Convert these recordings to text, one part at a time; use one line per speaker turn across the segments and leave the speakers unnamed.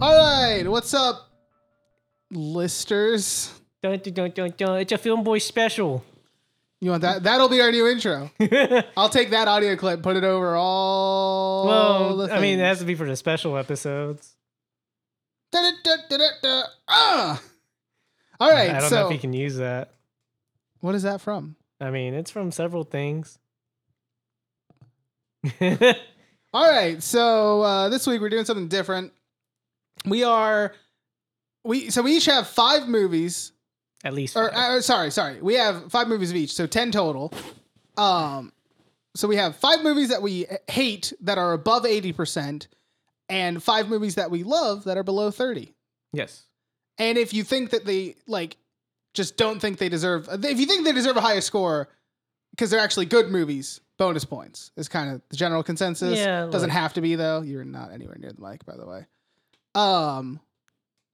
right, what's up, listers?
Dun, dun, dun, dun, dun. It's a film boy special.
You want that? That'll be our new intro. I'll take that audio clip, put it over all.
well,
the
I mean, it has
things.
to be for the special episodes.
Da-da-da-da-da-da. Ah! All right,
I don't
so
know if you can use that.
what is that from?
I mean, it's from several things.
All right, so uh, this week we're doing something different. We are we so we each have five movies
At least.
or,
five.
uh, sorry, sorry. We have five movies of each, so ten total. Um, so we have five movies that we hate that are above eighty percent, and five movies that we love that are below thirty.
yes.
And if you think that they like, just don't think they deserve. If you think they deserve a higher score because they're actually good movies, bonus points is kind of the general consensus.
Yeah,
Doesn't
like-
have to be though. You're not anywhere near the mic, by the way. Um,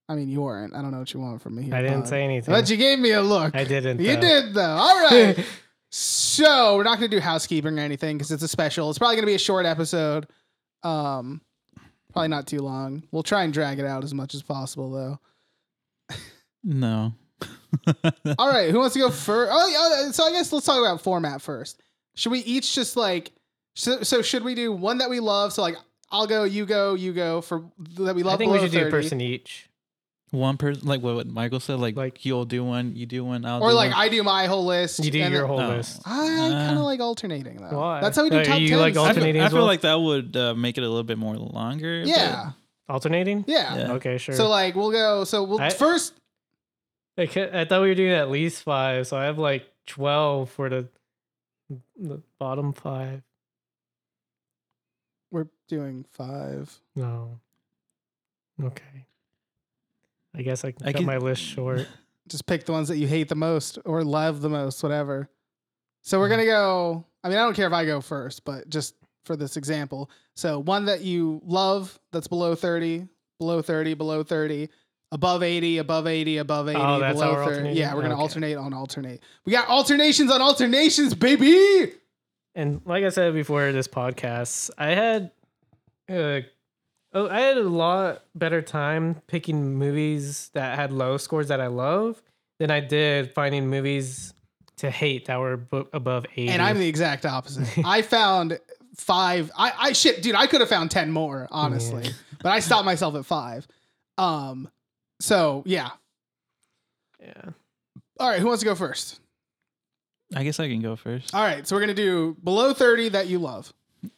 I mean you weren't. I don't know what you want from me. Here,
I didn't
bud.
say anything.
But you gave me a look.
I didn't.
You
though.
did though. All right. so we're not gonna do housekeeping or anything because it's a special. It's probably gonna be a short episode. Um, probably not too long. We'll try and drag it out as much as possible though.
No.
All right. Who wants to go first? Oh, yeah, so I guess let's talk about format first. Should we each just like so, so? Should we do one that we love? So like I'll go, you go, you go for that we love.
I think we
below
should do
30.
a person each.
One person, like what, what Michael said, like,
Like-
you'll do one, you do one, I'll
Or
do
like
one.
I do my whole list.
You do
and
your
then-
whole
No.
list.
I kind of
Uh,
like alternating though.
Why?
That's how we do
Are
top
you,
ten.
like,
I
alternate-
feel,
alternating
I
as
feel
well?
like that would uh, make it a little bit more longer. but-
Yeah.
Alternating?
Yeah.
Yeah.
Okay, sure.
So like we'll go. So we'll
I-
first.
I, ca- I thought we were doing at least five, so I have like 12 for the, the bottom five.
We're doing five.
No. Oh. Okay. I guess I can
I
cut
can-
my list short.
Just pick the ones that you hate the most or love the most, whatever. So
Mm-hmm.
we're gonna go. I mean, I don't care if I go first, but just for this example, so one that you love that's below thirty, below thirty, below thirty, above eighty, above eighty, above eighty,
Oh, that's how
below
we're
thirty. Yeah,
alternating?
we're gonna
Okay.
alternate on alternate. We got alternations on alternations, baby.
and like I said before this podcast, I had uh, oh, I had a lot better time picking movies that had low scores that I love than I did finding movies to hate that were bu- above 80.
And I'm the exact opposite. I found five. I, I shit, dude, I could have found 10 more, honestly,
Yeah.
but I stopped myself at five. Um, so yeah.
yeah.
All right. Who wants to go first?
I guess I can go first.
All right. So we're going to do below 30 that you love.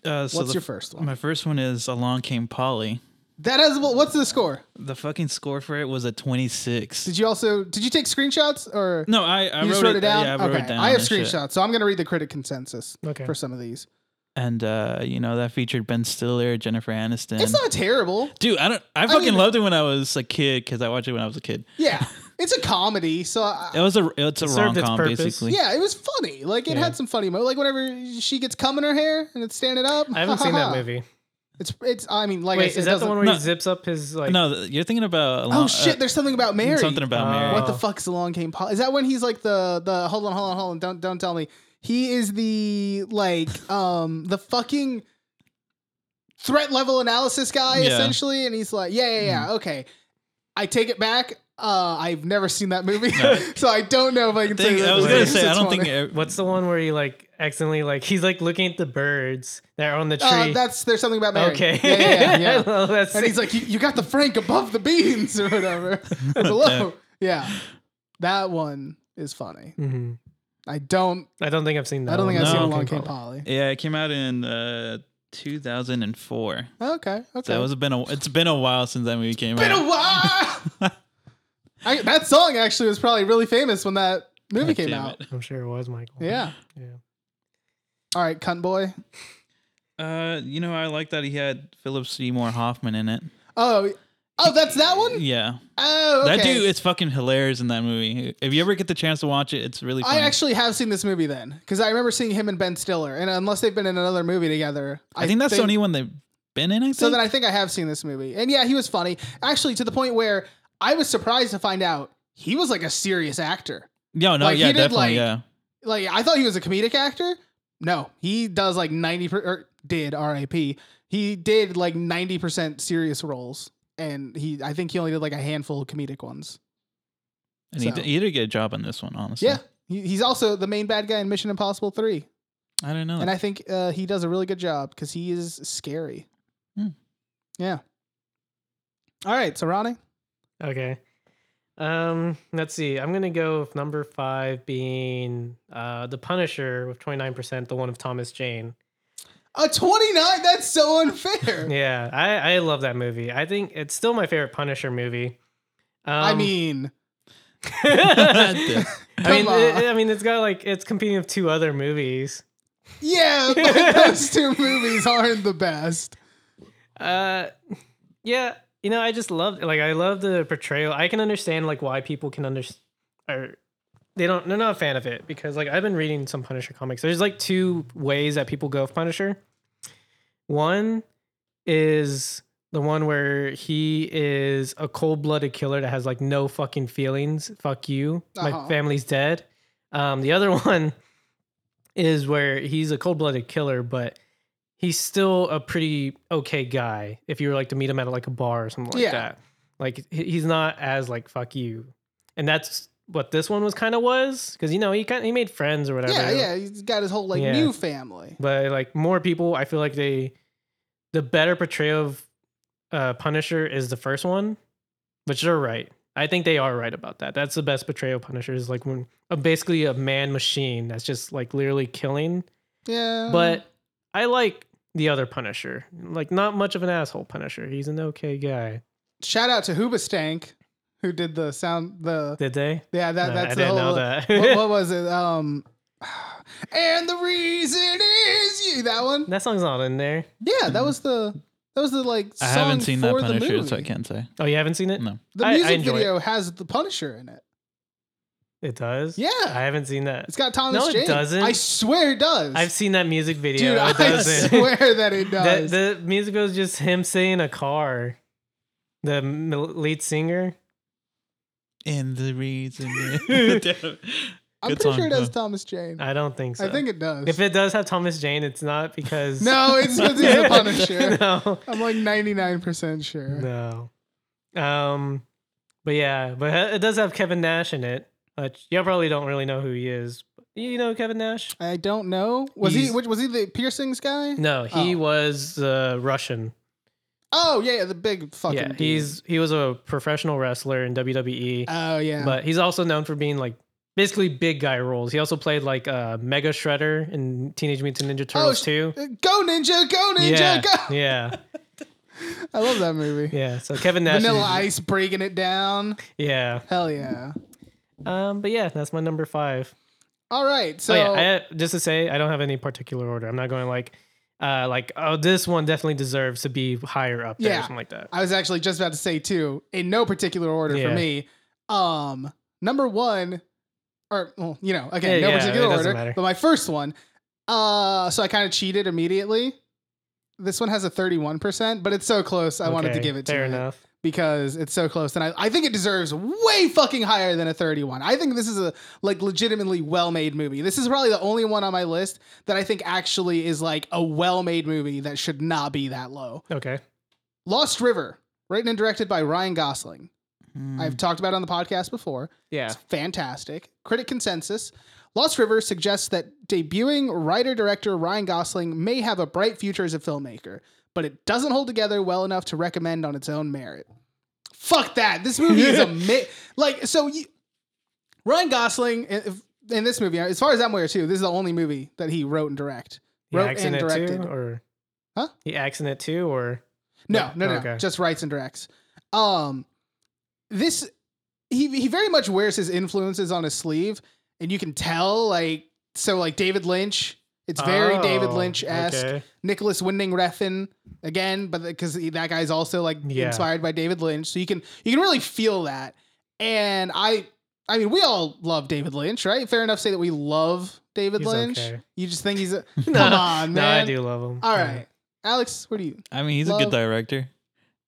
Uh, so
what's
the
your
f-
first one?
My first one is Along Came Polly.
That has, what's the score?
The fucking score for it was a 26.
Did you also, did you take screenshots or
no, I, I
you
wrote,
just wrote it down?
Yeah, I wrote
okay.
it down.
I have
and shit.
screenshots. So I'm going to read the critic consensus
Okay.
for some of these.
And, uh, you know, that featured Ben Stiller, Jennifer Aniston.
It's not terrible.
Dude, I don't. I fucking
mean-
loved it when I was a kid because I watched it when I was a kid.
Yeah. it's a comedy. So I,
It was a it's a rom
served its
com
purpose.
basically.
Yeah, it was funny. Like it
Yeah.
had some funny moments. Like whenever she gets cum in her hair and it's standing up.
I haven't seen that movie.
It's it's. I mean, like I
Wait,
said,
is
it
that the
doesn't-
one where he
No.
zips up his like
No, th- you're thinking about
Oh
Alon-
shit!
uh,
There's something about Mary.
something about
Oh.
Mary.
what the fuck's along came? Paul? Is that when he's like the the? Hold on, hold on, hold on. Don't don't tell me. He is the like um the fucking threat level analysis guy
Yeah.
essentially, and he's like, yeah, yeah, yeah, okay. I take it back. Uh, I've never seen that movie,
No.
so I don't know if I can
Thing-
say.
I
that
was
was
gonna
racist
say I don't
on
think
it.
it-
What's the one where he like accidentally like he's like looking at the birds that are on the tree?
Uh, that's there's something about Mary.
okay.
Yeah, yeah, yeah, yeah.
I love that
and he's like, you, you got the Frank above the beans or whatever. Or below. Yeah. That one is funny.
hmm
I don't
I don't think I've seen that.
I don't think
one.
I've seen
No.
Along
Okay,
Came
probably.
Polly.
Yeah, it came out in uh, 2004.
Okay. Okay.
So it was been a it's been a while since that movie came
been
out.
a while. I, that song actually was probably really famous when that movie
God
came
damn
out.
it.
I'm sure it was Michael.
Yeah.
Yeah.
All right, cunt boy.
Uh, you know I like that he had Philip Seymour Hoffman in it.
Oh, oh, that's that one.
Yeah,
Oh, okay.
that dude is fucking hilarious in that movie. If you ever get the chance to watch it, it's really. Funny.
I actually have seen this movie then, because I remember seeing him and Ben Stiller, and unless they've been in another movie together,
I think that's the only one they've been in. I think.
So then I think I have seen this movie. And yeah, he was funny. Actually, to the point where I was surprised to find out he was like a serious actor.
yeah, no,
like, he
yeah,
did,
definitely,
like-
yeah.
Like I thought he was a comedic actor. No, he does like 90 per, or did RIP. He did like 90% serious roles. and he I think he only did like a handful of comedic ones.
And he,
So-
did, he did a good job on this one, honestly.
Yeah, he, he's also the main bad guy in Mission Impossible Three,
I don't know.
and I think uh, he does a really good job because he is scary.
Hmm.
Yeah. All right, so Ronnie,
Okay. Um, let's see. I'm gonna go with number five being uh the Punisher with 29%, the one of Thomas Jane.
a twenty nine. That's so unfair.
Yeah, I, I love that movie. I think it's still my favorite Punisher movie. Um,
I mean,
I mean,
Come
it-
on.
I mean, it's got like it's competing with two other movies.
yeah, but those two movies aren't the best.
Uh, yeah, you know, I just love like I love the portrayal. I can understand like why people can understand or they don't. They're not a fan of it because like I've been reading some Punisher comics. There's like two ways that people go with Punisher. One is the one where he is a cold-blooded killer that has like no fucking feelings. Fuck you,
Uh-huh.
my family's dead. Um, the other one is where he's a cold-blooded killer, but he's still a pretty okay guy if you were like to meet him at like a bar or something like
Yeah.
that like he- he's not as like fuck you and that's what this one was kind of was because you know he kind he made friends or whatever
Yeah, yeah, he's got his whole like
Yeah.
new family.
but like more people i feel like they the better portrayal of uh punisher is the first one which they're right i think they are right about that that's the best portrayal of punisher is like when uh, basically a man machine that's just like literally killing
Yeah,
but i like the other punisher like not much of an asshole punisher he's an okay guy
shout out to Hoobastank, who did the sound. The
did they
yeah, that
No,
that's
i
the
didn't
whole.
know that
what, what was it? Um, and the reason is you. That one.
That song's not in there.
Yeah, that was the that was the like.
I
Song
haven't seen that
for the
Punisher,
movie.
so I can't say.
Oh, you haven't seen it?
No.
The
I- I
music
enjoy it.
video has the Punisher in it.
It does?
Yeah.
I haven't seen that.
It's got Thomas
No, it
Jane.
doesn't.
I swear it does.
I've seen that music video.
Dude,
it
I
doesn't.
swear that it
the,
does.
the music video is just him singing a car. The m- lead singer.
And the reason.
I'm
Good
pretty
song,
sure it has
though.
Thomas Jane. I,
I don't think so.
think it does.
if it does have Thomas Jane, it's not because
no, it's because he's the Punisher.
no,
I'm like 99% sure.
no. Um, but yeah, but it does have Kevin Nash in it. Which you probably don't really know who he is. You know Kevin Nash?
I don't know. Was he
He's-
which was he the piercings guy?
No, he
Oh.
was uh, Russian.
Oh yeah, yeah, the big fucking.
yeah,
dude.
he's he was a professional wrestler in WWE,
Oh yeah.
but he's also known for being like basically big guy roles. He also played like uh, Mega Shredder in Teenage Mutant Ninja Turtles
sh-
too.
Uh, go ninja, go ninja,
yeah,
go!
yeah,
I love that movie.
yeah. So Kevin Nash, is-
Vanilla Ice breaking it down.
yeah.
Hell yeah.
Um, but yeah, that's my number five.
All right, so
oh yeah, I, just to say, I don't have any particular order. I'm not going like, uh, like oh, this one definitely deserves to be higher up there
Yeah.
or something like that.
I was actually just about to say too, in no particular order for
Yeah.
me. Um, number one, or well, you know, again,
Yeah,
no
yeah,
particular
it doesn't
order,
matter.
but my first one. Uh, so I kind of cheated immediately. This one has a 31%, but it's so close. I wanted to
Okay,
give it to
fair
it
enough.
because it's so close, and I, I think it deserves way fucking higher than a 31. I think this is a like legitimately well-made movie. This is probably the only one on my list that I think actually is like a well-made movie that should not be that low.
Okay,
Lost River, written and directed by Ryan Gosling.
Hmm.
I've talked about it on the podcast before.
yeah,
It's fantastic. Critic consensus. Lost River suggests that debuting writer director Ryan Gosling may have a bright future as a filmmaker, but it doesn't hold together well enough to recommend on its own merit. Fuck that. This movie is a mi- like so you, Ryan Gosling i- if- in this movie, as far as I'm aware too, this is the only movie that he wrote and direct.
he
Wrote
acts in
and
it
directed.
too, or
Huh?
He acts in it too, or
No,
No,
no, no,
okay.
just writes and directs. Um, this he he very much wears his influences on his sleeve, and you can tell like so like David Lynch. It's very David
Oh,
Lynch esque.
okay.
Nicholas Winding Refn again, but because that guy's also like
Yeah.
inspired by David Lynch, so you can you can really feel that. And I, I mean, we all love David Lynch, right? Fair enough, to say that we love David
He's
Lynch.
okay.
You just think he's a
No,
come on,
No,
man.
I do love him.
All
Yeah.
right, Alex, what do you?
I mean, he's a
Love-
good director.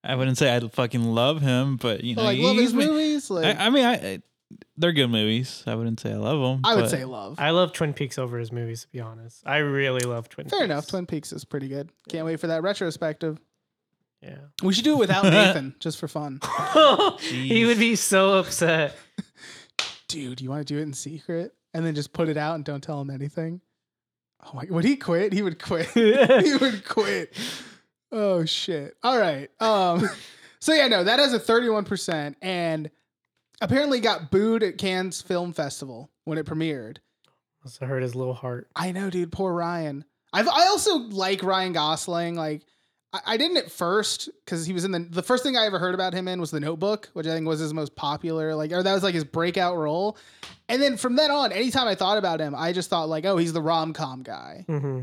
I wouldn't say I fucking love him, but you know,
like Oh, love
he's
his
ma-
movies. Like
I, I mean, I, I they're good movies. I wouldn't say I love them.
I would
but uh,
say love.
I love Twin Peaks over his movies. To be honest, I really love Twin.
Fair
Peaks.
enough. Twin Peaks is pretty good. Can't wait for that retrospective.
Yeah.
We should do it without Nathan just for fun.
he would be so upset.
Dude, you want to do it in secret and then just put it out and don't tell him anything? Oh my! Would he quit? He would quit. he would quit. Oh shit. All right. Um so yeah, no, that has a 31% and apparently got booed at Cannes Film Festival when it premiered.
Must have hurt his little heart.
I know, dude, poor Ryan. I've I also like Ryan Gosling. Like I, I didn't at first because he was in the the first thing I ever heard about him in was the notebook, which I think was his most popular, like or that was like his breakout role. And then from then on, anytime I thought about him, I just thought like, oh, he's the rom com guy.
Mm-hmm.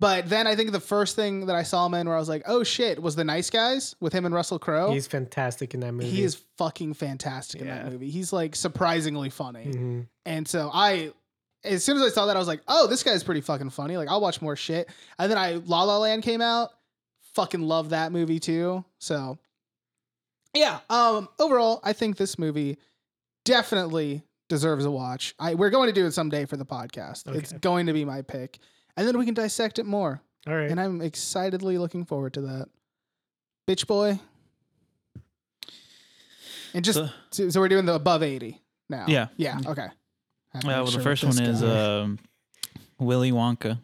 But then I think the first thing that I saw him in where I was like, oh shit, was The Nice Guys with him and Russell Crowe.
He's fantastic in that movie.
Oh. He is fucking fantastic in
Yeah.
that movie. He's like surprisingly funny.
Mhm.
And so I, as soon as I saw that, I was like, oh, this guy's pretty fucking funny. Like, I'll watch more shit. And then I, La La Land came out. Fucking love that movie too. So, yeah. Um, overall, I think this movie definitely deserves a watch. I we're going to do it someday for the podcast. It's
Okay.
going to be my pick, and then we can dissect it more.
All right.
And I'm excitedly looking forward to that. Bitch boy. And just
So-
so, so we're doing the above 80 now.
Yeah. Uh,
Yeah. Okay. Had to
well,
make
the
sure
first
with
one
this
is
guy.
um, Willy Wonka.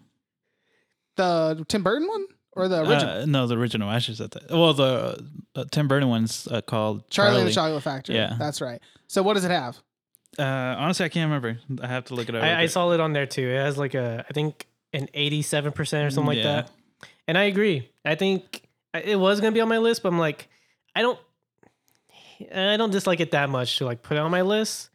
the Tim Burton one or the original?
Uh, no, the original. I should said that. Well, the uh, Tim Burton one's uh, called
Charlie,
Charlie.
and the Chocolate Factory.
Yeah.
That's right. So what does it have?
uh, honestly, I can't remember. I have to look it up.
I, I saw it on there too. It has like a, I think an 87% or something like
Yeah.
that. And I agree. I think I- it was going to be on my list, but I'm like, I don't, I don't dislike it that much to like put it on my list.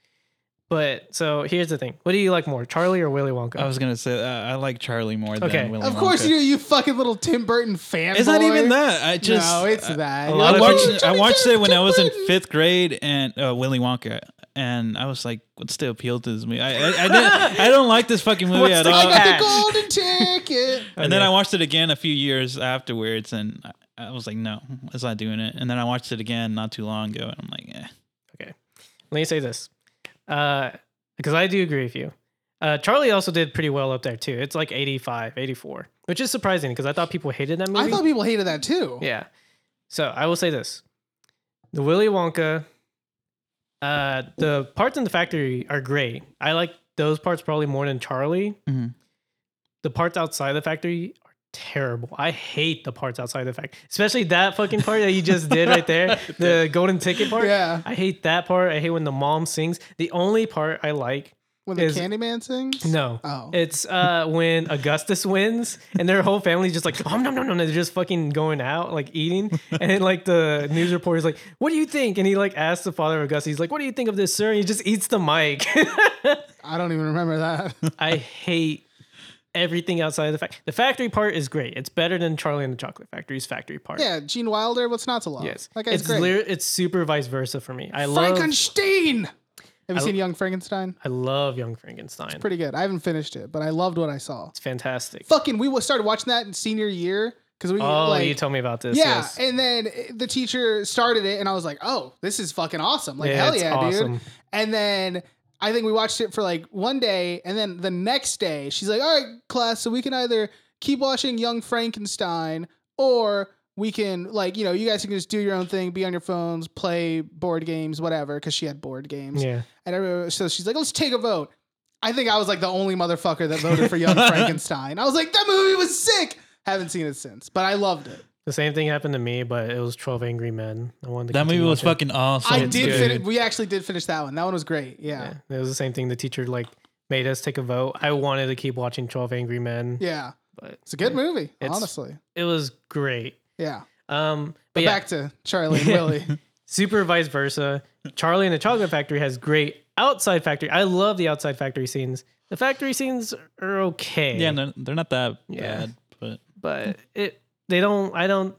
But so here's the thing. What do you like more, Charlie or Willy Wonka?
I was gonna say uh, I like Charlie more
Okay.
than Willy
of course
Wonka.
you do, you fucking little Tim Burton fan.
Oh, It's not even that. I just
no, it's
I-
that.
A
You're
lot
like,
of
"Why are
watch-
you
pictures. I
trying to
watched
turn
it when
Tim
I was in
Burton?"
fifth grade and uh, Willy Wonka, and I was like, "What's the appeal to this movie? I I, I, didn't, I don't like this fucking movie
What's
at
the- Oh,
all."
I got
Catch.
the golden ticket.
And then
Okay.
I watched it again a few years afterwards, and I, I was like, "No, it's not doing it." And then I watched it again not too long ago, and I'm like, eh.
Let me say this, uh, because I do agree with you. Uh, Charlie also did pretty well up there too. It's like 85, 84, which is surprising because I thought people hated that movie.
I thought people hated that too.
Yeah. So I will say this: the Willy Wonka, uh, the parts in the factory are great. I like those parts probably more than Charlie.
Mhm.
The parts outside the factory are terrible. I hate the parts outside the factory, especially that fucking part that you just did right there, the golden ticket part.
Yeah.
I hate that part. I hate when the mom sings. The only part I like,
When the
Is-
Candyman sings?
no,
Oh.
it's uh when Augustus wins and their whole family's just like, um, nom, nom, nom, they're just fucking going out, like eating. And then, like, the news reporter's like, what do you think? And he, like, asks the father of Augustus, he's like, what do you think of this, sir? And he just eats the mic.
I don't even remember that.
I hate everything outside of the fact. The factory part is great. It's better than Charlie and the Chocolate Factory's factory part.
yeah, Gene Wilder, what's not to love?
Yes.
That guy's
It's,
great.
lir- it's super vice versa for me. I love,
Frankenstein. Have you
I-
seen Young Frankenstein?
I love Young Frankenstein. It's,
Pretty good. I haven't finished it, but I loved what I saw.
fantastic.
Fucking, we wa- started watching that in senior year because we
Oh,
like
you told me about this.
yeah,
yes.
and then it- the teacher started it, and I was like, oh, this is fucking awesome! Like
Yeah,
hell
it's
yeah,
awesome.
dude. And then I think we watched it for like one day, and then the next day she's like, all right, class, so we can either keep watching Young Frankenstein or we can like you know you guys can just do your own thing be on your phones play board games whatever because she had board games
Yeah.
And everyone, so she's like, let's take a vote. I think I was like the only motherfucker that voted for Young Frankenstein. I was like, that movie was sick. Haven't seen it since, but I loved it.
The same thing happened to me, but it was Twelve Angry Men. I wanted to
that movie
continue
was
watching.
fucking awesome.
I did.
dude.
Fin- we actually did finish that one. That one was great. Yeah,
Yeah, it was the same thing. The teacher like made us take a vote. I wanted to keep watching Twelve Angry Men.
yeah.
But
It's a good movie,
It's-
honestly.
It was great.
Yeah.
Um, but,
But
yeah,
back to Charlie and Willie.
super vice versa. Charlie and the Chocolate Factory has great outside factory. I love the outside factory scenes. The factory scenes are okay.
Yeah, they're, they're not that
Yeah.
bad, but
but it they don't. I don't.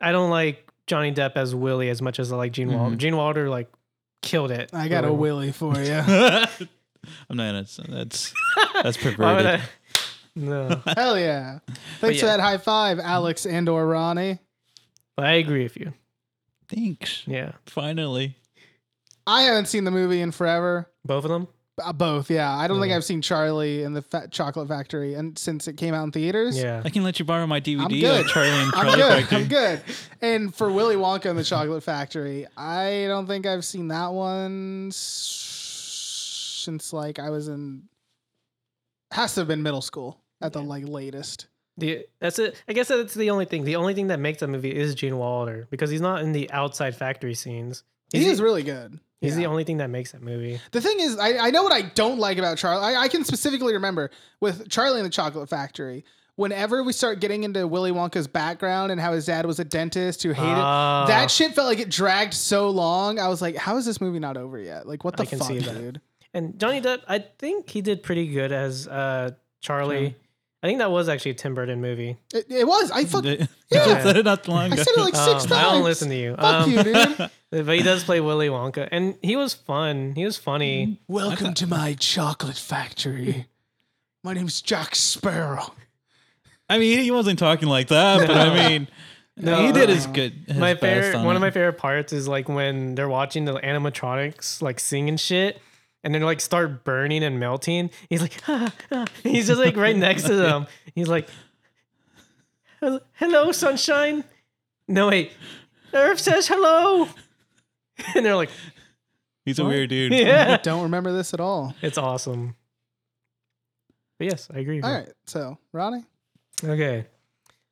I don't like Johnny Depp as Willie as much as I like Gene
Mm-hmm.
Wilder. Gene Wilder like killed it.
I got a Willie
Willie.
for you.
I'm not. That's that's, that's
Why would I?
perverted.
No.
Hell yeah! Thanks for
yeah.
that high five, Alex and or Ronnie.
But I agree with you.
Thanks.
Yeah.
Finally.
I haven't seen the movie in forever.
Both of them?
Uh, both, yeah. I don't think
Yeah.
I've seen Charlie and the Fat Chocolate Factory, and since it came out in theaters,
Yeah.
I can let you borrow my DVD
good.
of Charlie and
I'm
Charlie
good.
Factory.
I'm good. And for Willy Wonka and the Chocolate Factory, I don't think I've seen that one s- since like I was in. Has to have been middle school at the like latest.
The, that's it. I guess that's the only thing. The only thing that makes that movie is Gene Wilder because he's not in the outside factory scenes. He's
He
the-
is really good.
He's
Yeah.
the only thing that makes that movie.
The thing is, I, I know what I don't like about Charlie. I, I can specifically remember with Charlie and the Chocolate Factory, whenever we start getting into Willy Wonka's background and how his dad was a dentist who hated.
Ah.
that shit felt like it dragged so long. I was like, how is this movie not over yet? Like, what the
I can
fuck,
see that.
dude?
And Johnny Depp, I think he did pretty good as uh, Charlie. I think that was actually a Tim Burton movie.
It, it was. I fuck.
Yeah.
Yeah.
said it not too long
I
ago.
said it like
Um,
six times.
I don't listen to you.
Fuck
Um,
you, dude.
But he does play Willy Wonka, and he was fun. He was
Mm-hmm.
funny.
Welcome to my chocolate factory. My name's Jack Sparrow.
I mean, he wasn't talking like that, but I mean,
No.
he did his good. His
my
best
favorite,
on
one
it.
of my favorite parts is like when they're watching the animatronics like sing and shit, and then like start burning and melting. He's like, he's just like right next to them. He's like, "Hel- "Hello, sunshine." No wait, Earth says hello, and they're like,
He's a weird dude.
I
"Yeah,
don't remember this at all.
it's awesome." But yes, I agree. with
All
you.
right, so Ronnie,
Okay.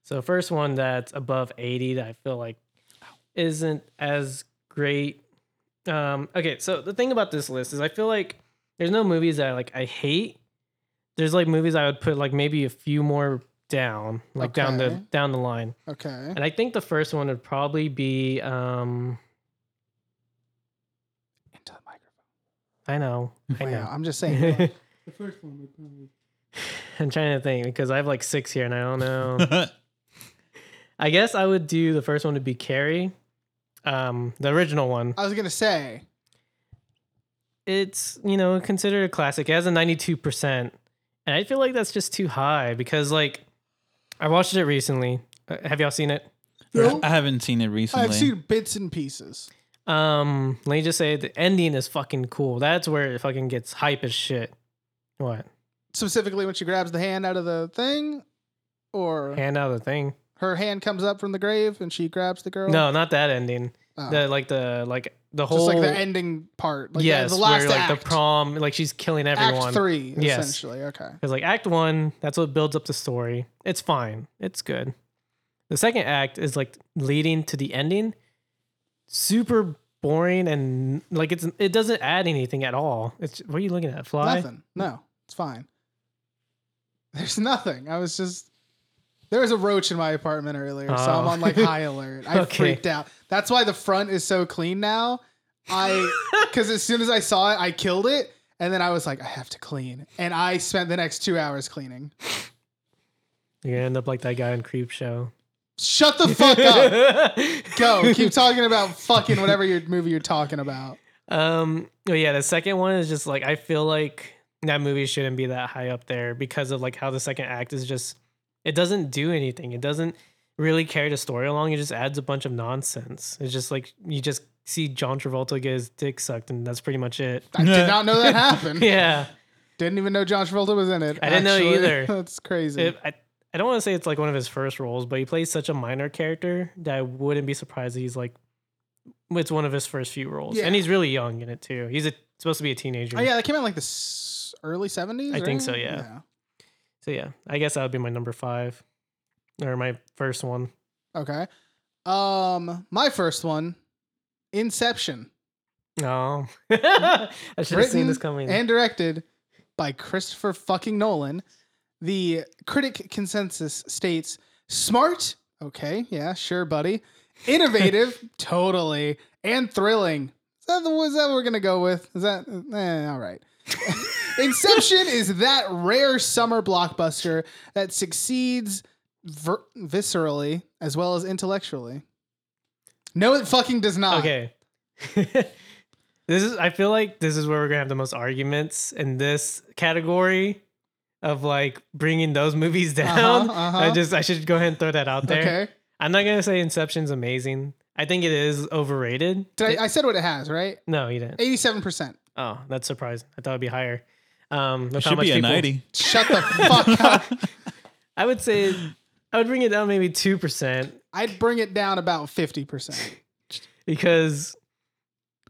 So first one that's above 80 that I feel like isn't as great. Um okay, so the thing about this list is I feel like there's no movies that I like I hate. There's like movies I would put like maybe a few more down, like down the
Okay.
down the line.
okay,
And I think the first one would probably be um
into the microphone.
I know. I
Wow,
know.
I'm just saying.
The first one would probably.
I'm trying to think because I have like 6 here and I don't know. I guess I would do the first one would be Carrie. Um the original one.
I was gonna say
it's you know considered a classic. It has a ninety two percent, and I feel like that's just too high because like I watched it recently. Uh, Have y'all seen it?
No.
I haven't seen it recently.
I've seen bits and pieces.
Um, let me just say the ending is fucking cool. That's where it fucking gets hype as shit. What
Specifically, when she grabs the hand out of the thing, or
hand out of the thing?
her hand comes up from the grave and she grabs the girl.
No, not that ending.
Oh.
The like the like the
just
whole
like the ending part. Like
yes,
the last
where like
act.
the prom, like she's killing everyone.
Act three,
Yes.
essentially. Okay.
Because like act one, that's what builds up the story. It's fine. It's good. The second act is like leading to the ending. Super boring and like it's it doesn't add anything at all. It's what are you looking at? Fly?
Nothing. No, it's fine. There's nothing. I was just there was a roach in my apartment earlier, so I'm
Oh.
on like high alert. I
Okay.
freaked out. That's why the front is so clean now. I because as soon as I saw it, I killed it, and then I was like, I have to clean, and I spent the next two hours cleaning.
You're gonna end up like that guy in Creep Show.
Shut the fuck up. Go. Keep talking about fucking whatever your movie you're talking about.
Um, but yeah, the second one is just like I feel like that movie shouldn't be that high up there because of like how the second act is just it doesn't do anything. It doesn't really carry the story along. It just adds a bunch of nonsense. It's just like you just see John Travolta get his dick sucked, and that's pretty much it.
I did not know that happened.
Yeah,
Didn't even know John Travolta was in it.
I didn't know
actually.
either.
That's crazy.
It- I I don't want to say it's like one of his first roles, but he plays such a minor character that I wouldn't be surprised that he's like it's one of his first few roles,
Yeah.
and he's really young in it too. He's a, supposed to be a teenager.
Oh yeah, that came out in, like the s- early seventies.
I think so, yeah. So yeah, I guess that would be my number five or my first one.
Okay. Um, my first one, Inception,
No, I should have
Oh. Written
seen this coming.
and directed by Christopher fucking Nolan. The critic consensus states smart. Okay, yeah, sure, buddy. Innovative, totally, and thrilling. Is that the was that what we're gonna go with? Is that eh, all right? Inception is that rare summer blockbuster that succeeds ver- viscerally as well as intellectually. No, it fucking does not.
okay, this is. I feel like this is where we're gonna have the most arguments in this category of like bringing those movies down.
uh-huh.
I just I should go ahead and throw that out there.
Okay.
I'm not gonna say Inception's amazing. I think it is overrated.
Did
It-
I, I said what it has, right?
no, you didn't.
Eighty-seven percent.
Oh, that's surprising. I thought it'd be higher. Um,
It
with how
should
much
be a
people-
90.
Shut the fuck up.
I would say I would bring it down maybe two percent
I'd bring it down about 50%.
because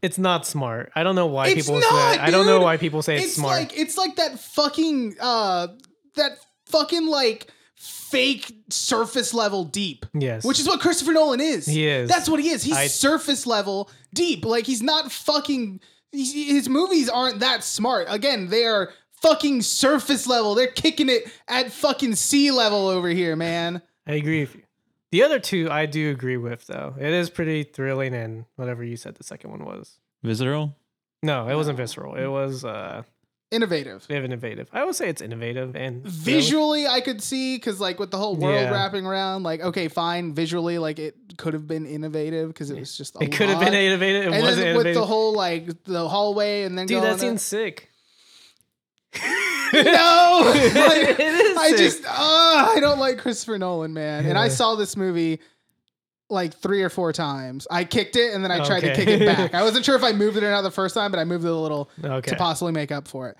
it's not smart. I don't know why
It's
people say
not,
I don't know
dude!
why people say it's, smart.
it's like that fucking uh that fucking like fake surface level deep.
yes.
Which is what Christopher Nolan is.
He is.
That's what he is. He's
I-
surface level deep. Like he's not fucking he's- his movies aren't that smart. Again, they are fucking surface level. They're kicking it at fucking sea level over here, man.
I agree with you. The other two I do agree with though. It is pretty thrilling and whatever you said the second one was.
Visceral?
No, it wasn't visceral. It was uh
Innovative.
they have innovative. I would say it's innovative and thrilling.
Visually, I could see because, like, with the whole world
Yeah.
wrapping around, like, okay, fine. Visually, like, it could have been innovative because it was just. A
It could have
lot.
been innovative. It
and
wasn't
then with
innovative.
the whole like the hallway and then
Dude,
going
that seems sick.
no
it
Like,
is.
i
sick.
just ah, i don't like christopher nolan man and i
Yeah.
saw this movie like three or four times i kicked it and then i tried to
Okay.
kick it back i wasn't sure if i moved it or not the first time but i moved it a little
okay.
to possibly make up for it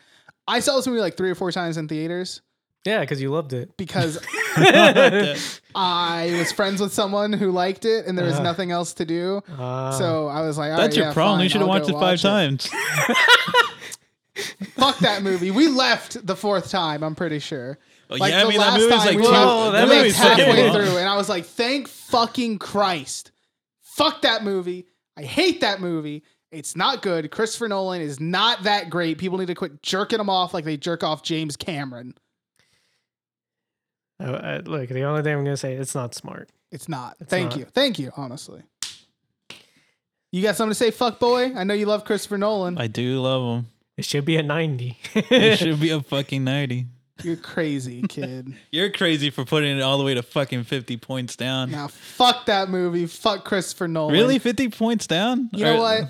i saw this movie like three or four times in theaters
Yeah, because you loved it.
because
Uh,
i was friends with someone who liked it and there was
Uh.
nothing else to do
Uh-huh.
so I was like, all
That's
right,
your
yeah,
problem.
fine,
you should have
I'll
watched
go
it five
watch
times.
Fuck that movie. We left the fourth time. I'm pretty sure.
Oh, yeah, I mean, that movie's like
we
two-
Whoa, that
we left
movie's fucking
halfway
long.
through, and I was like, "Thank fucking Christ! Fuck that movie. I hate that movie. It's not good. Christopher Nolan is not that great. People need to quit jerking him off like they jerk off James Cameron.
I- I- look, the only thing I'm gonna say, it's not smart.
It's not. Thank
not.
you. Thank you. Honestly, you got something to say, fuck boy? I know you love Christopher Nolan.
I do love him.
It should be a ninety.
It should be a fucking 90.
You're crazy, kid.
You're crazy for putting it all the way to fucking 50 points down.
now, fuck that movie. Fuck Christopher Nolan.
Really? 50 points down?
You know
Or-
what?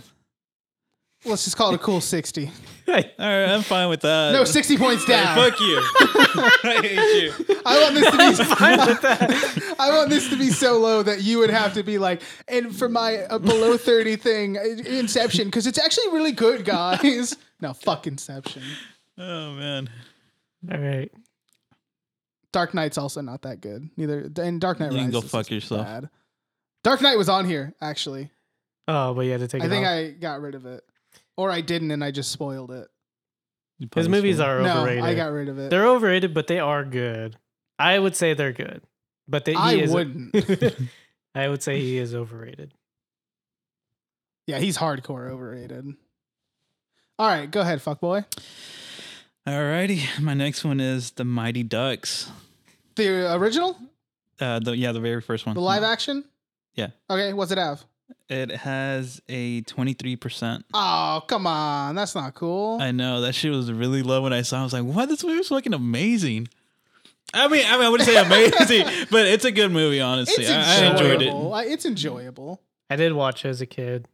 Let's just call it a cool 60.
All right, I'm fine with that.
No, 60 points
Hey,
down.
fuck you. I hate you.
I want this to
Fine
be
with that.
I want this to be so low that you would have to be like, and for my uh, below 30 thing, uh, Inception, because it's actually really good, guys. No, fuck Inception.
Oh, man.
All right.
Dark Knight's also not that good. Neither and Dark Knight
You can
Rises
go
is
fuck yourself.
bad. Dark Knight was on here actually.
Oh, but you had to take.
I
it
think
off.
I got rid of it, or I didn't and I just spoiled it.
You
his
probably
movies
should.
are
no,
overrated.
I got rid of it.
they're overrated, but they are good. I would say they're good, but they. He
I
is
wouldn't.
I would say he is overrated.
Yeah, he's hardcore overrated. All right, go ahead, fuckboy.
Alrighty. My next one is The Mighty Ducks.
The original,
Uh, the, yeah, the very first one.
the live action.
Yeah.
Okay, what's it have?
It has a 23%.
Oh, come on, that's not cool.
I know that shit was really low when I saw. it. I was like, "What? This movie was fucking amazing." I mean, I mean, I wouldn't say amazing, but it's a good movie. Honestly,
it's
I, I enjoyed it.
enjoyable. I it's enjoyable.
I did watch it as a kid.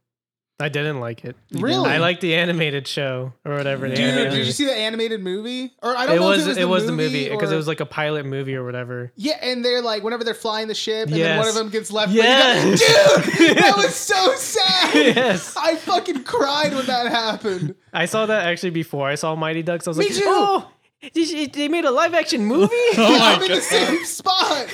I didn't like it.
Really?
I liked the animated show or whatever. The
Dude,
animated
did
movie.
you see the animated movie? Or I don't
It
know
was
if
it was the
movie
movie because
or-
it was like a pilot movie or whatever.
Yeah, and they're like whenever they're flying the ship, and then one of
Yes.
them gets left.
Yes.
Yes. dude, that was so sad.
Yes.
I fucking cried when that happened.
I saw that actually before I saw Mighty Ducks. I was
Me
like,
too.
oh, they- they made a live action movie.
I'm
Oh my
in the same spot.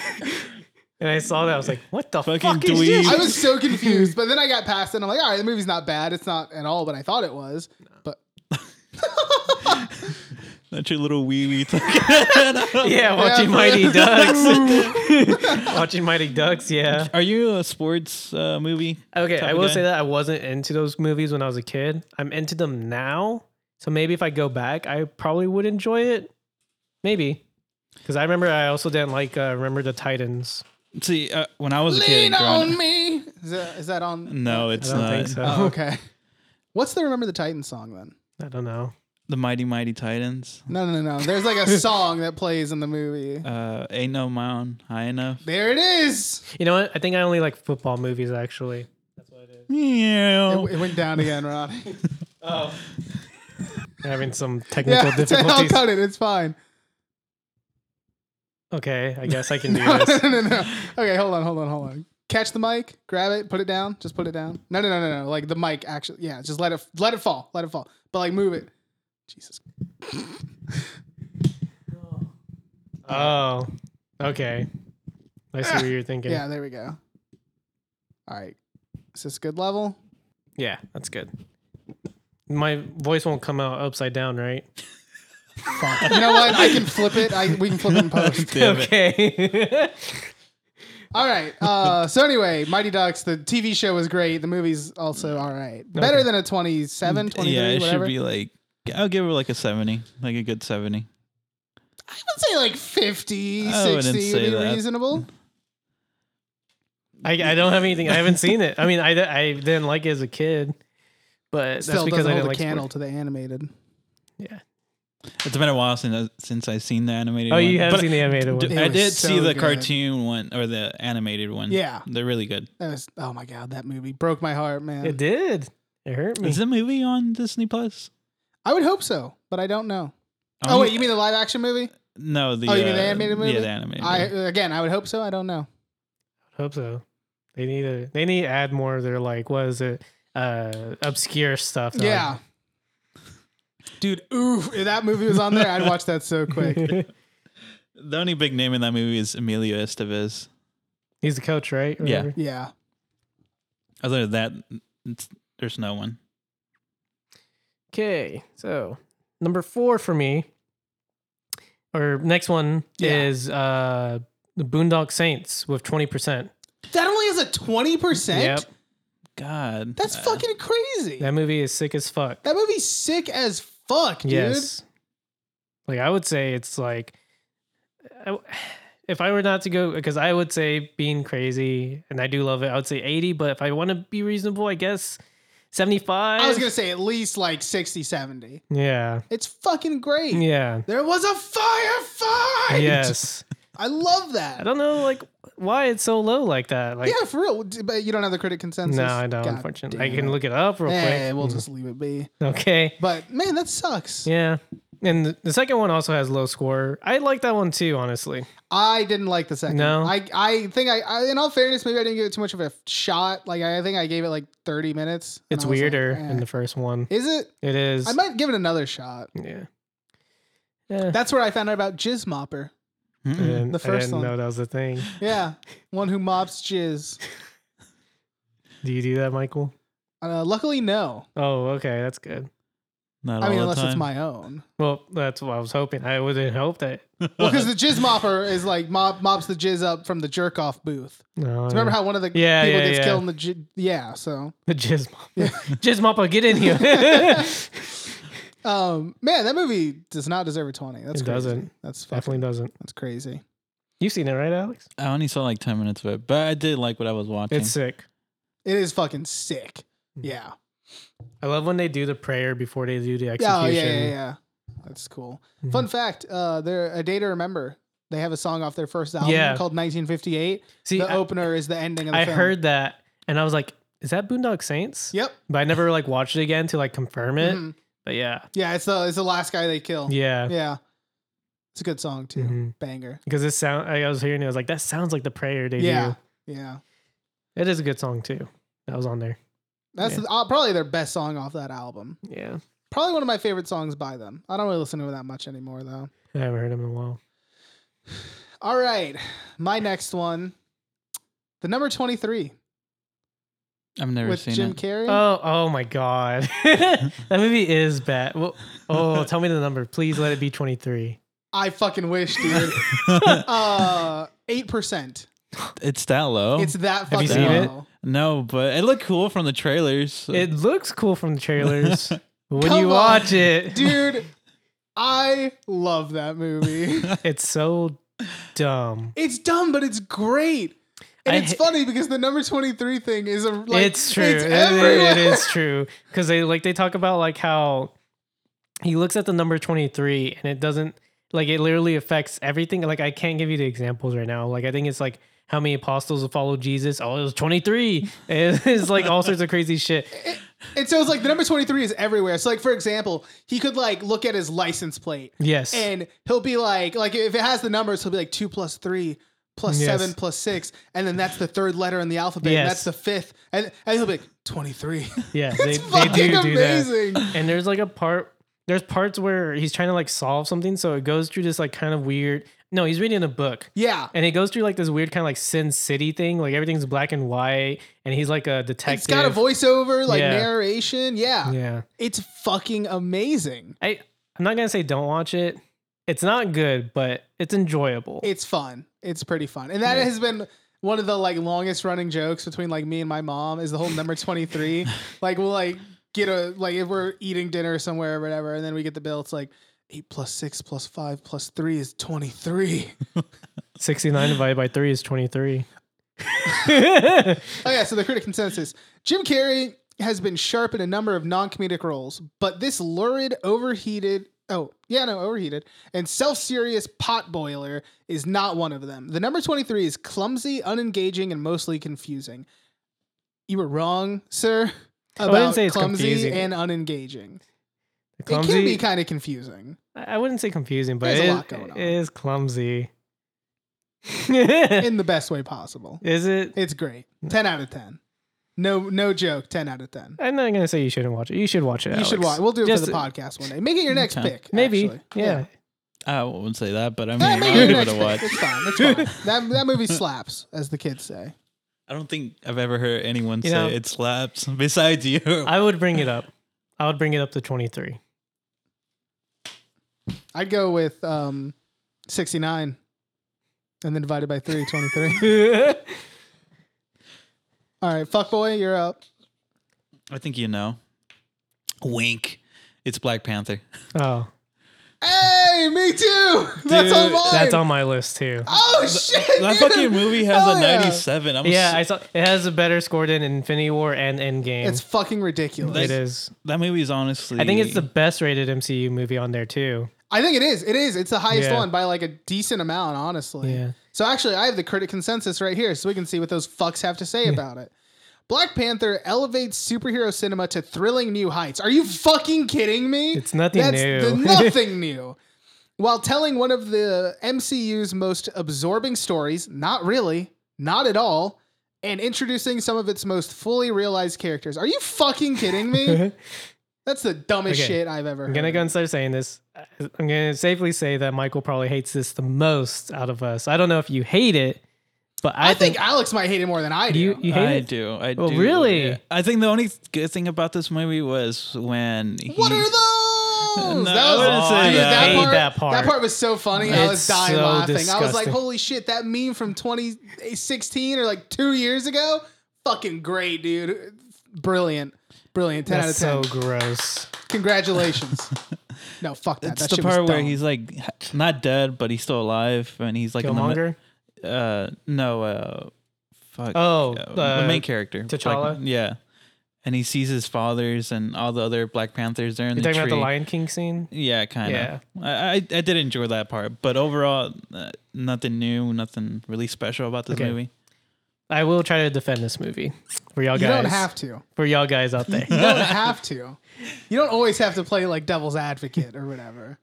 and I saw that. I was like, what the
Fucking
fuck is this?
dweeb.
I was so confused, but then I got past it. And I'm like, all right, the movie's not bad. It's not at all what I thought it was. But
That's your little wee wee.
yeah, watching
for
Mighty
real.
Ducks. watching Mighty Ducks. Yeah.
Are you a sports uh, movie?
Okay,
Type
I
of
will
guy?
say that I wasn't into those movies when I was a kid. I'm into them now. So maybe if I go back, I probably would enjoy it. Maybe. Because I remember I also didn't like uh, Remember the Titans.
See, uh, when I was a
lean
kid, growing-
on me. Is that, is that on?
no,
I
it's
don't
not
think so.
Oh, okay. What's the Remember the Titans song then?
I don't know.
the Mighty Mighty Titans.
No, no, no. There's like a song that plays in the movie.
Uh, ain't no mountain high enough.
There it is.
You know what? I think I only like football movies actually.
It,
Yeah.
it went down again, Ronnie.
Oh. Having some technical
yeah, I'll
difficulties.
cut it. It's fine.
Okay, I guess I can do
No,
this.
no, no, no. Okay, hold on, hold on, hold on. catch the mic, grab it, put it down, just put it down. No, no, no, no, no. Like the mic actually, yeah, just let it let it fall, let it fall. But like move it. Jesus.
Oh, okay. I see what you're thinking.
Yeah, there we go. All right. Is this good level?
Yeah, that's good. My voice won't come out upside down, right?
Fuck. You know what? I can flip it. I we can flip it in post.
Damn it.
okay.
All right. Uh, so anyway, Mighty Ducks. The TV show was great. The movie's also all right. Better
Okay.
than a 27, 23,
Yeah, it
whatever.
should be like I'll give her like a seventy, like a good seventy.
I would say like 50,
I wouldn't
60 would
say
be
that.
reasonable.
I, I don't have anything. I haven't seen it. I mean, I, I didn't like it as a kid, but
Still
that's because
doesn't
I
hold
didn't
a
like
candle
sports.
to the animated.
Yeah.
It's been a while since I, since I've seen the animated.
Oh,
one.
you have
But
seen the animated
d-
one.
They
I
were
did
so
see the
good.
cartoon one or the animated one.
Yeah.
they're really good.
That was oh my god, that movie broke my heart, man.
It did. It hurt me.
Is the movie on Disney Plus?
I would hope so, but I don't know.
I
Oh
don't-
wait, you mean the live action movie?
no, the
oh, you mean the
uh,
animated movie?
Yeah, the animated.
I
movie.
again, I would hope so. I don't know.
Hope so. They need to. They need to add more. of their like, what is it? Uh, obscure stuff. They're like,
Yeah. Dude, oof, if that movie was on there, I'd watch that so quick.
The only big name in that movie is Emilio Estevez.
He's the coach, right?
Yeah.
whatever.
Yeah.
Other than that, it's, there's no one.
Okay. So number four for me, or next one
Yeah.
is uh the Boondock Saints with twenty percent.
That only has a 20%?
Yep.
God,
That's
Uh,
fucking crazy.
That movie is sick as fuck.
That movie's sick as fuck, dude.
Yes. Like I would say it's like I- if I were not to go because I would say being crazy and I do love it, I would say 80, but if I want to be reasonable, I guess 75.
I was going to say at least like 60, 70.
Yeah.
It's fucking great.
Yeah.
There was a firefight.
Yes.
I love that.
I don't know like why it's so low like that. Like
yeah, for real. D- But you don't have the critic consensus.
No, I don't.
God
unfortunately,
damn
I can
it.
look it up real
Eh,
quick.
we'll just leave it be.
okay.
But man, that sucks.
Yeah, and th- the second one also has low score. I like that one too, honestly.
I didn't like the second.
No?
I I think I, I in all fairness, maybe I didn't give it too much of a shot. Like I think I gave it like thirty minutes. and
It's
I was like,
weirder
eh.
than the first one.
Is it?
It is.
I might give it another shot.
yeah. Yeah.
That's where I found out about Jizz Mopper.
I
Mm-mm.
didn't,
mm, The
the
first
first I didn't
one.
know that was the thing.
Yeah, one who mops jizz.
Do you do that, Michael?
Uh, luckily, no.
Oh, okay, that's good.
Not
I mean,
all the
unless it's
time.
my own.
Well, that's what I was hoping. I wouldn't hope that.
Well, because the jizz mopper is like mop, mops the jizz up from the jerk off booth.
No,
'Cause
Oh, yeah.
Remember how one of the
Yeah,
people
yeah,
gets
yeah.
killed in the j- yeah. So
the jizz mopper? jizz mopper, get in here. Definitely
um, man, that movie does not deserve a twenty. That's
It
crazy.
doesn't.
That's fucking,
doesn't.
that's crazy.
You've seen it, right, Alex?
I only saw like ten minutes of it, but I did like what I was watching.
It's sick.
It is fucking sick.
Mm.
Yeah. Oh,
I love when they do the prayer before they do the execution.
Yeah. Oh,
Mm-hmm.
yeah. Yeah. Yeah. That's cool. Fun fact: uh, they're a day to remember. They have a song off their first album
Yeah.
called 1958.
See,
the
I-
opener is the ending of the
I
film.
heard that and I was like, is that Boondock Saints?
Yep.
But I never like watched it again to like confirm it.
Mhm.
But yeah.
Yeah. It's the it's the last guy they kill.
Yeah.
Yeah. It's a good song too.
Mhm.
Banger.
Because this sound I was hearing it, I was like, that sounds like the prayer they
Yeah. Yeah.
do. It is a good song too. That was on there.
That's
Yeah.
uh, probably their best song off that album.
Yeah.
Probably one of my favorite songs by them. I don't really listen to it that much anymore though.
I haven't heard him in a while.
All right. My next one. The number 23
I've never
with
seen
Jim
it.
Carrey.
Oh, oh my God. that movie is bad. Well, oh, tell me the number. Please let it be 23.
I fucking wish, dude. uh 8%.
it's that low.
It's that
Oh. Have
fucking
you seen it?
low.
no, but it looked cool from the trailers.
It looks cool from the trailers. but when
Come
you
on,
watch it,
Dude, I love that movie.
it's so dumb.
It's dumb, but it's great. And
I
it's
ha-
funny because the number 23 thing is a like
it's true.
It's
It- it-
everywhere.
it is true because they like they talk about like how he looks at the number twenty three and it doesn't like it literally affects everything. Like I can't give you the examples right now. Like I think it's like how many apostles will follow Jesus? Oh, it was twenty three. It's like all sorts of crazy shit.
And so it's like the number 23 is everywhere. So like for example, he could like look at his license plate
Yes,
and he'll be like like if it has the numbers, he'll be like 2 plus 3 plus
Yes.
seven plus six, and then that's the third letter in the alphabet. And
Yes.
that's the fifth, and, and he'll be like twenty three.
Yeah, they,
It's
they
fucking
do do that.
amazing.
and there's like a part there's parts where he's trying to like solve something so it goes through this like kind of weird no he's reading a book
Yeah,
and it goes through like this weird kind of like sin city thing like everything's black and white and he's like a detective
it's got a voiceover, like
Yeah.
narration. Yeah.
yeah
it's fucking amazing.
i i'm not gonna say don't watch it it's not good but it's enjoyable
It's fun. It's pretty fun, and that
Yeah.
has been one of the like longest running jokes between like me and my mom is the whole number twenty three. like we'll like get a like if we're eating dinner somewhere or whatever, and then we get the bill. It's like. Eight plus six plus five plus three is twenty three.
69 divided by 3 is 23 yeah
Oh yeah, so the critic consensus: Jim Carrey has been sharp in a number of non-comedic roles, but this lurid, overheated. Oh, yeah, no, overheated and self serious potboiler is not one of them. The number 23 is clumsy, unengaging, and mostly confusing. You were wrong, sir,
I
about
wouldn't say it's
clumsy
confusing.
and unengaging. It
clumsy
can be kind of confusing.
i I wouldn't say confusing but
There's a
it-
lot going on.
it is clumsy
in the best way possible.
is it
It's great. 10 out of 10. No no joke, 10 out of 10.
I'm not gonna say you shouldn't watch it. You should watch it.
You should
Alex.
watch. We'll do it
Just-
for the podcast one day. Make it your next
Okay.
pick.
Maybe.
actually.
Yeah.
I wouldn't say that, but I mean,
Eh, make
I,
it your
would
next
have
pick.
watched.
It's fine. It's fine. that that movie slaps, as the kids say.
I don't think I've ever heard anyone
You
say
know-
it slaps besides you.
I would bring it up. I would bring it up to 23.
I'd go with um, sixty nine, and then divided by three, 23. All right, fuck boy, you're up.
I think you know. Wink. It's Black Panther.
oh,
Hey, me too. that's on
Dude,
mine.
that's on my list too.
Oh shit!
That
dude.
fucking movie has
Hell
a
yeah.
97. I'm
Yeah,
s-
I saw it has a better score than Infinity War and Endgame.
It's
It's,
fucking ridiculous.
Like- that movie is honestly.
I think it's the best rated MCU movie on there too.
I think it is. It is. It's the highest
Yeah.
one by like a decent amount, honestly.
Yeah.
So actually, I have the critic consensus right here, so we can see what those fucks have to say about it. Black Panther elevates superhero cinema to thrilling new heights. Are you fucking kidding me?
It's nothing
That's
new.
The nothing new. While telling one of the MCU's most absorbing stories, not really, not at all, and introducing some of its most fully realized characters. Are you fucking kidding me? That's the dumbest
Okay.
shit I've ever heard.
I'm gonna go and start saying this. I'm gonna safely say that Michael probably hates this the most out of us. I don't know if you hate it, but I,
I think Alex might hate it more than I do.
you you hate
I
it.
do. I
Oh,
do.
really?
Yeah. I think the only good thing about this movie was when. He,
What are those?
No, I wouldn't say that. I hate
that part.
That part was so funny. I
It's
was dying
so
laughing. I was like,
disgusting.
holy shit, that meme from 2016 or like two years ago? Fucking great, dude. Brilliant. Brilliant. 10
That's
out
so
of 10.
gross.
Congratulations. no, fuck that.
It's
that
the
shit was
part where
dumb.
he's like not dead, but he's still alive, and he's like in the mi-
Killmonger.
uh no uh fuck
Oh,
uh,
uh,
the main character Black-
T'Challa?
yeah and he sees his fathers and all the other black panthers there in
You
the
talking
tree
about the Lion King scene?
yeah kind of
Yeah.
I, I i did enjoy that part but overall uh, nothing new nothing really special about this
Okay.
movie
I will try to defend this movie for y'all guys.
you don't have to. You
for y'all guys out there.
don't have to. You don't always have to play like devil's advocate or whatever.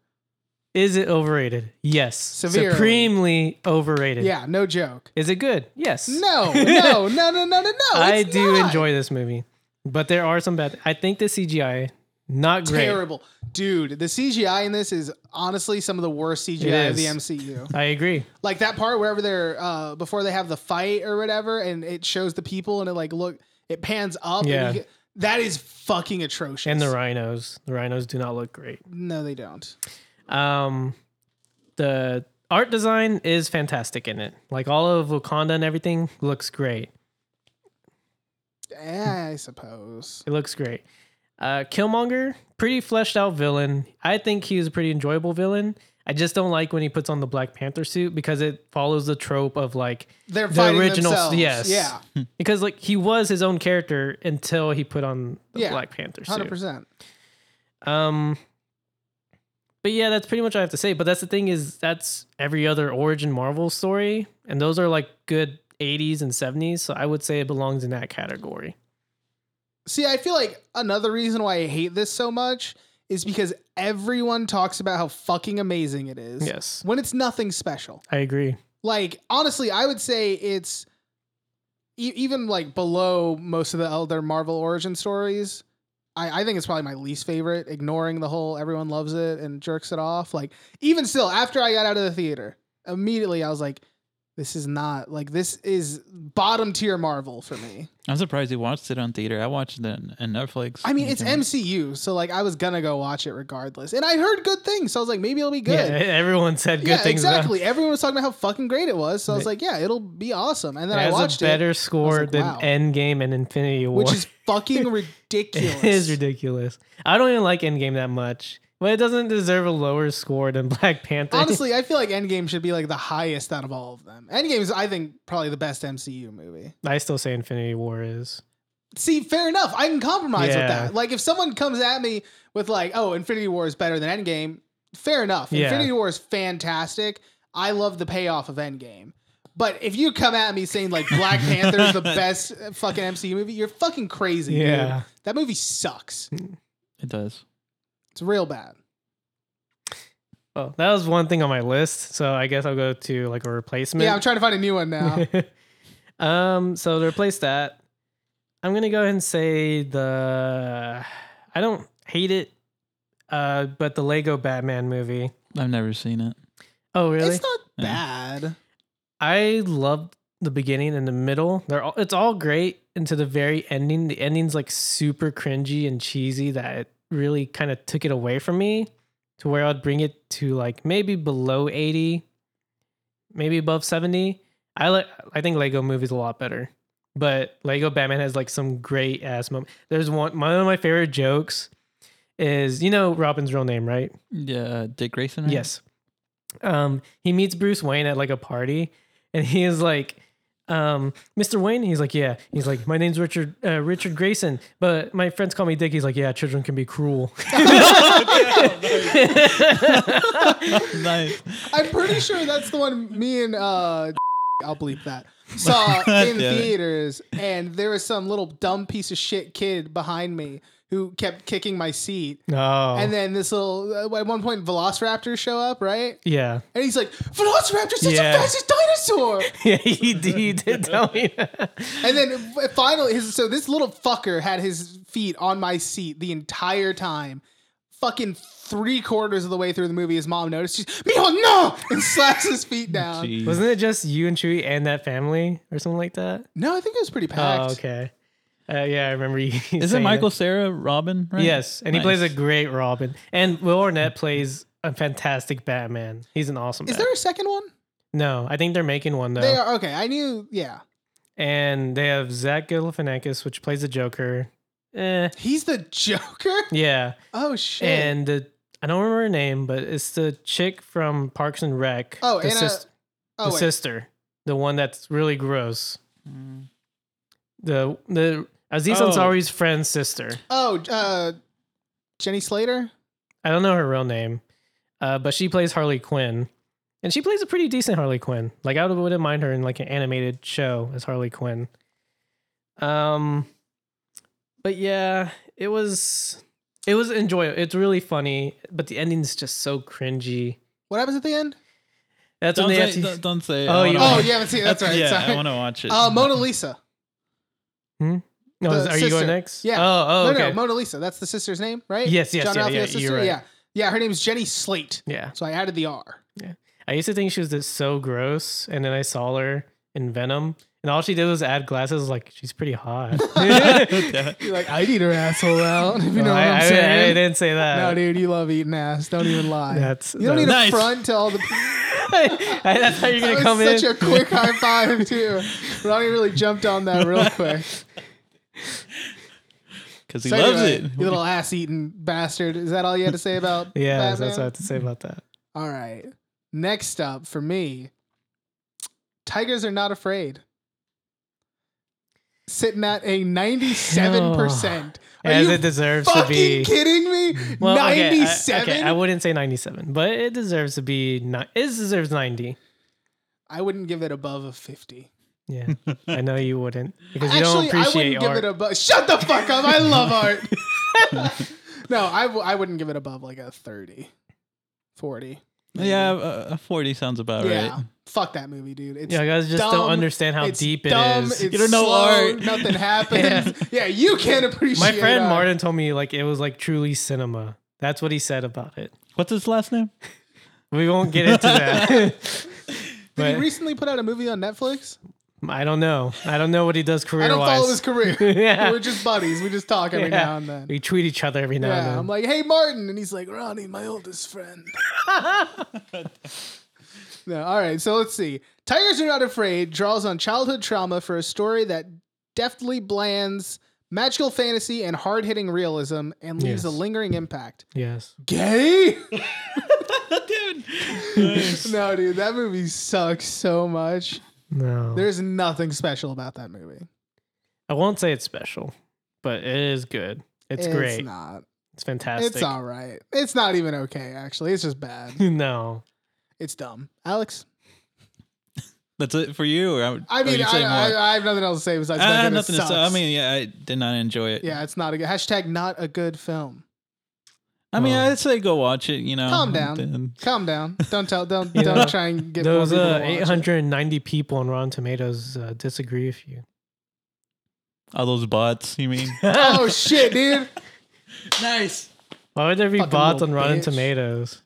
Is it overrated? Yes.
Severely.
Supremely overrated.
Yeah, no joke.
Is it good? Yes.
No, no, no, no, no, no, no.
I
it's
do
not.
enjoy this movie, but there are some bad. I think the CGI not great.
terrible. Dude, the CGI in this is honestly some of the worst CGI
It
of the
is.
MCU.
I agree.
like that part wherever they're uh before they have the fight or whatever and it shows the people and it like look it pans up
Yeah.
and you get- that is fucking atrocious.
And the rhinos, the rhinos do not look great.
No, they don't.
Um, the art design is fantastic in it. Like all of Wakanda and everything looks great.
Eh, I suppose.
It looks great. Uh, Killmonger, pretty fleshed out villain. I think he was a pretty enjoyable villain. I just don't like when he puts on the Black Panther suit because it follows the trope of like
They're
the
fighting
original.
themselves.
Yes.
Yeah.
Because like he was his own character until he put on the
Yeah,
Black Panther
Hundred
suit.
percent.
Um. But yeah, that's pretty much what I have to say. But that's the thing is that's every other origin Marvel story, and those are like good 80s and 70s. So I would say it belongs in that category.
See, I feel like another reason why I hate this so much is because everyone talks about how fucking amazing it is.
Yes,
When it's nothing special.
I agree.
like honestly, I would say it's e- even like below most of the other Marvel origin stories. I, I think it's probably my least favorite. Ignoring the whole everyone loves it and jerks it off. Like even still, after I got out of the theater, immediately I was like, this is not like this is bottom tier Marvel for me.
I'm surprised you watched it on theater. I watched it on, on Netflix.
I mean, it's
Okay.
MCU, so like I was gonna go watch it regardless, and I heard good things, so I was like, maybe it'll be good.
Yeah, everyone said good
yeah,
things. about-
exactly. Everyone was talking about how fucking great it was, so I was
Right.
like, yeah, it'll be awesome. And
It
then I
has
watched
a better
it,
score
like,
than
wow.
Endgame and Infinity War,
which is fucking ridiculous.
it is ridiculous. I don't even like Endgame that much, but it doesn't deserve a lower score than Black Panther.
Honestly, I feel like Endgame should be like the highest out of all of them. Endgame is, I think, probably the best MCU movie.
I still say Infinity War is.
See, fair enough. I can compromise
Yeah.
with that. Like, if someone comes at me with like, "Oh, Infinity War is better than Endgame," fair enough.
Yeah.
Infinity War is fantastic. I love the payoff of Endgame. But if you come at me saying like Black Panther is the best uh, fucking MCU movie, you're fucking crazy. dude.
Yeah.
that movie sucks.
It does.
It's real bad.
Well, that was one thing on my list, so I guess I'll go to like a replacement.
Yeah, I'm trying to find a new one now.
um, so to replace that, I'm gonna go ahead and say the I don't hate it, uh, but the Lego Batman movie.
I've never seen it.
Oh, really?
It's not
Yeah.
bad.
I loved the beginning and the middle. They're all it's all great until the very ending. The ending's like super cringy and cheesy that it really kind of took it away from me to where I'd bring it to like maybe below 80, maybe above 70. I like I think Lego movies a lot better. But Lego Batman has like some great ass moment. There's one one of my favorite jokes is you know Robin's real name, right?
Yeah, uh, Dick Grayson. right?
Yes. Um, he meets Bruce Wayne at like a party, and he is like, um, "Mr. Wayne." He's like, "Yeah." He's like, "My name's Richard uh, Richard Grayson, but my friends call me Dick." He's like, "Yeah, children can be cruel."
nice.
I'm pretty sure that's the one me and uh I'll bleep that. Saw in
Damn it.
theaters and there was some little dumb piece of shit kid behind me who kept kicking my seat.
oh,
And then this little uh, at one point velociraptors show up, right?
yeah,
And he's like, "Velociraptor, such
Yeah.
the fastest dinosaur."
yeah, he, did- he did tell me. That.
and then uh, finally his so this little fucker had his feet on my seat the entire time. Fucking three quarters of the way through the movie, his mom noticed. She's, "Mijo, no!" and slaps his feet down.
Jeez.
Wasn't it just you and Chewie and that family or something like that?
No, I think it was pretty packed.
Oh, okay. Uh, yeah, I remember you.
Is it
saying
Michael Sarah Robin? Right?
Yes, and he
Nice.
plays a great Robin, and Will Arnett plays a fantastic Batman. He's an awesome.
Is
Batman.
there a second one?
No, I think they're making one though.
They are okay. I knew. Yeah,
And they have Zach Galifianakis, which plays the Joker. Eh,
he's the Joker.
yeah.
Oh shit.
And the, I don't remember her name, but it's the chick from Parks and Rec.
oh,
the,
and
sis-
oh
the
wait.
sister, the one that's really gross.
Mm.
The the Aziz
Oh.
Ansari's friend's sister.
oh, uh, Jenny Slater.
I don't know her real name, uh, but she plays Harley Quinn, and she plays a pretty decent Harley Quinn. Like I would- wouldn't mind her in like an animated show as Harley Quinn. Um, but yeah, it was it was enjoyable. It's really funny, but the ending's just so cringy.
What happens at the end?
That's
Don't
when they
say,
have to.
don't, don't say.
Oh,
I
you-
wanna
Oh,
watch-
you haven't seen. It. That's right.
Yeah, I
sorry.
want to watch it.
Uh, Mona Lisa.
No, Oh, is-
the
are you
sister.
going next?
Yeah.
Oh, oh,
No,
okay.
no, Mona Lisa. That's the sister's name, right?
Yes, yes,
John
yeah, yeah,
Ralphio's
you're
sister.
right.
Yeah, yeah. Her name's Jenny Slate.
yeah.
So I added the R.
I used to think she was just so gross, and then I saw her in Venom, and all she did was add glasses. Like she's pretty hot.
Yeah.
You're like, I'd eat her asshole out. If you know
Well,
what
I,
I'm
I- I
saying.
didn't say that.
no, dude, you love eating ass. Don't even lie.
That's
you don't need
that's,
a
Nice.
front to all the.
I, I thought
That
you were gonna
was
come in.
such a quick high five too. Ronnie really jumped on that real quick.
Because he
So
loves
anyway,
it.
You little ass eating bastard. Is that all you had to say about
yeah, that's
Batman?
what I have to say about that.
All right. Next up for me, Tigers are not afraid. Sitting at a ninety-seven percent. Are
As
you
it deserves to
fucking
be.
kidding me?
Well, okay, I-
Ninety-seven.
Okay, I, wouldn't say ninety-seven, but it deserves to be. Ni- it deserves ninety.
I wouldn't give it above a fifty.
Yeah, I know you wouldn't because you
Actually,
don't
I
appreciate
wouldn't
art.
give it above. Shut the fuck up. I love art. no, I, w- I wouldn't give it above like a 30, 40.
Yeah, uh, uh, forty sounds about
Yeah.
right.
Fuck that movie, dude. It's
Yeah, guys just
dumb,
don't understand how
it's
deep it is.
dumb, It's
You don't know
slow,
art.
Nothing happens. yeah. you can't appreciate.
My friend
art.
Martin told me like it was like truly cinema. That's what he said about it.
What's his last name?
We won't get into that.
Did he
but
recently put out a movie on Netflix?
I don't know. I don't know what he does
I
career
don't follow his career.
wise. Yeah.
We're just buddies. We just talk every now and then.
We tweet each other every now and
Yeah,
then.
I'm like, hey Martin, and he's like, Ronnie, my oldest friend. no, all right, so let's see. Tigers Are Not Afraid draws on childhood trauma for a story that deftly blends magical fantasy and hard hitting realism and leaves
Yes.
a lingering impact.
yes.
Gay?
Dude.
no, dude, that movie sucks so much.
No.
There's nothing special about that movie.
I won't say it's special, but it is good. It's, great.
not.
It's fantastic.
It's all right. It's not even okay, actually. It's just bad.
no.
it's dumb. Alex?
That's it for Oh, you. Or I, would-
I
or
mean,
you'd
I,
say more?
I, I have nothing else to say besides
I
that.
have
kinda
nothing to say. I
sucks.
mean, yeah, I did not enjoy it.
yeah, it's not a good hashtag. Not a good film.
I mean,
Well.
I'd say go watch it. You know,
Calm down.
Then-
Calm down. Don't tell. Don't
You
don't
know,
try and get
Those
more people to
uh,
watch it.
890 people on Rotten Tomatoes uh, disagree with you.
All those bots. You mean?
Oh shit, dude!
nice.
Why would there be
Fucking
bots on
little
Rotten
bitch.
Tomatoes?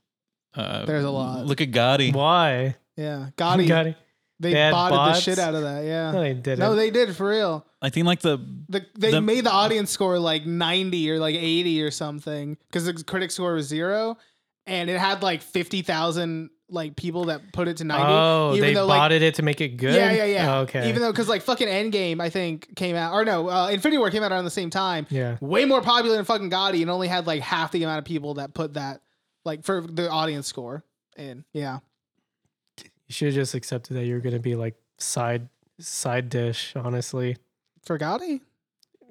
Uh,
There's a lot.
Look at Gotti.
Why?
Yeah, Gotti.
Got it.
They
Bad
botted the
bots.
shit out of that. Yeah.
No, they didn't.
Uh, No, they did for real.
I think like the
The, they
The-
made the audience score like 90 or like 80 or something because the critic score was zero, and it had like 50,000 like people that put it to 90.
oh,
even
they
though, like,
botted it to make it good?
Yeah, yeah, yeah.
Oh, okay.
Even though, because like fucking Endgame, I think came out, or no, uh, Infinity War came out around the same time.
yeah.
Way more popular than fucking Gotti, and only had like half the amount of people that put that like for the audience score. in. yeah,
You should have just accepted that you were going to be like side side dish, honestly.
for Gotti, do you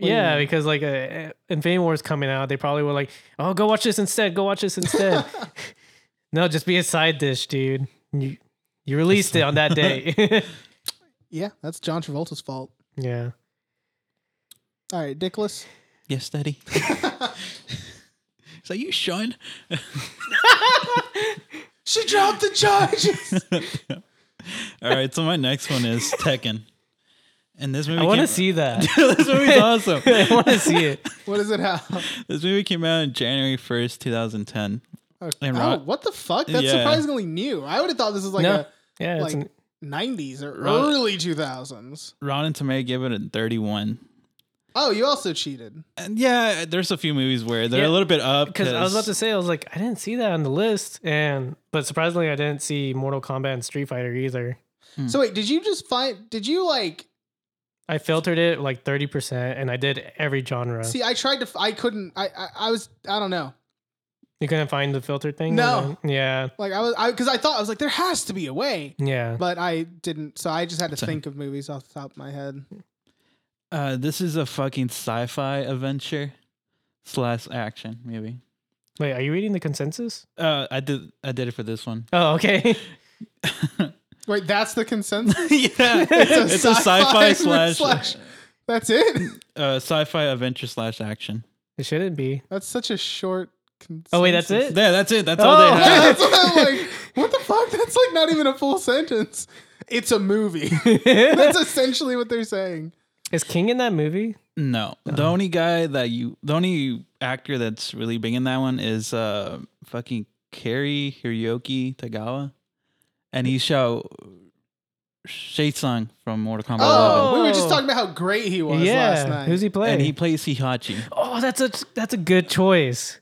yeah,
mean?
because like uh, Infinity War is coming out, they probably were like, "Oh, go watch this instead. Go watch this instead." no, just be a side dish, dude. You you released it on that day.
yeah, that's John Travolta's fault.
yeah.
All right, Dickless.
yes, Daddy. Is that you, Sean?
She dropped the charges.
All right. So my next one is Tekken, and this movie.
I want to
came-
see that.
this movie's awesome.
I want to see it.
what is it? How?
This movie came out on January first, two thousand ten.
Oh,
And
oh,
Ron-
what the fuck? That's
Yeah.
surprisingly new. I would have thought this was like
no.
a
yeah,
like
it's an,
90s or
Ron-
early 2000s.
Rotten Tomato gave it a thirty-one.
Oh, you also cheated.
And yeah, there's a few movies where they're
Yeah,
a little bit up
because I was about to say, I was like, I didn't see that on the list, and but surprisingly, I didn't see Mortal Kombat and Street Fighter either.
Hmm.
So wait, did you just find? Did you like?
I filtered it like thirty percent, and I did every genre.
See, I tried to. f- I couldn't. I, I. I was. I don't know.
you couldn't find the filter thing.
No.
Yeah.
Like I was. I because I thought I was like there has to be a way,
Yeah.
but I didn't. So I just had to
Same.
think of movies off the top of my head.
Uh, this is a fucking sci-fi adventure slash action maybe.
Wait, are you reading the consensus?
Uh, I did I did it for this one.
Oh, okay.
Wait, that's the consensus.
yeah, it's a, sci-fi, slash,
That's it.
uh, sci-fi adventure slash action.
It shouldn't be.
That's such a short. Consensus.
Oh wait, that's it.
Yeah, that's it. That's all
Oh.
they
Yeah,
had.
that's what I'm like. What the fuck? That's like not even a full sentence. It's a movie. that's essentially what they're saying.
Is King in that movie?
No, the only guy that you, the only actor that's really big in that one is uh fucking Kerry Hiroki Tagawa, and he shot Shaitsung from Mortal Kombat
Oh,
11,
we were just talking about how great he was last
yeah.
night.
Who's he playing?
and he plays Hihachi.
oh, that's a that's a good choice.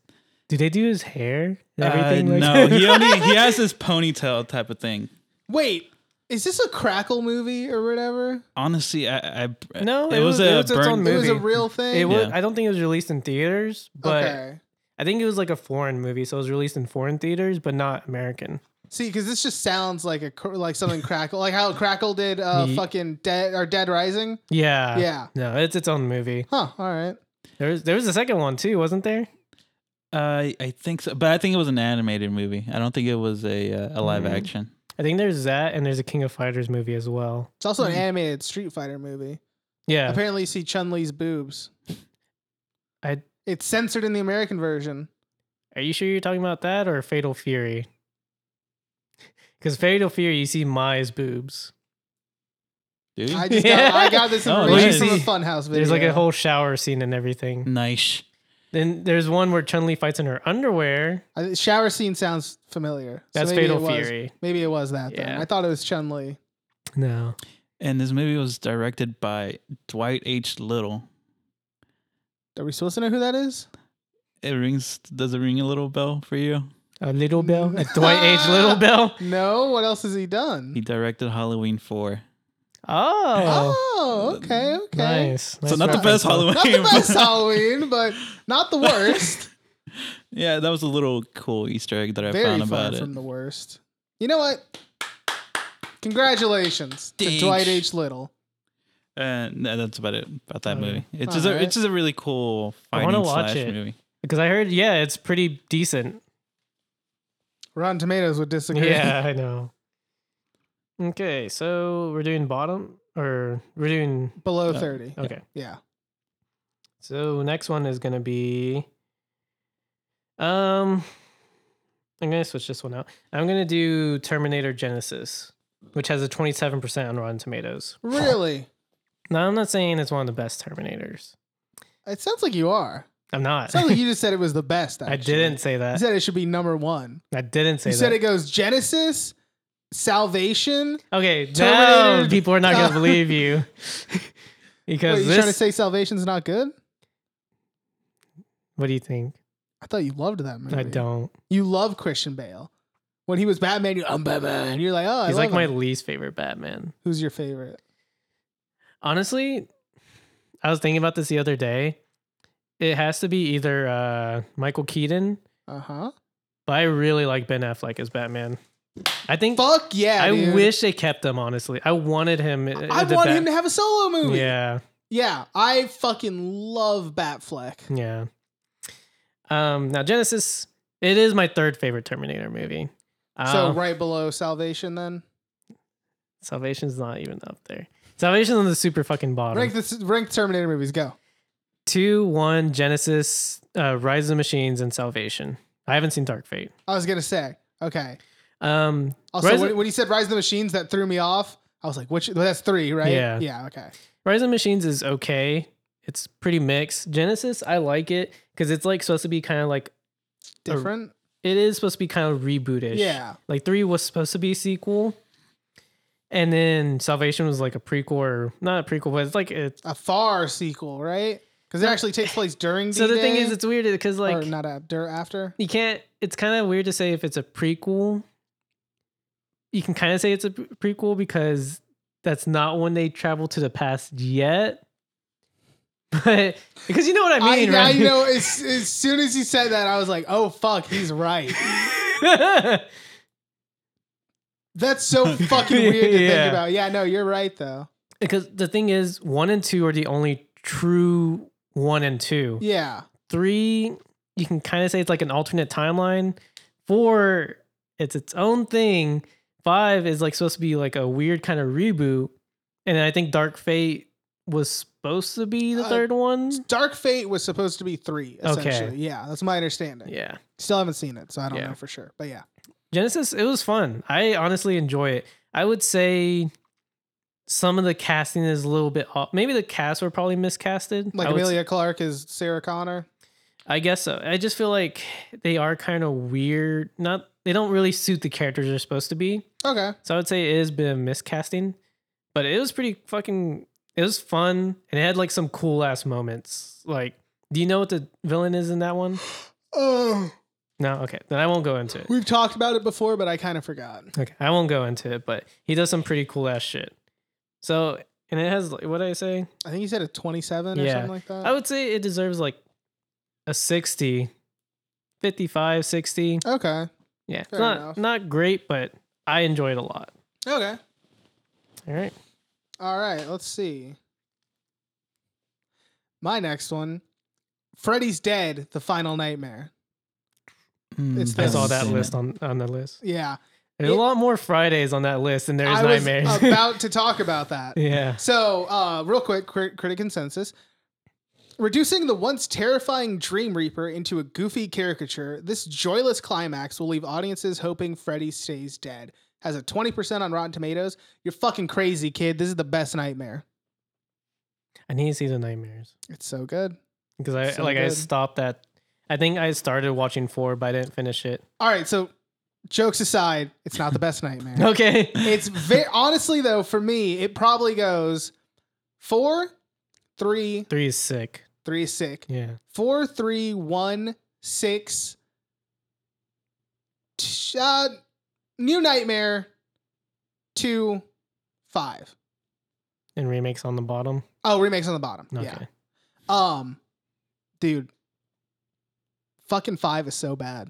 Do they do his hair? and Everything?
Uh,
like-
no, he only he has this ponytail type of thing.
Wait, is this a crackle movie or whatever?
Honestly, I, I
No,
it, was, a
its own
burn.
It was a
Movie.
real thing.
It was.
Yeah.
I don't think it was released in theaters, but
okay.
I think it was like a foreign movie, so it was released in foreign theaters, but not American.
See, because this just sounds like a cr- like something crackle, like how crackle did uh
Ye-
fucking dead or Dead Rising.
Yeah.
Yeah.
No, it's its own movie.
Huh. All right.
There was there was a second one too, wasn't there?
Uh, I think so, but I think it was an animated movie. I don't think it was a uh, a live
Hmm.
Mm.
action.
I think there's that, and there's a King of Fighters movie as well.
It's also an animated Street Fighter movie.
Mm. Yeah.
Apparently, you see Chun Li's boobs.
I-
It's censored in the American version.
Are you sure you're talking about that or Fatal Fury? Because Fatal Fear, you see Mai's boobs.
dude.
I just got, I got this
Oh,
information
nice.
from the Funhouse video.
There's like a whole shower scene and everything.
nice.
Then there's one where Chun Li fights in her underwear.
I- shower scene sounds familiar. So
That's
maybe
Fatal
it was-
Fury.
Maybe it was that. Then.
Yeah.
I thought it was Chun Li.
No.
And this movie was directed by Dwight H. Little.
Are we supposed to know who that is?
It rings. Does it ring a little bell for you?
A little bell. A Dwight H. Little Bell.
No. What else has he done?
He directed Halloween Four.
Oh.
oh, okay, okay.
Nice.
so
Nice
not the
reference,
best
though.
Halloween.
Not the best
but-
Halloween, but not the worst.
yeah, that was a little cool Easter egg that I
Very
found
far
about it.
from the worst. You know what? Congratulations to
Thanks.
Dwight H. Little.
and uh, that's about it about that
Okay.
movie. It's just a,
Alright.
it's just a really cool
I wanna
fighting
watch
slash
it.
movie.
Because I heard, yeah, it's pretty decent.
Rotten Tomatoes would disagree.
Yeah, I know. Okay, so we're doing bottom or we're doing
Below
Yeah.
30.
okay.
Yeah.
So next one is gonna be um I'm gonna switch this one out. I'm gonna do Terminator Genesis, which has a twenty seven percent on Rotten Tomatoes.
Really?
Now I'm not saying it's one of the best Terminators.
It sounds like you are.
I'm
It
not.
sounds like you just said it was the best.
I
actually.
didn't say
You
that.
said it should be number one.
I didn't say
you
that.
said it goes Genesis, Salvation.
okay, now
Terminator-
people are not
Oh.
gonna believe you.
Wait,
because
you
this
trying to say Salvation's not good?
what do you think?
I thought you loved that movie.
I don't.
You love Christian Bale. When he was Batman, you I'm Batman. You're like, oh, I
He's like
love
my
him.
least favorite Batman.
Who's your favorite?
Honestly, I was thinking about this the other day. It has to be either uh, Michael Keaton,
Uh huh.
but I really like Ben Affleck as Batman. I think
Fuck yeah!
I
dude.
wish they kept him. Honestly, I wanted him.
I want him to have a solo movie.
Yeah,
Yeah, I fucking love Batfleck.
yeah. Um, now Genesis, it is my third favorite Terminator movie.
So
Uh,
right below Salvation, then
Salvation's not even up there. Salvation's on the super fucking bottom.
rank this rank Terminator movies. Go.
Two, one, Genesis, uh, Rise of the Machines, and Salvation. I haven't seen Dark Fate.
I was gonna say okay.
Um,
Also,
Rise-
when, when he said "Rise of the Machines," that threw me off. I was like, "Which? Well, that's three, right?
Yeah.
Yeah. Okay.
Rise of Machines is okay. It's pretty mixed. Genesis, I like it because it's like supposed to be kind of like
Different.
it is supposed to be kind of rebootish.
Yeah.
like three was supposed to be a sequel, and then Salvation was like a prequel or not a prequel, but it's like it.
A far sequel, right? Because it actually takes place during.
So the thing
D-Day,
is, it's weird because
or
like
not after. After.
you can't. It's kind of weird to say if it's a prequel. You can kind of say it's a pre- prequel because that's not when they travel to the past yet. But because you know what I
I,
mean,
I
right?
you know. As, as soon as he said that, I was like, "Oh fuck, he's right." That's so fucking weird to
Yeah.
think about. Yeah. No, you're right though.
because the thing is, one and two are the only true one and two.
Yeah.
Three, you can kind of say it's like an alternate timeline. Four, it's its own thing. Five is like supposed to be like a weird kind of reboot. And I think Dark Fate was supposed to be the
Uh,
third one.
Dark Fate was supposed to be three,
Okay.
essentially. Yeah, that's my understanding.
Yeah.
Still haven't seen it, so I don't
Yeah.
know for sure. But yeah.
Genesis, it was fun. I honestly enjoy it. I would say some of the casting is a little bit off. Maybe the cast were probably miscasted.
Like
I would
Amelia Clark is Sarah Connor.
I guess so. I just feel like they are kind of weird. Not they don't really suit the characters they're supposed to be.
Okay.
So I would say it has been miscasting, but it was pretty fucking. It was fun and it had like some cool ass moments. Like, do you know what the villain is in that one?
Oh,
No, okay, then I won't go into it.
we've talked about it before, but I kind of forgot.
Okay, I won't go into it. But he does some pretty cool ass shit. So and it has what did I say?
I think you said a 27 or
Yeah.
something like that.
I would say it deserves like a 60, 55, 60.
okay.
Yeah, it's
Fair
not
enough.
not great, but I enjoy it a lot.
Okay.
All right,
All right. Let's see. My next one Freddy's Dead, The Final Nightmare.
Mm,
It's-
I
That's
saw
all
haven't
that
seen
list
it.
on on the list.
Yeah.
There's a
It-
lot more Fridays on that list than there's
I was
nightmares.
about to talk about that.
yeah,
So, uh, real quick, crit- critic consensus. Reducing the once terrifying Dream Reaper into a goofy caricature, this joyless climax will leave audiences hoping Freddy stays dead. has a 20% on Rotten Tomatoes, you're fucking crazy, kid. This is the best nightmare.
I need to see the nightmares
It's so good.
because I
So
like I
good.
stopped at. I think I started watching four, but I didn't finish it.
All right, so jokes aside, it's not the best nightmare.
Okay.
It's very honestly though, for me, it probably goes four, three,
Three is sick.
three is sick.
Yeah.
Four, three, one, six. T- uh, new nightmare. Two, five.
And remakes on the bottom.
Oh, remakes on the bottom.
Okay.
Yeah. Um, dude, fucking five is so bad.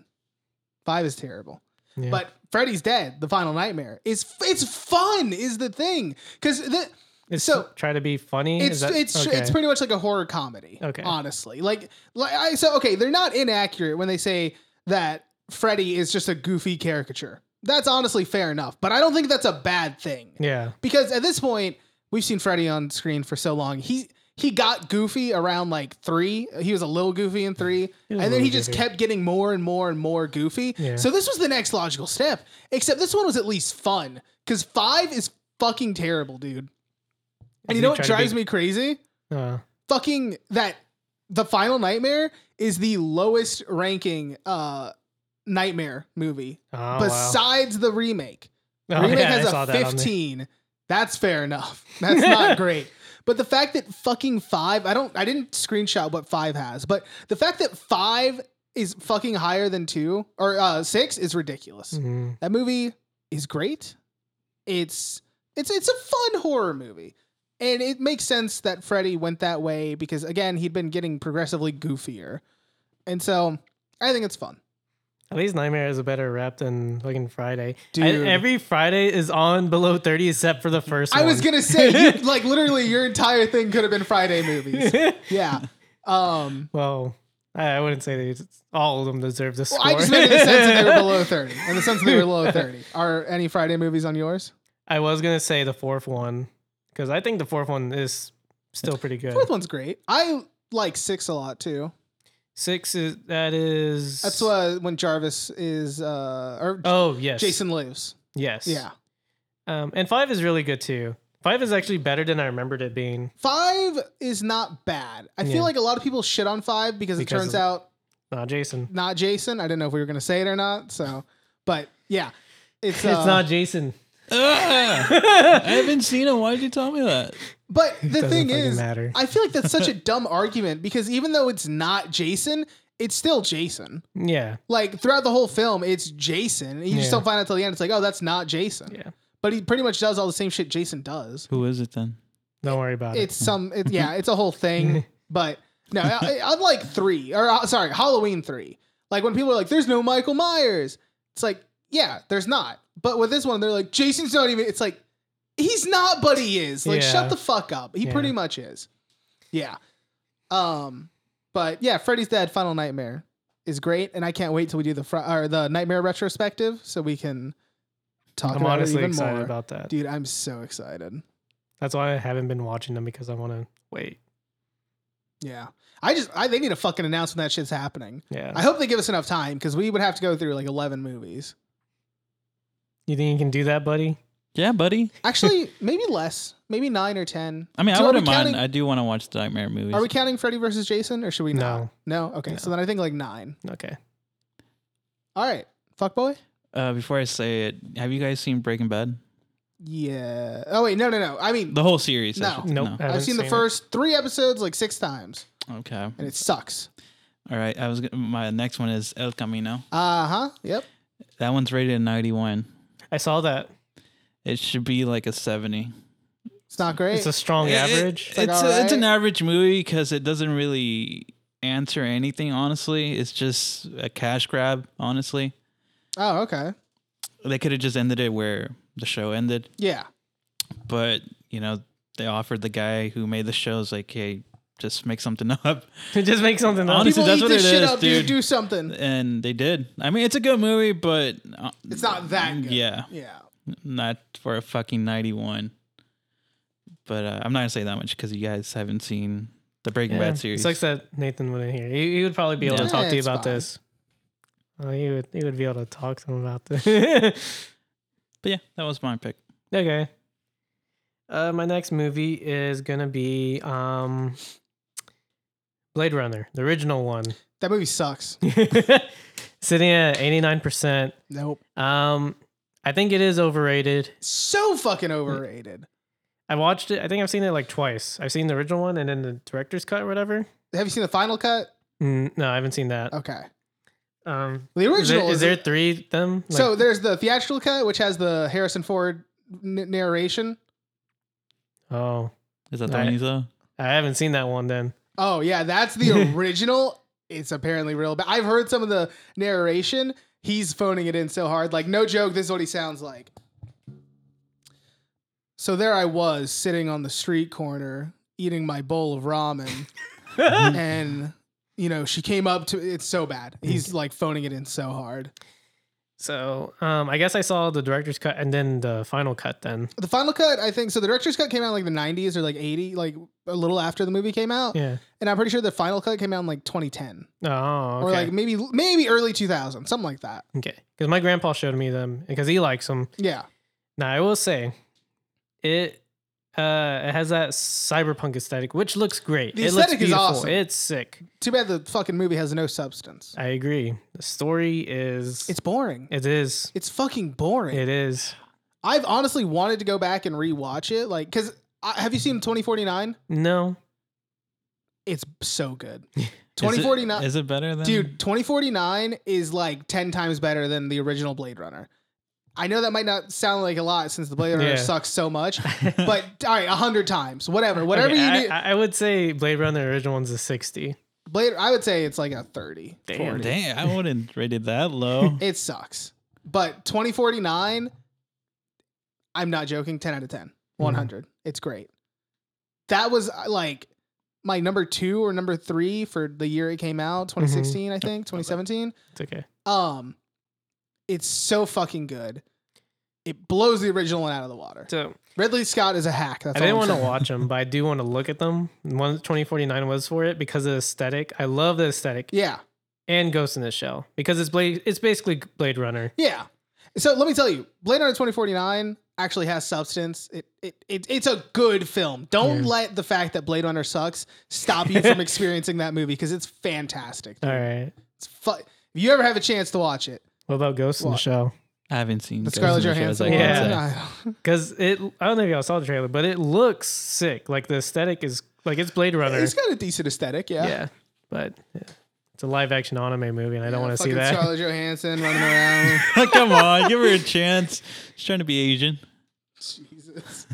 Five is terrible.
Yeah.
But Freddy's dead. The final nightmare is it's fun is the thing because the
it's
so-
try to be funny.
it's
Is that-
it's
okay.
it's pretty much like a horror comedy.
Okay.
honestly, like like I so okay, they're not inaccurate when they say that Freddy is just a goofy caricature. That's honestly fair enough, but I don't think that's a bad thing
yeah.
because at this point we've seen Freddy on screen for so long. He he got goofy around like three. He was a little goofy in three,
He
and
was a
then
little
he just
goofy.
kept getting more and more and more goofy.
Yeah.
So this was the next logical step. Except this one was at least fun because five is fucking terrible, dude. And
Is
you
he
know what
trying to
drives
be-
me crazy?
Uh,
Fucking that the final nightmare is the lowest ranking uh nightmare movie
oh, wow.
besides the remake.
Oh,
Remake
yeah, I
has
saw
a
that on there.
15. That's fair enough. That's not great. But the fact that fucking five, I don't, I didn't screenshot what five has, but the fact that five is fucking higher than two or uh, six is ridiculous.
Mhm.
That movie is great. It's it's it's a fun horror movie, and it makes sense that Freddy went that way because again he'd been getting progressively goofier, and so I think it's fun.
At least Nightmare is a better rep than fucking Friday.
Dude.
Dude. every Friday is on below 30 except for the first
I
one.
was gonna say, you, like literally, your entire thing could have been Friday movies.
gonna.
Yeah. Um,
well, I, I wouldn't say they, all of them deserve the score.
well, I just made it in the sense that they were below 30. In the sense that they were below 30. Are any Friday movies on yours?
I was going to say the fourth one because I think the fourth one is still pretty good.
Fourth one's great. I like six a lot too.
Six is that is
That's uh, when Jarvis is, uh, or
Oh yes,
Jason lives.
Yes,
Yeah.
Um, and five is really good too. Five is actually better than I remembered it being.
Five is not bad. I
Yeah.
feel like a lot of people shit on five because,
Because
it turns
of-
out
Not Jason.
not Jason. I didn't know if we were going to say it or not. So, but yeah. It's,
It's
uh,
not Jason.
Ah, I haven't seen him. Why'd you tell me that?
But
It
the
doesn't
thing
fucking
is,
matter.
I feel like that's such a dumb argument because even though it's not Jason, it's still Jason.
yeah,
Like throughout the whole film, it's Jason. You
Yeah.
just don't find out till the end. It's like, oh, that's not Jason.
Yeah.
But he pretty much does all the same shit Jason does.
Who is it then?
don't worry about
It's some, it, yeah, it's a whole thing. but no, I, I- unlike three, or uh, sorry, Halloween three. Like when people are like, "There's no Michael Myers," it's like, yeah, there's not. But with this one, they're like, Jason's not even. It's like, he's not, but he is. Like,
Yeah.
shut the fuck up. He
Yeah.
pretty much is. Yeah. Um. But yeah, Freddy's Dead: Final Nightmare is great, and I can't wait till we do the fr- or the Nightmare retrospective, so we can
it.
talk
I'm
about
honestly
it even
excited
more.
about that.
Dude, I'm so excited.
That's why I haven't been watching them because I want to wait.
Yeah. I just I, they need to fucking announce when that shit's happening.
Yeah,
I hope they give us enough time because we would have to go through like 11 movies.
you think you can do that, buddy?
Yeah, buddy.
Actually, maybe less, maybe nine or 10.
I mean,
So
I
are
wouldn't
we
mind.
counting-
I do want to watch the Nightmare movies.
Are we counting Freddy versus Jason or should we not?
No.
No? Okay. So then I think like nine.
Okay.
All right. Fuck boy.
uh, before I say it, have you guys seen Breaking Bad?
Yeah. Oh, wait. No, no, no. I mean,
The whole series.
No.
I should-
Nope. I
I've
haven't
seen the
it.
first three episodes like six times
no. Okay.
and it sucks.
All right. I was gonna, my next one is El Camino.
Uh huh. Yep.
That one's rated a 91.
I saw that.
It should be like a 70.
It's not great.
It's a strong
It- it-
Oh, average.
like,
it's,
all
a- it's an
right.
average movie because it doesn't really answer anything, honestly. It's just a cash grab, honestly.
oh, okay.
They could have just ended it where the show ended,
Yeah.
but, you know, they offered the guy who made the shows, like, hey, just make something up.
Just make something up.
Honestly,
People
that's
eat
what
this
it
shit
is,
up,
dude.
Do something.
And they did. I mean, it's a good movie, but. uh,
It's not that good.
Yeah.
Yeah.
not for a fucking 91. But uh, I'm not gonna say that much because you guys haven't seen the Breaking
Yeah.
Bad series.
It sucks that Nathan wouldn't hear. He, he would probably be able
Yeah,
to talk to you
it's
about Oh,
fine.
this. Uh, he would he would be able to talk to him about this.
But yeah, that was my pick.
Okay. Uh, my next movie is gonna be um, Blade Runner, the original one,
That movie sucks.
sitting at eighty nine percent.
Nope.
Um, I think it is overrated.
So fucking overrated.
I watched it. I think I've seen it like twice. I've seen the original one and then the director's cut or whatever.
Have you seen the final cut?
Mm, no, I haven't seen that.
Okay.
Um,
Oh. The
is there-
original
is there three of them? Like,
so there's the theatrical cut, which has the Harrison Ford n- narration.
oh,
Is that the
Alright.
one you saw?
I haven't seen that one. Then
Oh yeah, that's the original. it's apparently real bad. I've heard some of the narration. He's phoning it in so hard. Like, no joke, this is what he sounds like. So there I was sitting on the street corner eating my bowl of ramen. and you know, she came up to it's so bad. He's like phoning it in so hard.
so um, I guess I saw the director's cut and then the final cut. Then
The final cut, I think so the director's cut came out in like the 90s or like 80, like a little after the movie came out.
yeah.
And I'm pretty sure the final cut came out in like 2010.
Oh, okay.
or like maybe maybe early 2000 something like that
Okay, because my grandpa showed me them because he likes them.
yeah
Now I will say, it uh it has that cyberpunk aesthetic, which looks great.
The
it
aesthetic
looks
is
beautiful.
awesome.
It's sick.
too bad the fucking movie has no substance
I agree. The story is
it's boring
it is
it's fucking boring
it is.
i've honestly wanted to go back and rewatch it like because have you seen 2049
No,
it's so good
Is it-
2049
Is it better than
dude 2049 is like 10 times better than the original blade runner i know that might not sound like a lot since the blade runner
Yeah.
sucks so much but all right 100 times whatever whatever
Okay,
you
I,
need
I, I would say Blade Runner the original one's a sixty.
blade i would say it's like a 30
Damn,
Damn, I wouldn't rate it that low.
It sucks. But 2049, I'm not joking, 10 out of 10.
Mm-hmm.
100. It's great. That was uh, like my number two or number three for the year it came out,
Mm-hmm.
2016, I think, 2017.
It's okay.
Um, it's so fucking good. It blows the original one out of the water.
So
Ridley Scott is a hack. That's
I
all
didn't
I'm
want to
saying.
watch them, but I do want to look at them. One 2049 was for it because of the aesthetic. I love the aesthetic.
Yeah.
and Ghost in the Shell because it's Blade. It's basically Blade Runner.
Yeah. So let me tell you, Blade Runner 2049 actually has substance. It, it, it it's a good film. Don't
Yeah.
let the fact that Blade Runner sucks stop you from experiencing that movie because it's fantastic.
All right.
It's fu- if you ever have a chance to watch it,
What about Ghost in the
What?
Shell?
I haven't seen
the
Ghost in
Scarlett
Shell, as
Johansson
I can
Yeah.
one.
say.
I-
Because it. I don't know if y'all saw the trailer, but it looks sick. Like the aesthetic is like it's Blade Runner.
it's got a decent aesthetic. Yeah.
But yeah. it's a live action anime movie, and I don't want to see
Fucking
that.
Scarlett Johansson running around.
Come on, give her a chance. She's trying to be Asian.
Jesus.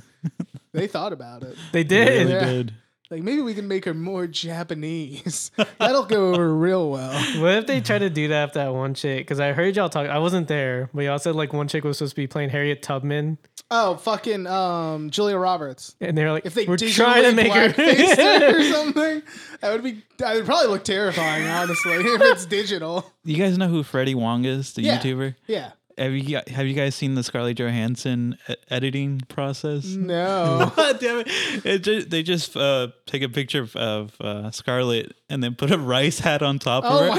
They thought about it.
They did.
Really
Yeah.
good.
Like maybe we can make her more Japanese. That'll go over real well.
What if they try to do that with that one chick? Because I heard y'all talk. I wasn't there, but y'all said like one chick was supposed to be playing Harriet Tubman,
Oh, fucking um, Julia Roberts.
and they're like,
If they
"We're trying to make her."
her or something, that would be that would probably look terrifying, honestly, if it's digital.
You guys know who Freddie Wong is, the
Yeah.
YouTuber?
Yeah.
Have you have you guys seen the Scarlett Johansson e- editing process?
No.
Damn it. It ju- they just uh, take a picture of, of uh, Scarlett and then put a rice hat on top
Oh
of
my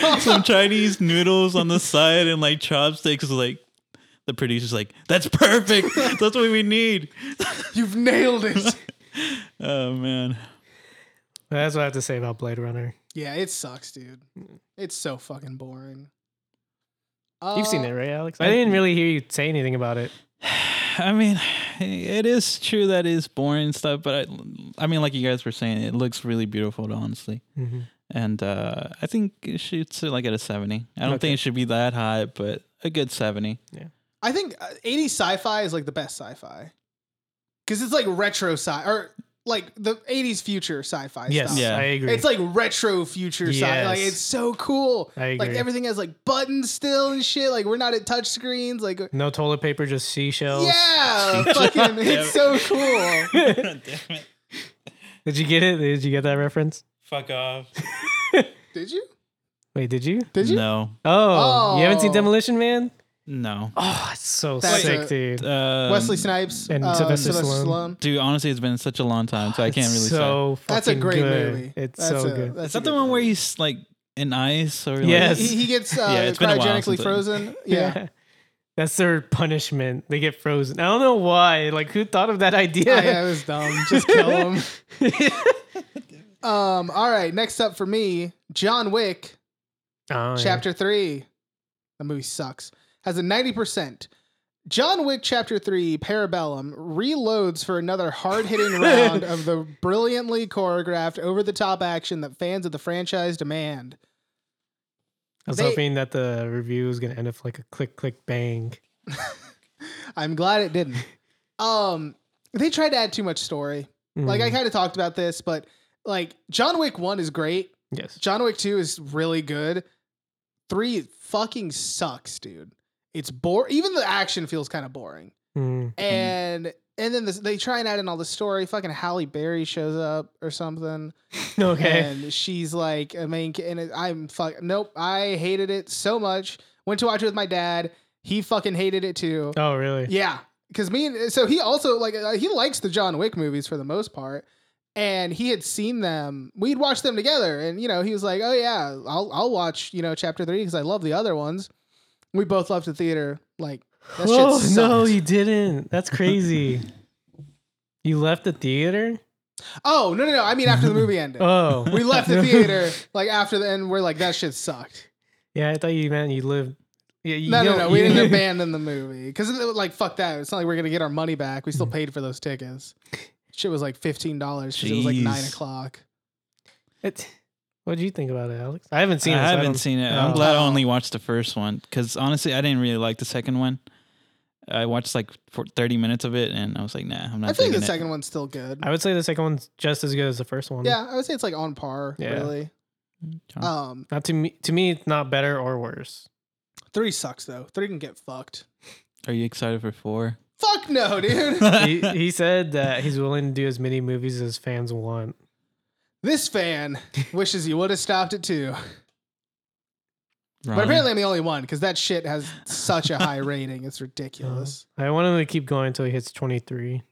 god.
some Chinese noodles on the side, and like chopsticks. Like the producer's like, "That's perfect. That's what we need."
You've nailed it.
Oh man,
That's what I have to say about Blade Runner.
Yeah, it sucks, dude. It's so fucking boring.
You've seen
Uh,
it, right, Alex? I didn't really hear you say anything about it.
I mean, it is true that is boring stuff, but I, I mean, like you guys were saying, it looks really beautiful, honestly.
Mm-hmm.
And uh, I think it should sit like at a seventy. I don't
Okay.
think it should be that high, but a good seventy.
I think uh, 80 sci-fi is like the best sci-fi. Cuz it's like retro sci or like the 80s future sci-fi
Yes,
stuff.
Yeah.
I agree.
It's like retro future sci like
Yes.
it's so cool.
I agree.
Like everything has like buttons still and shit. Like we're not at touch screens. Like
no toilet paper, just seashells.
yeah, fucking, it's so cool.
Damn it!
Did you get it? Did you get that reference?
Fuck off.
Did you?
Wait, did you?
Did you?
No,
Oh, you haven't seen
Oh.
Demolition Man?
no,
Oh, it's so
That's
sick,
a-
dude.
um,
Wesley Snipes
and
uh,
Sylvester
Sylvester,
Stallone.
Stallone.
Dude, honestly, it's been such a long time, so I can't
It's
really say.
So
That's a
fucking
great
good.
movie.
It's
That's
so
a-
good.
that's
Is
a
that the
good
one where he's like in ice or like,
Yes.
He, he gets uh,
Yeah, it's been a while since
cryogenically
I-
frozen. Yeah.
That's their punishment. They get frozen. I don't know why. Like, who thought of that
Yeah, Oh, yeah,
idea?
it was dumb. Just kill him. Um, all right, next up for me, John Wick,
Oh, yeah.
Chapter 3. The movie sucks. Has a 90%. John Wick Chapter 3 Parabellum reloads for another hard hitting round of the brilliantly choreographed over the top action that fans of the franchise demand.
I was
They-
hoping that the review was gonna end up like a click, click, bang.
I'm glad it didn't. Um, they tried to add too much story. Like, I
Mm,
kind of talked about this, but like, John Wick 1 is great.
yes,
John Wick 2 is really good. 3 fucking sucks, dude. It's bore. Even the action feels kind of boring.
Mm,
And and then this, they try and add in all the story. Fucking Halle Berry shows up or something,
okay.
and she's like a main. ca- And it- I'm fuck. Nope, I hated it so much. Went to watch it with my dad. He fucking hated it too.
oh, really?
Yeah, because me and so he also like uh, he likes the John Wick movies for the most part, and he had seen them. We'd watched them together, and you know he was like, "Oh yeah, I'll I'll watch you know Chapter Three because I love the other ones." We both left the theater like that shit.
oh no,
sucked.
you didn't. That's crazy. you left the theater.
Oh no no no! I mean after the movie ended,
Oh,
we left the theater like after the and we're like that shit sucked.
yeah, I thought you meant you lived. Yeah, you
No no
don't-
no, we
you-
didn't abandon the movie because like fuck that. It's not like we're gonna get our money back. We
Mm-hmm.
still paid for those tickets. Shit was like fifteen dollars because it was like
Jeez.
nine o'clock.
It- What do you think about it, Alex? I haven't seen. it,
I
so
haven't
don't-
seen it. I'm
Oh.
glad I only watched the first one because honestly, I didn't really like the second one. I watched like for 30 minutes of it and I was like, nah, I'm not.
I think the
digging it.
second one's still good.
I would say the second one's just as good as the first one.
Yeah, I would say it's like on par,
Yeah.
really. Um,
Not to me. To me, it's not better or worse.
three sucks though. Three can get fucked.
Are you excited for four?
Fuck no, dude.
he, he said that he's willing to do as many movies as fans want.
this fan wishes you would have stopped it too.
Wrong.
But apparently, I'm the only one because that shit has such a high rating. It's ridiculous.
Uh-huh.
I want him to keep going until he hits 23.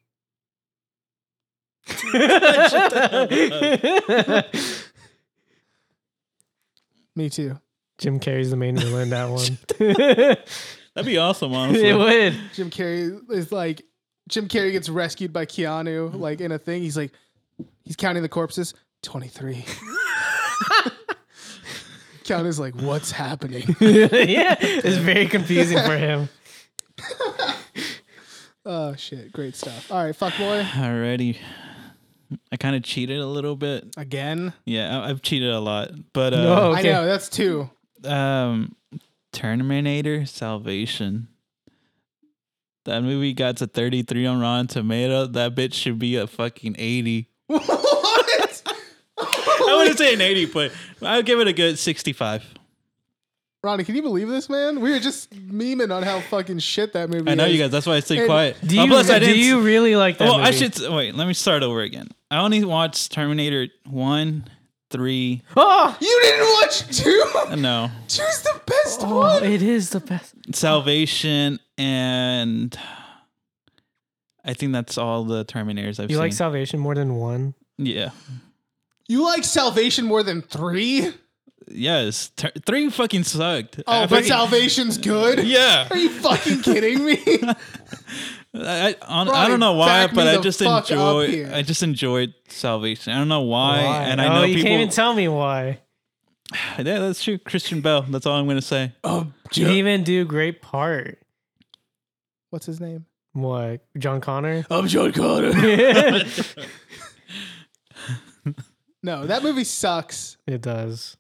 Me too.
Jim Carrey's the main villain in that one.
that'd be awesome. Honestly,
it would.
Jim Carrey is like, Jim Carrey gets rescued by Keanu, like in a thing. He's like, he's counting the corpses. 23. Keanu's like, what's happening?
yeah, it's very confusing for him.
Oh, shit. Great stuff. All right, fuck boy.
Alrighty. I kind of cheated a little bit.
Again.
Yeah, I- I've cheated a lot, but
No.
uh,
I
Okay.
know, that's two.
um, Terminator Salvation. That movie got to 33 on Rotten Tomato. That bitch should be a fucking 80.
what?
I wouldn't say an 80, but I would give it a good 65.
Ronnie, can you believe this, man? We were just memeing on how fucking shit that movie
I know
is.
you guys. That's why I stay
And
quiet.
Do you,
Oh, plus I
do
didn't-
you really like that
Well, I
movie?
should wait. Let me start over again. I only watched Terminator one, three.
Oh,
Ah!
You didn't watch two?
No,
Two's the best
oh,
one.
it is the best.
Salvation, and I think that's all the Terminators I've
You
seen.
like Salvation more than one?
yeah,
You like Salvation more than three?
yes. Ter- three fucking sucked.
Oh,
I
but
fucking-
Salvation's good?
Yeah,
Are you fucking kidding me?
I, I, on, I
Brian,
don't know why,
back me
but I
the
just
fuck up
enjoy.
here.
I just enjoyed Salvation. I don't know why, and I
oh,
know
you
people.
can't even tell me why.
yeah, that's true. Christian Bell. That's all I'm gonna say.
oh,
You didn't even do a great part.
What's his name?
What? John Connor?
I'm John Connor.
it
No, that movie sucks.
does.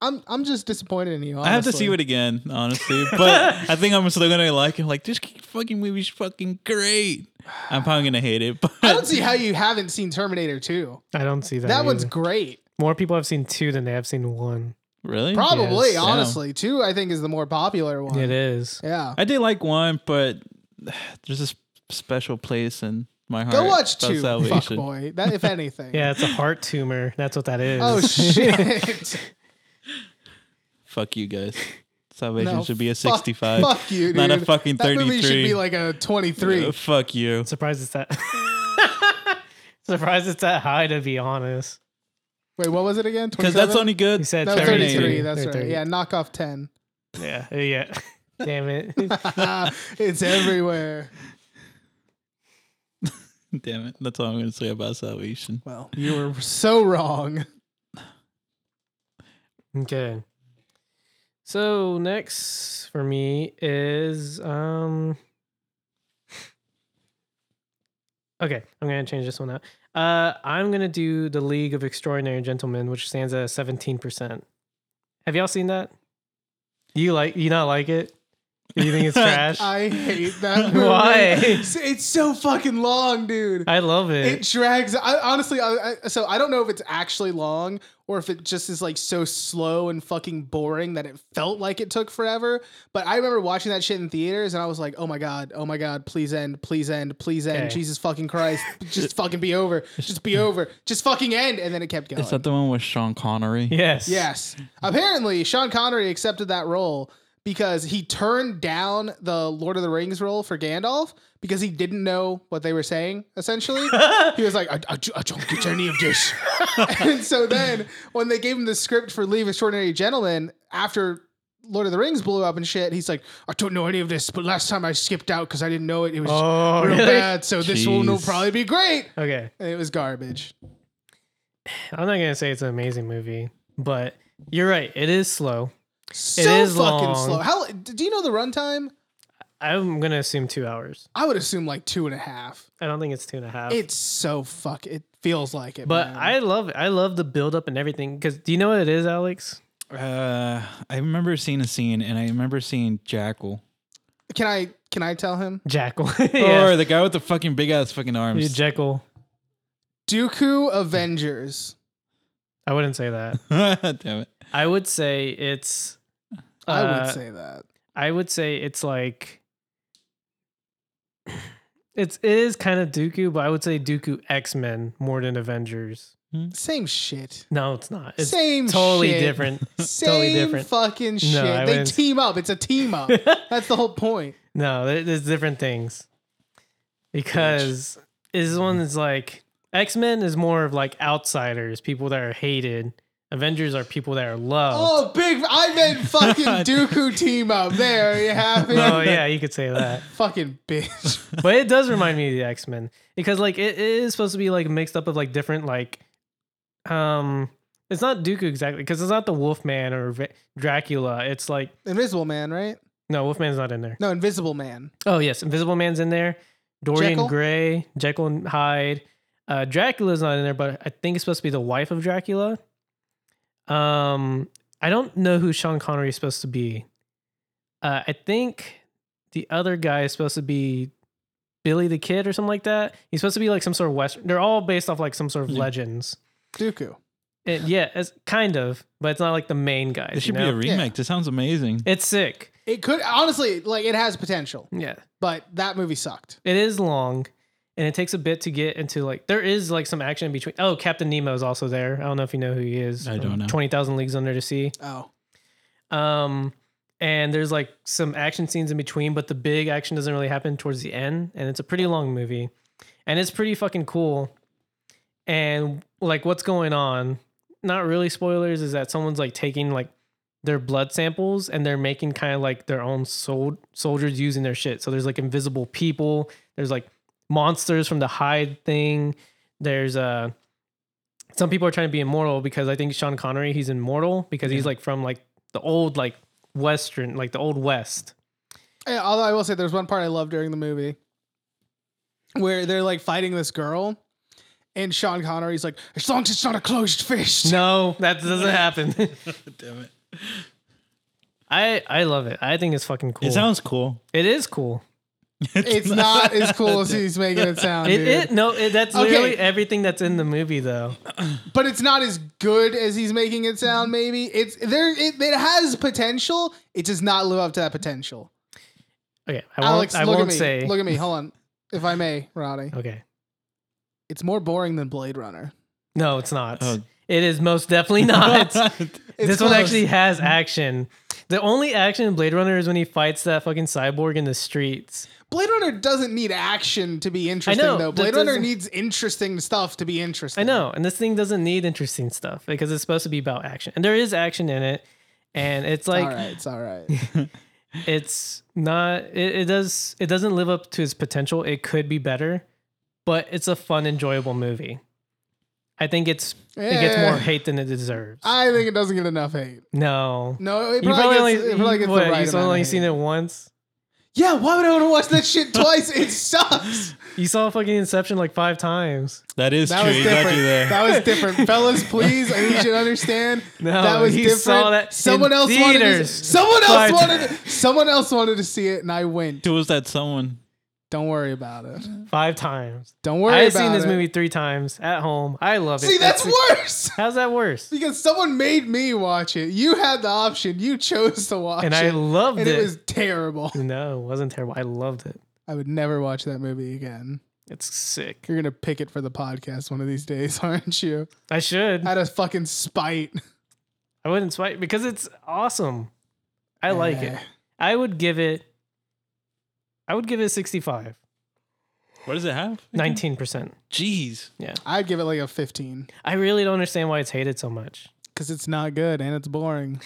I'm I'm just disappointed in you.
I have to see
honestly.
it again, honestly. But I think I'm still gonna like it. Like this fucking movie's fucking great. I'm probably gonna hate it, but
I don't see how you haven't seen Terminator 2.
I don't see that.
That one's
either.
great.
more people have seen two than they have seen one.
really.
Probably,
Yes. Yeah.
honestly. Two, I think, is the more popular one.
It is.
Yeah.
I did like one, but there's this special place in my heart.
Go watch
about
two, fuck
Salvation.
boy. That if anything.
Yeah, it's a heart tumor. That's what that is.
Oh shit.
Fuck you guys. Salvation
No,
should be a
fuck-
65,
Fuck you, dude.
not a fucking
That
33.
movie should be like a twenty-three.
Yeah, fuck you.
Surprised it's that. Surprised it's that high. To be honest,
Wait, what was it again?
Because that's
27?
only
he
good.
said
no,
33.
thirty-three. That's right.
33.
Yeah, knock off ten.
yeah, yeah. Damn it.
it's everywhere.
Damn it. That's all I'm going to say about Salvation.
Well, you were so wrong.
okay. So next for me is um Okay, I'm gonna change this one out. Uh I'm gonna do the League of Extraordinary Gentlemen, which stands at seventeen percent. Have y'all seen that? You like you not like it? You think it's trash? I,
I hate that. Movie.
Why?
It's, it's so fucking long, dude.
love
It
it.
drags. I, honestly, I, I, so I don't know if it's actually long or if it just is like so slow and fucking boring that it felt like it took forever. But I remember watching that shit in theaters and I was like, oh my god, oh my god, please end, please end, please end.
Okay.
Jesus fucking Christ, just fucking be over, just be over, just fucking end. And then it kept going.
Is that the one with Sean Connery?
yes.
Yes. Apparently, Sean Connery accepted that role because he turned down the Lord of the Rings role for Gandalf because he didn't know what they were saying, essentially. he was like, I, I, I don't get any of this. and so then, when they gave him the script for Leave Extraordinary Gentlemen after. Lord of the Rings blew up and shit. He's like, I don't know any of this, but last time I skipped out because I didn't know it. It was
Oh
real
really?
bad, so this one will
Jeez.
probably be great.
Okay.
And it was garbage.
I'm not gonna say it's an amazing movie, but you're right. It is slow.
So
is
fucking
long.
slow. How do you know the runtime?
I'm gonna assume two hours.
I would assume like two and a half.
I don't think it's two and a half.
It's so fuck. It feels like it.
but
man.
I love it. I love the build up and everything. Because do you know what it is, Alex?
Uh, I remember seeing a scene, and I remember seeing Jackal
can I can I tell him
Jackal. yeah.
or the guy with the fucking big ass fucking
You
arms.
Jekyll.
Dooku Avengers.
I wouldn't say that.
Damn it!
I would say it's.
I
uh,
would say that.
I would say it's like. It's it is kind of Dooku, but I would say Dooku X Men more than Avengers.
Same shit.
No, it's not. It's
Same.
totally
shit.
different.
Same
totally different.
fucking shit.
I
they
wouldn't-
team up. It's a team up. That's the whole point.
No, there- there's different things. Because this one is like X Men is more of like outsiders, people that are hated. Avengers are people that are loved.
Oh, big! I meant fucking Dooku team up. There, you happy?
Oh, yeah, you could say that.
Fucking bitch.
But it does remind me of the X Men because like it- it is supposed to be like mixed up of like different like, um, it's not Dooku exactly because it's not the Wolfman or Va- Dracula. It's like
Invisible Man, right?
no, Wolfman's not in there.
No, Invisible Man.
Oh yes, Invisible Man's in there. Dorian
Jekyll?
Gray, Jekyll and Hyde. Uh, Dracula's not in there, but I think it's supposed to be the wife of Dracula. Um, I don't know who Sean Connery is supposed to be. Uh, I think the other guy is supposed to be Billy the Kid or something like that. He's supposed to be like some sort of Western. They're all based off like some sort of
Yeah.
legends.
Dooku.
And yeah, it's kind of, but it's not like the main guys.
This should
you know?
be a remake. This sounds amazing.
it's sick.
It could honestly, like, it has potential,
Yeah.
but that movie sucked.
It is long, and it takes a bit to get into like there is like some action in between. Oh, Captain Nemo is also there. I don't know if you know who he is. Um,
I don't know.
Twenty thousand leagues under the sea.
Oh,
Um, and there's like some action scenes in between, but the big action doesn't really happen towards the end, and it's a pretty long movie, and it's pretty fucking cool. And like what's going on? Not really spoilers. Is that someone's like taking like their blood samples and they're making kind of like their own sold soldiers using their shit. So there's like invisible people. There's like monsters from the hide thing. There's uh some people are trying to be immortal because I think Sean Connery he's immortal because he's like from like the old like western like the old west.
Yeah, Eh, although I will say there's one part I love during the movie where they're like fighting this girl, and Sean Connery's like, "As long as it's not a closed fist."
No, that doesn't happen.
Damn it!
I I love it. I think it's fucking cool.
It sounds cool.
it is cool.
It's not as cool as he's making it sound,
It,
dude.
it no it, that's
Okay.
literally everything that's in the movie though.
but it's not as good as he's making it sound. Maybe it's there. It, it has potential. It does not live up to that potential.
Okay, I won't
Alex,
I
look
won't
at me.
say
Look at me. Hold on, if I may, Ronnie.
okay.
It's more boring than Blade Runner.
No, it's not.
Oh.
It is most definitely not.
It's
this one
close.
actually has action. The only action in Blade Runner is when he fights that fucking cyborg in the streets.
Blade Runner doesn't need action to be interesting,
know,
though.
that
Blade Runner
doesn't-
needs interesting stuff to be interesting.
I know, and this thing doesn't need interesting stuff because it's supposed to be about action, and there is action in it, and it's like
all right, it's all right.
it's not it, it does it doesn't live up to its potential it could be better but it's a fun enjoyable movie i think it's it gets
Yeah.
more hate than it deserves
I think it doesn't get enough hate.
no
No, it
you
probably,
probably
gets,
only
it probably gets
what,
the right
you've
amount of
only
hate.
seen it once
Yeah, why would I want to watch that shit twice? It sucks.
you saw fucking inception like five times
That is
That
true.
was
He got
different.
you there.
That was different, fellas. Please, I need you to understand.
No,
that was
he
different.
saw that in
someone else wanted. To,
theaters.
someone else
Five
wanted. Someone else wanted to see it, and I went.
Who was that someone?
Don't worry about it.
five times
Don't worry.
i've
about
seen this
it.
movie three times at home i love it
See, that's
It's-
worse
how's that worse
because someone made me watch it. You had the option. You chose to watch
and
it,
i loved
and
it,
it was terrible.
no it wasn't terrible i loved it
I would never watch that movie again.
it's sick
You're gonna pick it for the podcast one of these days, aren't you?
i should
Out of fucking spite.
I wouldn't swipe because it's awesome. I like it. I would give it. I would give it 65,
What does it have?
19%.
Jeez.
I'd give it like a 15
I really don't understand why it's hated so much.
because it's not good and it's boring.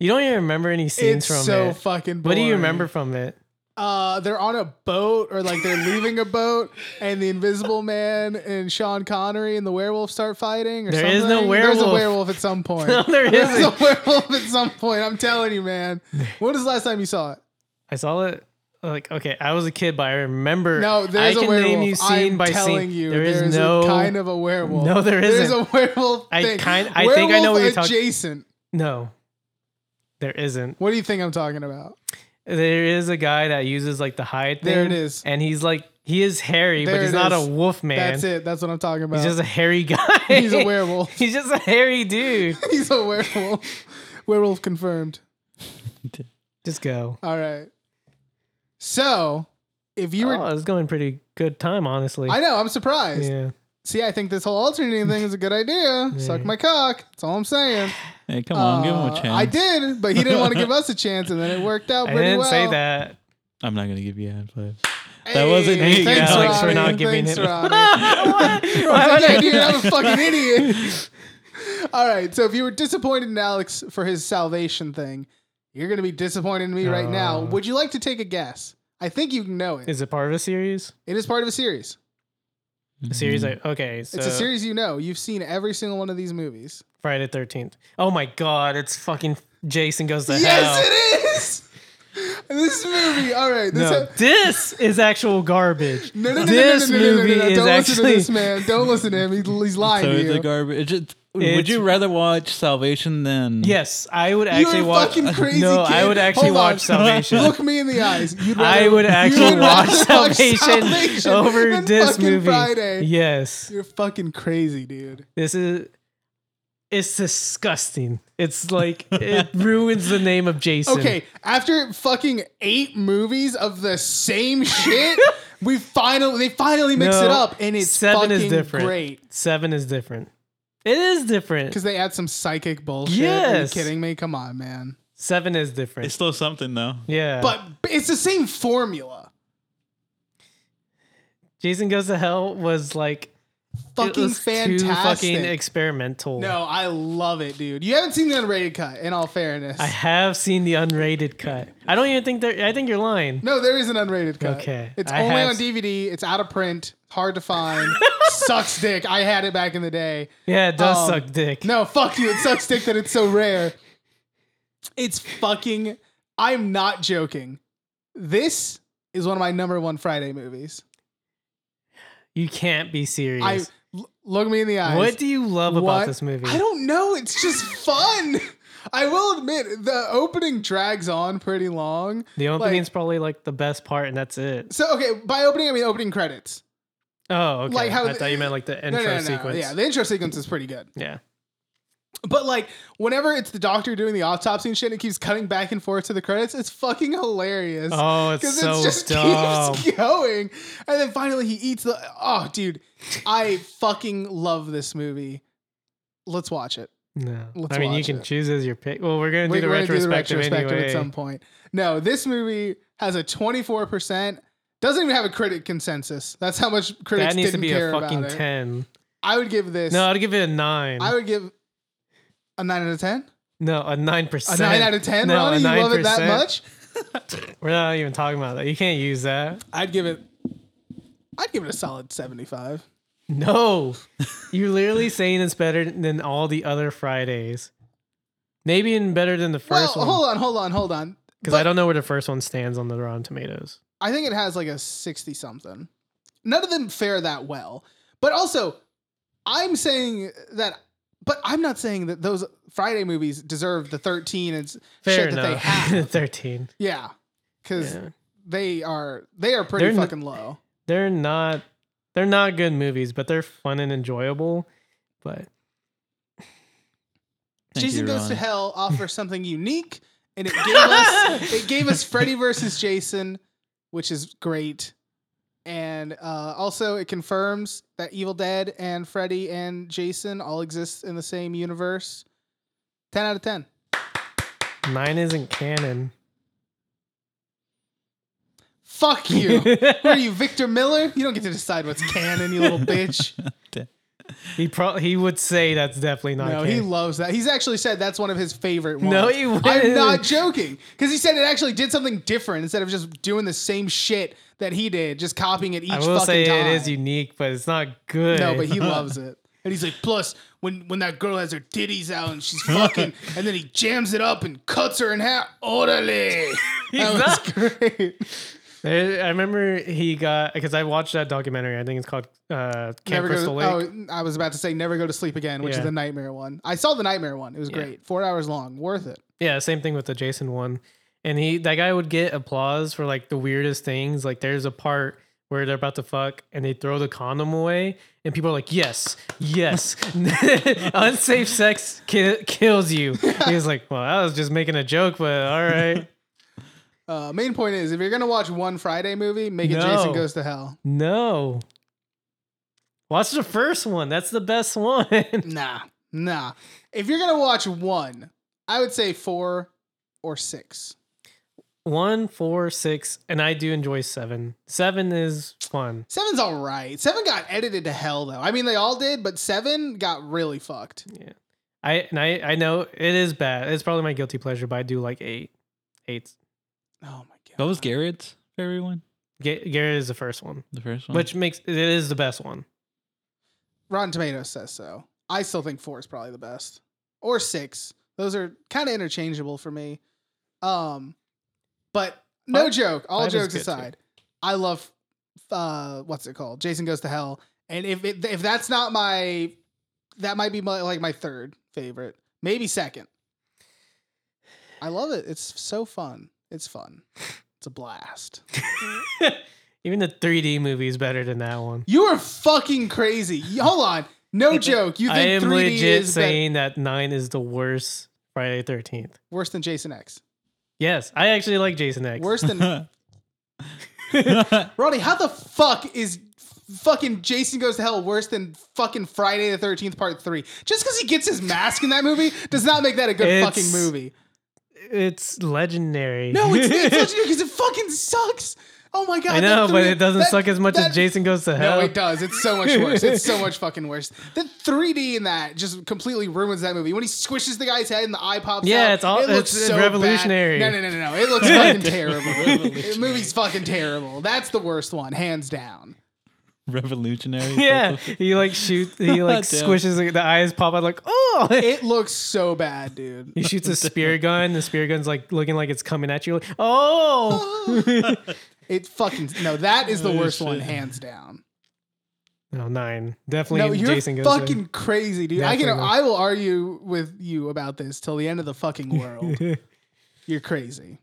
You don't even remember any scenes
it's
from
so
it.
fucking. boring.
What do you remember from it?
Uh, they're on a boat or like they're leaving a boat, and the Invisible Man and Sean Connery and the werewolf start fighting. Or
There
something.
is no
There's a
werewolf.
werewolf at some point.
No, there
There's a
isn't.
werewolf at some point. I'm telling you, man. When was the last time you saw it?
I saw it. Like okay, I was a kid, but I remember.
No, there's
I
a
can
werewolf.
name you scene
I'm
by
telling
scene.
you,
there is
there's
no
a kind of a werewolf.
No, there
There's
isn't.
a werewolf
I
thing.
kind- I think I know what you're talking-
Adjacent.
no. There isn't.
What do you think I'm talking about?
There is a guy that uses like the hide thing.
There it is.
And he's like he is hairy,
There
but he's
it
not
is.
a wolf man.
That's it. That's what I'm talking about.
He's just a hairy guy.
He's a werewolf.
He's just a hairy dude.
He's a werewolf. werewolf confirmed.
Just go.
All right. So, if you were,
oh, it's going pretty good time, honestly.
I know, I'm surprised.
yeah.
See, I think this whole alternating thing is a good idea. Suck my cock. That's all I'm saying.
Hey, come on, give him a
Uh,
chance.
I did, but he didn't want to give us a chance, and then it worked out
I
pretty
didn't
well.
say that.
I'm not gonna give you ad five. That wasn't
Hey,
me,
Thanks,
Alex, for
Ronnie.
not giving
Thanks,
him-
Ronnie.
What? Why would
Fucking
I-
idiot. I'm a fucking idiot. All right. So if you were disappointed in Alex for his salvation thing, you're going to be disappointed in me right now.
Oh.
Would you like to take a guess? I think you know it.
Is it part of a series?
It is part of a series.
A series like okay, so
It's a series you know. You've seen every single one of these movies.
Friday thirteenth. Oh my god, it's fucking Jason goes to hell.
Yes, it is. This movie. All right. This
No, this is actual garbage.
no, no, no, no,
this
no, no, no, no, no,
movie
no.
is
Don't listen to
actually
this man. Don't listen to him. He's, he's lying
So
to
it's
you.
a garbage. It's just-
It's-
would you rather watch Salvation than?
yes. I would
You're
actually
a
watch.
fucking crazy
no,
kid.
I would actually
Hold on.
watch Salvation.
Look me in the eyes. You'd
I
rather-
would
you'd
actually
rather
watch Salvation, over
than
this
fucking
movie.
Friday.
Yes,
You're fucking crazy, dude.
this is. It's disgusting. It's like it ruins the name of Jason.
Okay, after fucking eight movies of the same shit, we finally they finally mix
No,
it up, and it's
seven
fucking
is different.
great
Seven is different. It is different.
because they add some psychic bullshit. Are you
Yes.
kidding me? Come on, man.
Seven is different.
It's still something though.
yeah,
But it's the same formula.
Jason Goes to Hell was like it
Fucking
was
fantastic.
Too fucking experimental.
no, I love it, dude. You haven't seen the unrated cut. In all fairness,
I have seen the unrated cut. I don't even think there. I think you're lying.
No, there is an unrated cut.
Okay.
It's
I
only
have
on
s-
DVD. It's out of print. Hard to find. sucks dick. I had it back in the day.
Yeah, it does
Um,
suck dick.
No, fuck you. It sucks dick that it's so rare. It's fucking. I'm not joking. This is one of my number one Friday movies.
you can't be serious.
I l- look me in the eyes.
what do you love
What?
about this movie?
I don't know. It's just fun. I will admit the opening drags on pretty long.
The opening's
Like-
probably like the best part, and that's it.
So okay, by opening I mean opening credits.
Oh, okay.
Like how
I thought you meant like the
No,
intro
no, no, no.
sequence.
Yeah, the intro sequence is pretty good.
yeah.
But like, whenever it's the doctor doing the autopsy and shit, it keeps cutting back and forth to the credits. It's fucking hilarious.
Oh, it's
Because
so
it just
dumb.
keeps going. And then finally he eats the Oh, dude. I fucking love this movie. Let's watch it.
No,
Let's
I mean you
watch
can
it.
choose as your pick. Well, we're gonna do
We're
the
gonna
retrospective anyway.
at some point. No, this movie has a 24%. Doesn't even have a critic consensus. That's how much critics
that needs to
didn't
be
care
a fucking
about it.
ten.
I would give this.
No, I'd give it a nine.
I would give a nine out of ten.
No, a nine percent.
A nine out of ten, Ronnie. You love it that much?
We're not even talking about that. You can't use that.
I'd give it. I'd give it a solid seventy-five.
No, you're literally saying it's better than all the other Fridays. Maybe even better than the first
well,
one
hold on, hold on, hold on.
because I don't know where the first one stands on the Rotten Tomatoes.
I think it has like a 60 something. None of them fare that well. But also, I'm saying that, but I'm not saying that those Friday movies deserve the 13 and s-
Fair
shit that they
enough.
have.
Thirteen.
yeah. Because
Yeah.
they are, they are pretty
They're n-
fucking low.
They're not. They're not good movies, but they're fun and enjoyable. But
Thank
Jason
you,
Goes to
Ron.
Hell offers something unique and it gave us, it gave us Freddy versus Jason, which is great. And uh, also, it confirms that Evil Dead and Freddy and Jason all exist in the same universe. 10 out of 10.
mine isn't canon.
Fuck you. Who are you, Victor Miller? You don't get to decide what's canon, you little bitch.
He pro- he would say that's definitely not.
No,
canon.
he loves that. He's actually said that's one of his favorite ones.
No, he
I'm
wouldn't.
not joking. Because he said it actually did something different instead of just doing the same shit that he did, just copying it each
I will
fucking
say
time.
it is unique, but it's not good.
No, but he loves it. And he's like, plus, when, when that girl has her titties out and she's fucking, and then he jams it up and cuts her in half. Orderly.
He's
that
not-
was great.
There- I remember he got because I watched that documentary. I think it's called uh, Camp
Never
Crystal
go
Lake.
to, Oh, I was about to say never go to sleep again, which is
Yeah.
the nightmare one. I saw the nightmare one. It was
Yeah.
great. Four hours long. Worth it.
Yeah, same thing with the Jason one. And he that guy would get applause for like the weirdest things. Like there's a part where they're about to fuck and they throw the condom away and people are like, "Yes, yes, unsafe sex ki- kills you." He was like, "Well, I was just making a joke, but all right."
Uh, main point is if you're gonna watch one Friday movie, make it
No.
Jason Goes to Hell.
No. Watch the first one. That's the best one.
Nah, nah. If you're gonna watch one, I would say four or six.
one, four, six, and I do enjoy seven. Seven is fun.
Seven's all right. Seven got edited to hell though. I mean, they all did, but seven got really fucked.
I and I I know it is bad. It's probably my guilty pleasure, but I do like eight. Eight.
Oh my god.
What was Garrett's favorite one?
Ga- Garrett is the first one,
The first one.
which makes it is the best one.
Rotten Tomatoes says so. I still think four is probably the best, or six. Those are kind of interchangeable for me. Um, but no
Five-
joke. All
five is
jokes
good, too.
aside, I love uh, what's it called? Jason Goes to Hell. And if it, if that's not my, that might be my, like my third favorite, maybe second. I love it. It's so fun. It's fun. It's a blast.
Even the 3D movie is better than that one.
You are fucking crazy. Hold on. No joke. You
I
think
am
3D
legit
is better-
saying that nine is the worst Friday Thirteenth.
Worse than Jason X.
Yes, I actually like Jason X.
Worse than Ronnie. How the fuck is fucking Jason Goes to Hell worse than fucking Friday the Thirteenth Part Three? Just because he gets his mask in that movie does not make that a good
It's-
fucking movie.
It's legendary.
No, it's because it fucking sucks. Oh my god.
I
that
know, but
three-
it doesn't
that-
suck as much
that-
as Jason Goes to Hell.
No, it does. It's so much worse. It's so much fucking worse. The 3D in that just completely ruins that movie. When he squishes the guy's head and the eye pops
Yeah,
out,
it's all-
it looks
it's
so bad.
revolutionary.
No, no, no, no, no. It looks fucking terrible. the movie's fucking terrible. That's the worst one, hands down.
Revolutionary.
Yeah, he like shoots. He like
Damn.
squishes. Like, the eyes pop out. Like oh,
It looks so bad, dude.
He shoots a spear gun. The spear gun's like looking like it's coming at you. Like, oh,
It fucking no. That is the worst one, hands down.
no nine, definitely.
No, you're
Jason goes to-
fucking crazy, dude. I can.
Definitely.
I will argue with you about this till the end of the fucking world. you're crazy.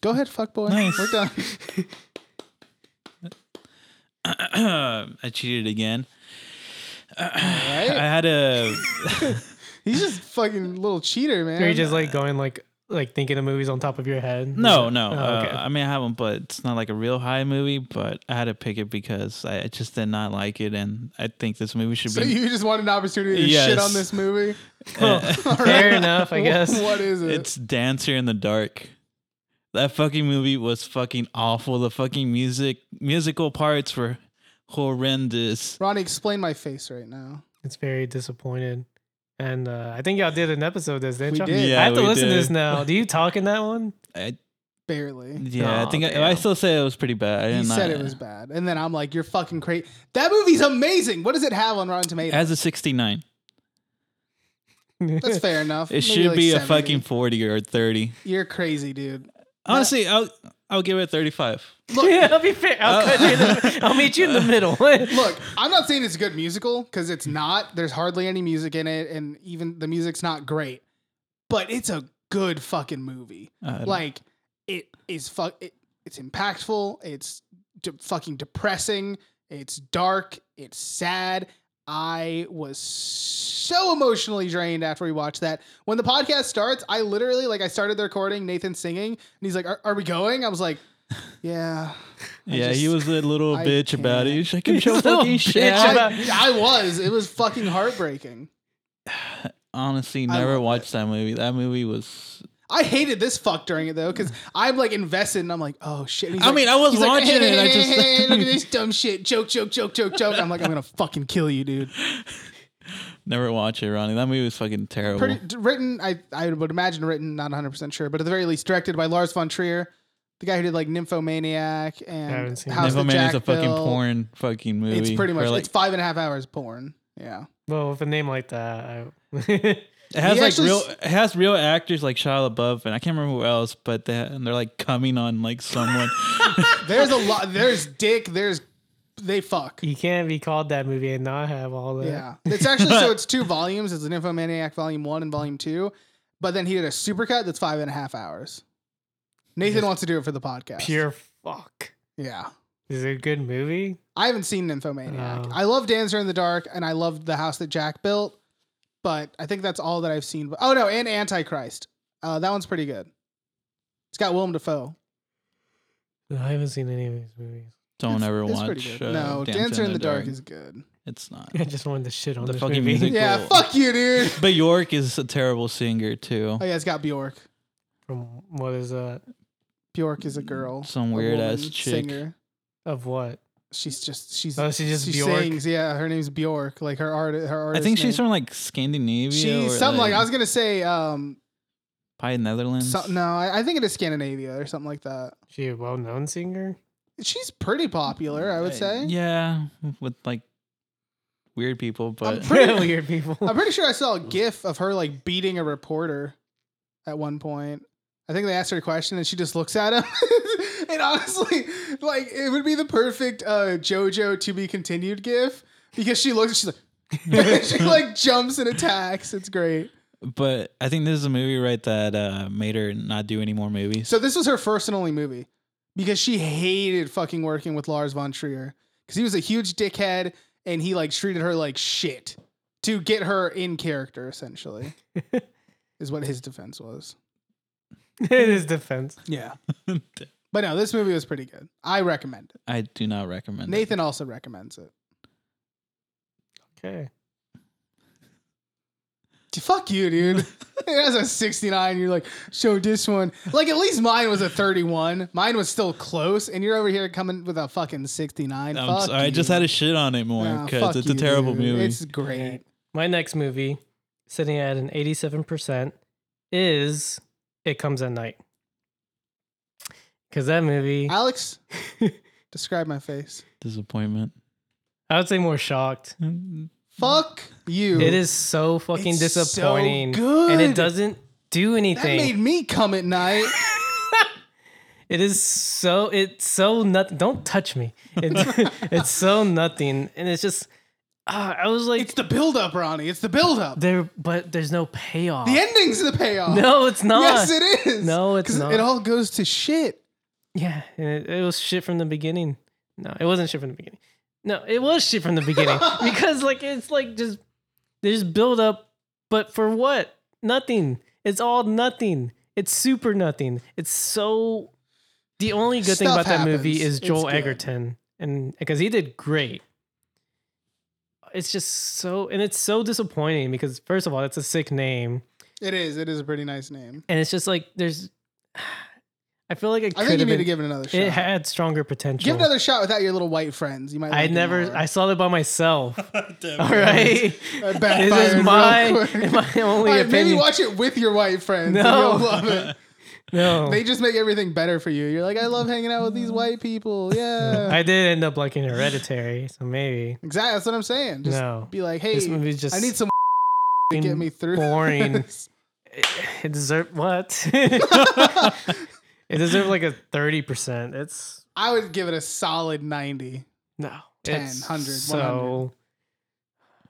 Go ahead, fuckboy.
Nice.
We're done.
I cheated again. I
Right?
had a.
He's just fucking little cheater, man.
Are you just like going like like thinking of movies on top of your head?
No, no.
Oh, okay.
uh, I mean, I haven't, but it's not like a real high movie. But I had to pick it because I I just did not like it, and I think this movie should
so
be.
you just want an opportunity to shit
Yes.
on this movie?
uh,
Fair enough, I guess.
what is it?
it's Dancer in the Dark. That fucking movie was fucking awful. The fucking music musical parts were horrendous.
Ronnie, explain my face right now.
It's very disappointed. And uh, I think y'all did an episode of this, didn't
We
y'all?
did.
I have to
Yeah, we
listen to this
did.
now. Do you talk in that one?
I,
barely.
yeah,
Aw,
I think I, I
damn.
still say it was pretty bad. I
He
didn't
said it was bad, and then I'm like, "You're fucking crazy." That movie's amazing. What does it have on Rotten Tomatoes?
As a 69,
That's fair enough.
it
Maybe
should
like
be
70.
a fucking 40 or 30.
You're crazy, dude.
Honestly, I'll I'll give it 35.
Look,
yeah, I'll be fair.
Oh.
I'll, cut you in the, I'll meet you in the middle. Look,
Look, I'm not saying it's a good musical because it's not. There's hardly any music in it, and even the music's not great. But it's a good fucking movie.
Uh,
Like it is fuck. It, it's impactful. It's de- fucking depressing. It's dark. It's sad. I was so emotionally drained after we watched that. When the podcast starts, I literally like I started the recording. Nathan singing, and he's like, "Are, are we going?" I was like, "Yeah." I
yeah, he
just-
was a little
I
bitch about it.
can't.
He's like, I'm so
Little
fucking
bitch
sad.
about-
I, I was. It was fucking heartbreaking.
Honestly,
I
never
love
watched that movie. That movie was.
I hated this fuck during it though, because I'm like invested and I'm like, oh shit. And he's
I
like-
mean, I was
he's like,
watching
"Hey,
it, I
hey,
just-
hey, look at this dumb shit. Joke, joke, joke, joke, joke. I'm like, I'm gonna fucking kill you, dude.
Never watch it, Ronnie. That movie was fucking terrible.
Pretty, d- written, I I would imagine written, not 100 percent sure, but at the very least, directed by Lars von Trier, the guy who did like Nymphomaniac and
haven't seen
House of
Nymphomaniac
Jack
is a fucking
Bill.
porn fucking movie.
It's pretty much
where,
it's five and a half hours porn. Yeah,
well, with a name like that, I,
It has
He
like
actually
real.
s-
It has real actors like Shia LaBeouf and I can't remember who else, but they and they're like coming on like someone.
there's a lot. There's dick. There's they fuck.
you can't be called that movie and not have all that.
Yeah. It's actually so it's two volumes. It's an Infomaniac volume one and volume two. But then he did a supercut that's five and a half hours. Nathan wants to do it for the podcast.
Pure fuck.
Yeah.
Is it a good movie?
I haven't seen Nymphomaniac.
Oh.
I love Dancer in the Dark and I loved the house that Jack built, but I think that's all that I've seen. But oh no, and Antichrist. Uh, that one's pretty good. It's got Willem Dafoe.
No, I haven't seen any of these movies.
Don't
It's-
ever
it's
watch.
pretty good.
uh,
no, Dancer, in the, dark. is good.
It's not.
I just wanted to shit on
The
this
fucking
movie.
music.
Yeah,
Cool.
fuck you, dude.
But York is a terrible singer too.
Oh yeah, it's got Bjork.
From what is that?
Bjork is a girl,
Some
a
weird ass
woman
chick.
singer.
Of what?
She's just she's
Oh, she just
she
Bjork.
sings. Yeah, her name's Bjork. Like her art, her
I
artist.
think she's
name.
from like Scandinavia. or,
She's something like, I was gonna say. Um,
probably Netherlands.
so, no, I, I think it is Scandinavia or something like that.
She a well-known singer.
She's pretty popular, I would
Uh,
say.
Yeah, with like weird people, but
Pretty-
weird people.
I'm pretty sure I saw a GIF of her like beating a reporter at one point. I think they asked her a question and she just looks at him. and honestly, like it would be the perfect uh, JoJo to be continued GIF because she looks, she's like, she like jumps and attacks. It's great.
but I think this is a movie right that uh, made her not do any more movies.
So this was her first and only movie because she hated fucking working with Lars von Trier because he was a huge dickhead and he like treated her like shit to get her in character essentially is what his defense was.
In his defense.
Yeah. But no, this movie was pretty good. I recommend it.
I do not recommend it.
Nathan also recommends it.
Okay.
D- Fuck you, dude. it has a 69. You're like, show this one. Like, at least mine was a 31. Mine was still close, and you're over here coming with a fucking 69.
I'm
Fuck
sorry, I just
you.
had to shit on it more
Nah,
because
fuck
it's
you,
a terrible
dude.
movie.
It's great.
My next movie, sitting at an 87%, is It Comes at Night. Because that movie,
Alex, describe my face.
Disappointment.
I would say more shocked.
Fuck you.
It is so fucking
It's so
disappointing.
good.
And it doesn't do
That
anything.
made me come at night.
It is so it's so nothing. Don't touch me. It's, it's so nothing, and it's just ah, I was like
It's the buildup, Ronnie. It's the buildup. The
there, but there's no payoff.
ending's the payoff.
no, it's not.
Yes, it is.
No, it's
'Cause
not.
It all goes to shit.
yeah, and it, it was shit from the beginning. No, it wasn't shit from the beginning. No, it was shit from the beginning because like it's like just there's build up, but for what? Nothing. It's all nothing. It's super nothing. It's so. The only good thing
Stuff
about that movie
happens.
is
It's
Joel
good.
Egerton, and because he did great. It's just so, and it's so disappointing because first of all, it's a sick name,
It is. It is a pretty nice name.
and it's just like there's. I feel like it
I think you
could have
need
been.
to give it another shot.
it had stronger potential.
give it another shot without your little white friends. You might.
I
like it
never.
more.
I saw that by myself.
Damn.
All right.
That
This
backfired
is
real
my
quick.
my only
All right, maybe
opinion.
watch it with your white friends. and
No.
you'll love it.
no,
They just make everything better for you. You're like, I love hanging out with these white people. Yeah.
Mm. I did end up liking Hereditary, so maybe
exactly. That's what I'm saying. Just
no.
be like, hey,
This movie's just
I need some to get me through.
boring.
this.
it deserved what? it deserved like a thirty percent. It's
I would give it a solid 90.
no
10,
it's
100,
So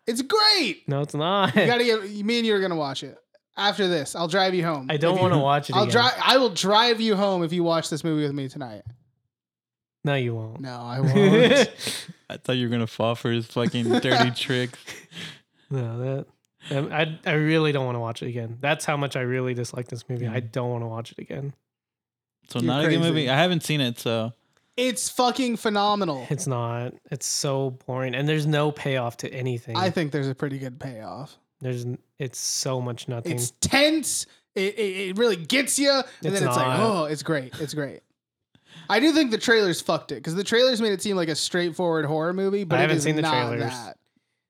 It's great.
no, it's not.
You gotta get me and you are gonna watch it. After this, I'll drive you home.
I don't
If
want to
you-
watch it.
I'll
again.
drive. I will drive you home if you watch this movie with me tonight.
No, you won't.
No, I won't.
I thought you were gonna fall for his fucking dirty tricks.
No, that. um, I I really don't want to watch it again. That's how much I really dislike this movie. I don't want to watch it again.
So
You're
not a good
crazy.
movie. I haven't seen it, so
it's fucking phenomenal.
It's not. It's so boring, and there's no payoff to anything.
I think there's a pretty good payoff.
there's n- it's so much nothing.
It's tense. It, it, it really gets you, and
It's
then it's like,
not.
oh, it's great. It's great. I do think the trailers fucked it because the trailers made it seem like a straightforward horror movie, but
I
it
haven't
is
seen the
not
trailers.
that.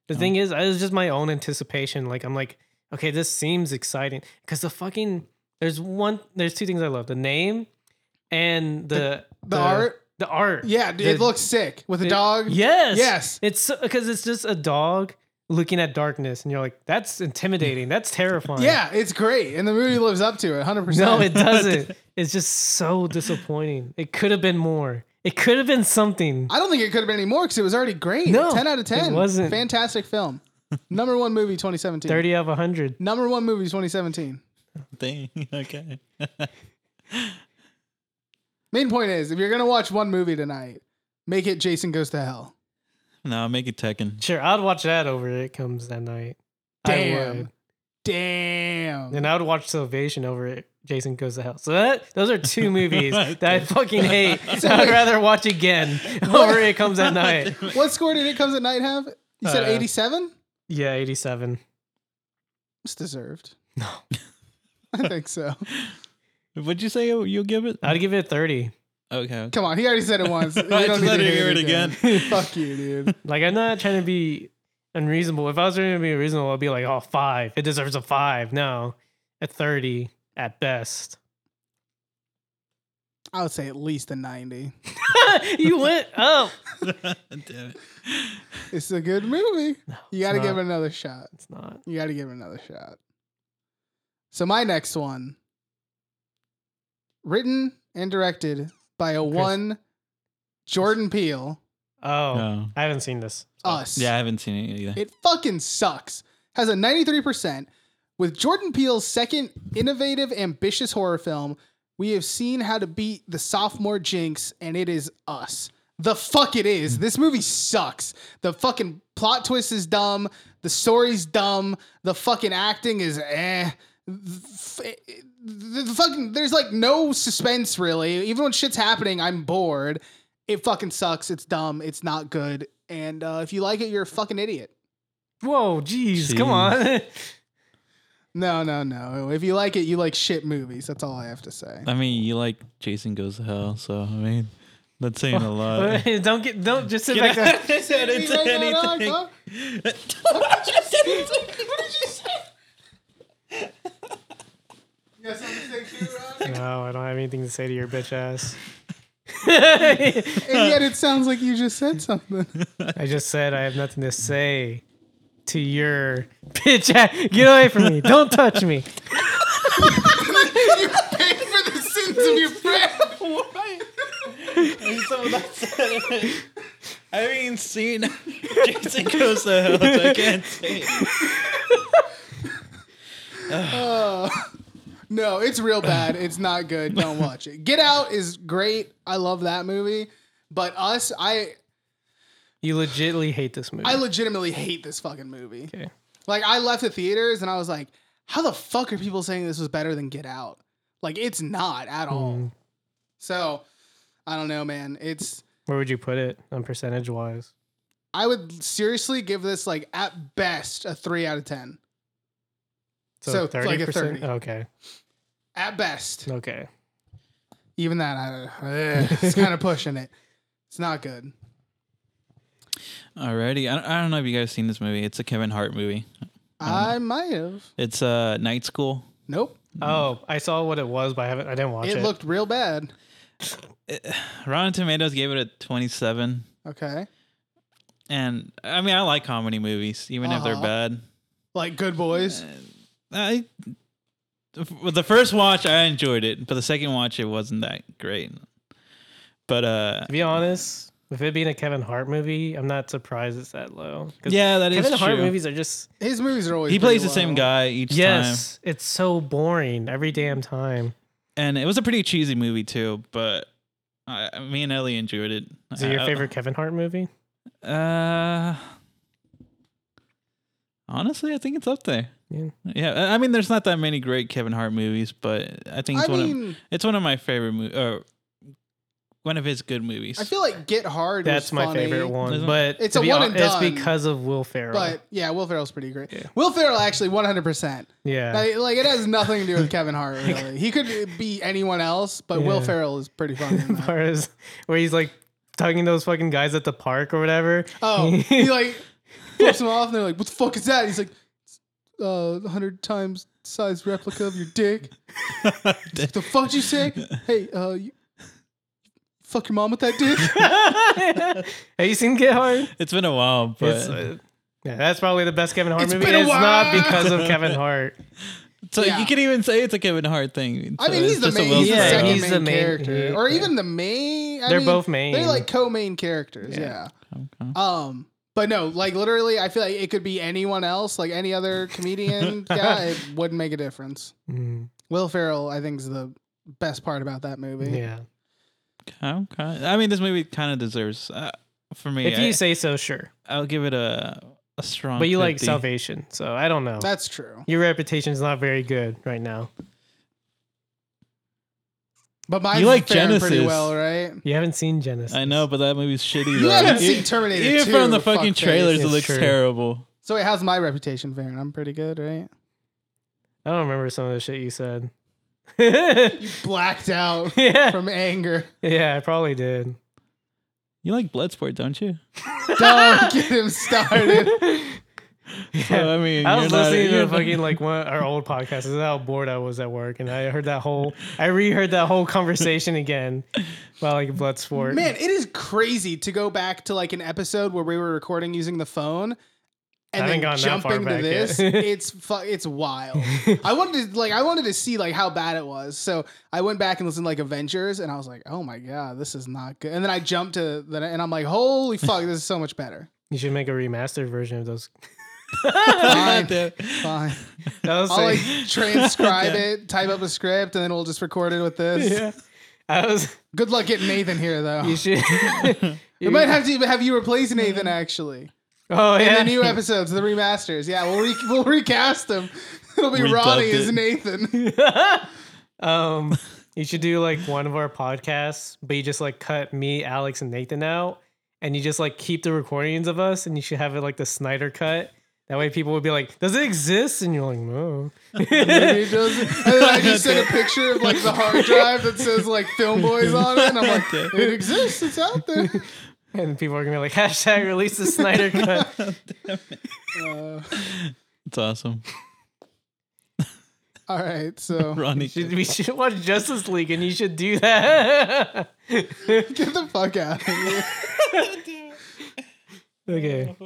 The thing is, it was just my own anticipation. Like I'm like, okay, this seems exciting because the fucking there's one there's two things I love: the name and the
The art?
The art.
Yeah, dude,
The-
it looks sick with a
it-
dog.
Yes.
Yes.
It's because it's just a dog looking at darkness, and you're like, that's intimidating. That's terrifying.
Yeah, it's great, and the movie lives up to it, hundred percent.
No, it doesn't. it's just so disappointing. It could have been more. It could have been something.
I don't think it could have been any more because it was already great.
No,
ten out of ten.
it wasn't.
fantastic film. Number one movie 2017.
Thirty out of hundred.
Number one movie 2017.
dang. Okay.
Main point is, if you're gonna watch one movie tonight, make it Jason Goes to Hell.
no, make it Tekken.
Sure, I'd watch that over It Comes That Night. I would.
Damn. Damn.
And I would watch Salvation over it. Jason Goes to Hell. So that those are two movies that I fucking hate.
So
I'd
wait.
rather watch again over It Comes That Night.
What score did It Comes at Night have? You said
Uh,
87?
Yeah, eighty-seven.
It's deserved.
No.
I think so.
What'd you say you- you'll give it?
I'd give it thirty.
Okay. okay.
Come on, he already said it once. We
I
don't
just
need
let
to
her
hear
hear it again.
Fuck you, dude.
Like I'm not trying to be unreasonable. If I was trying to be reasonable, I'd be like, oh, five. It deserves a five. No, a thirty at best.
I would say at least a 90.
you went up.
Damn it.
It's a good movie. You got to
it's
give it
not.
another shot.
It's not.
You got to give it another shot. So my next one, written and directed by a one, Jordan Peele.
Oh,
No.
I haven't seen this.
Us.
Oh, Yeah, I haven't seen it either.
It fucking sucks. Has a 93%. With Jordan Peele's second innovative, ambitious horror film, we have seen how to beat the sophomore jinx, and it is us. The fuck it is. This movie sucks. The fucking plot twist is dumb. The story's dumb. The fucking acting is eh. The the fucking there's like no suspense really. Even when shit's happening, I'm bored. It fucking sucks. It's dumb. It's not good. And uh, if you like it, you're a fucking idiot.
Whoa, jeez, come on.
No, no, no. If you like it, you like shit movies. That's all I have to say.
I mean, you like Jason Goes to Hell, so I mean, that's saying a lot.
don't get, don't just sit
Get
back
out.
there.
I said
Hey,
it's
right now,
anything.
dog, huh? And
No, I don't have anything to say to your bitch ass.
yet it sounds like you just said something.
I just said I have nothing to say to your bitch ass. Get away from me. Don't touch me.
you paid for the sins of your friend.
so that's it. I haven't seen Jason Goes to Hell, so I can't say it.
No, it's real bad. It's not good. Don't watch it. Get Out is great. I love that movie. But Us, I
You legitly hate this movie.
I legitimately hate this fucking movie.
okay.
Like I left the theaters and I was like, how the fuck are people saying this was better than Get Out? Like it's not at
Hmm.
Hmm.
all. So I don't know, man. It's
Where would you put it on percentage wise?
I would seriously give this like at best a three out of ten. So, it's like a 30.
Okay.
At best.
Okay.
Even that, I, eh, it's kind of pushing it. It's not good.
Um, Alrighty, I don't, I don't know if you guys seen this movie. It's a Kevin Hart movie.
I might have.
It's uh, Night School.
Nope.
Oh, I saw what it was, but I haven't. I didn't watch it.
It looked real bad.
Rotten Tomatoes gave it a 27,
Okay.
and I mean I like comedy movies even if they're
Uh-huh.
bad. Uh,
Like Good Boys.
I with the first watch I enjoyed it, but the second watch it wasn't that great. But uh,
to be honest, with it being a Kevin Hart movie, I'm not surprised it's that low. 'Cause
yeah, that is
Kevin Hart
true.
movies are just
His movies are always.
He plays the
pretty
same
low.
guy each time,
yes, it's so boring every damn time.
and it was a pretty cheesy movie too. But I, me and Ellie enjoyed it.
Is it your
I-
favorite Kevin Hart movie?
Uh, honestly, I think it's up there.
Yeah.
Yeah, I- I mean, there's not that many great Kevin Hart movies, but I think it's
I
one of
mean,
it's one of my favorite movies, or one of his good movies.
I feel like Get Hard. was
That's my
funny,
favorite one.
Isn't-
But
It's
to
a
be
one
hon-
and done,
It's because of Will Ferrell.
But yeah, Will Ferrell's pretty great.
Yeah.
Will Ferrell actually 100. percent
yeah,
Like, like, it has nothing to do with Kevin Hart. Really, he could be anyone else, but Will
Yeah.
Ferrell is pretty funny. in that.
part is where he's like tugging those fucking guys at the park or whatever.
Oh, he like flips them off, and they're like, "What the fuck is that?" He's like, "Uh, hundred times size replica of your dick." the fuck did you say? Hey, uh, you fuck your mom with that dick?
Have you seen Get Hard?
it's been a while, but
It's, uh, yeah, that's probably the best Kevin Hart
It's
movie.
been a
and It's not
while.
because of Kevin Hart.
so
yeah.
you can even say it's a Kevin Hart thing.
I
So
mean, he's
it's
the
just a
main,
Will
he's the
Ferrell.
second
he's
main
the main-
character,
he-
or even the main. I
They're
mean,
both main.
They're like co-main characters.
Yeah.
yeah.
Okay.
Um, but no, like literally, I feel like it could be anyone else, like any other comedian guy, it wouldn't make a difference.
Mm,
Will Ferrell, I think, is the best part about that movie.
yeah.
Okay. I mean, this movie kind of deserves uh, for me.
If you say so, sure.
I, will give it a a strong.
But you like
50.
Salvation, so I don't know.
That's true.
Your reputation's not very good right now.
But mine's
You like
faring pretty
Genesis.
well, right?
You haven't seen Genesis.
I know, but that movie's shitty.
You
though.
haven't
E-
seen Terminator
Even
2,
from the fucking
fuckface.
trailers, it
It's
looks
true.
terrible.
So wait, how's my reputation faring? I'm pretty good, right?
I don't remember some of the shit you said.
Blacked out
yeah,
from anger.
yeah, I probably did.
You like Bloodsport, don't you?
Don't get him started.
So, I mean,
I was
uh, you're
listening
not-
to
you're-
the fucking like one of our old podcasts. This is how bored I was at work, and I heard that whole, I reheard that whole conversation again about like Bloodsport.
Man, it is crazy to go back to like an episode where we were recording using the phone and then
haven't gotten that far
jumping to
back
this.
yet.
it's fu- it's wild. I wanted to like I wanted to see like how bad it was. So I went back and listened to like Avengers and I was like, "Oh my god, this is not good." And then I jumped to the and I'm like, "Holy fuck, this is so much better."
you should make a remastered version of those.
Fine.
Dude,
Fine.
That was
I'll like
like,
transcribe it, type up a script, and then we'll just record it with this.
yeah. I was.
Good luck getting Nathan here, though.
You should.
we might have to have you replace Nathan actually.
Oh
in
yeah.
the new episodes, the remasters. Yeah, we'll re- we'll recast them. It'll be
Redubbed
Ronnie as
it.
Nathan.
Um, you should do like one of our podcasts, but you just like cut me, Alex, and Nathan out, and you just like keep the recordings of us, and you should have it like the Snyder cut. That way, people would be like, "Does it exist?" And you're like, "No."
Maybe it does. And then I just sent a picture of like the hard drive that says like Film Boys on it, and I'm like, it exists. It's out there.
And people are gonna be like, "Hashtag release the Snyder cut."
Uh,
It's awesome.
all right, so
Ronnie.
Should- we should watch Justice League, and you should do that.
get the fuck out of here.
okay.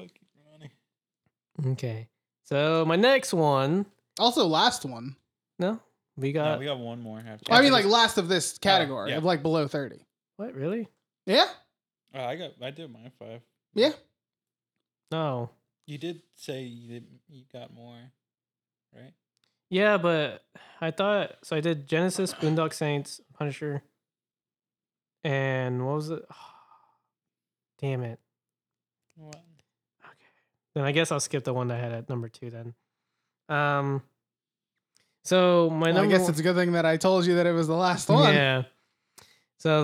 Okay. So my next one.
Also, last one.
No, we got.
we got one more after.
I mean, like last of this category
yeah.
of like below thirty.
what really?
Yeah,
Oh, I got. I did my five.
yeah.
No.
You did say you, did, you got more, right?
Yeah, but I thought so. I did Genesis, Boondock Saints, Punisher, and what was it? Damn it! Then I guess I'll skip the one that I had at number two. Then, um, so
Well,
my
I
number.
guess
one-
it's a good thing that I told you that it was the last one.
Yeah. So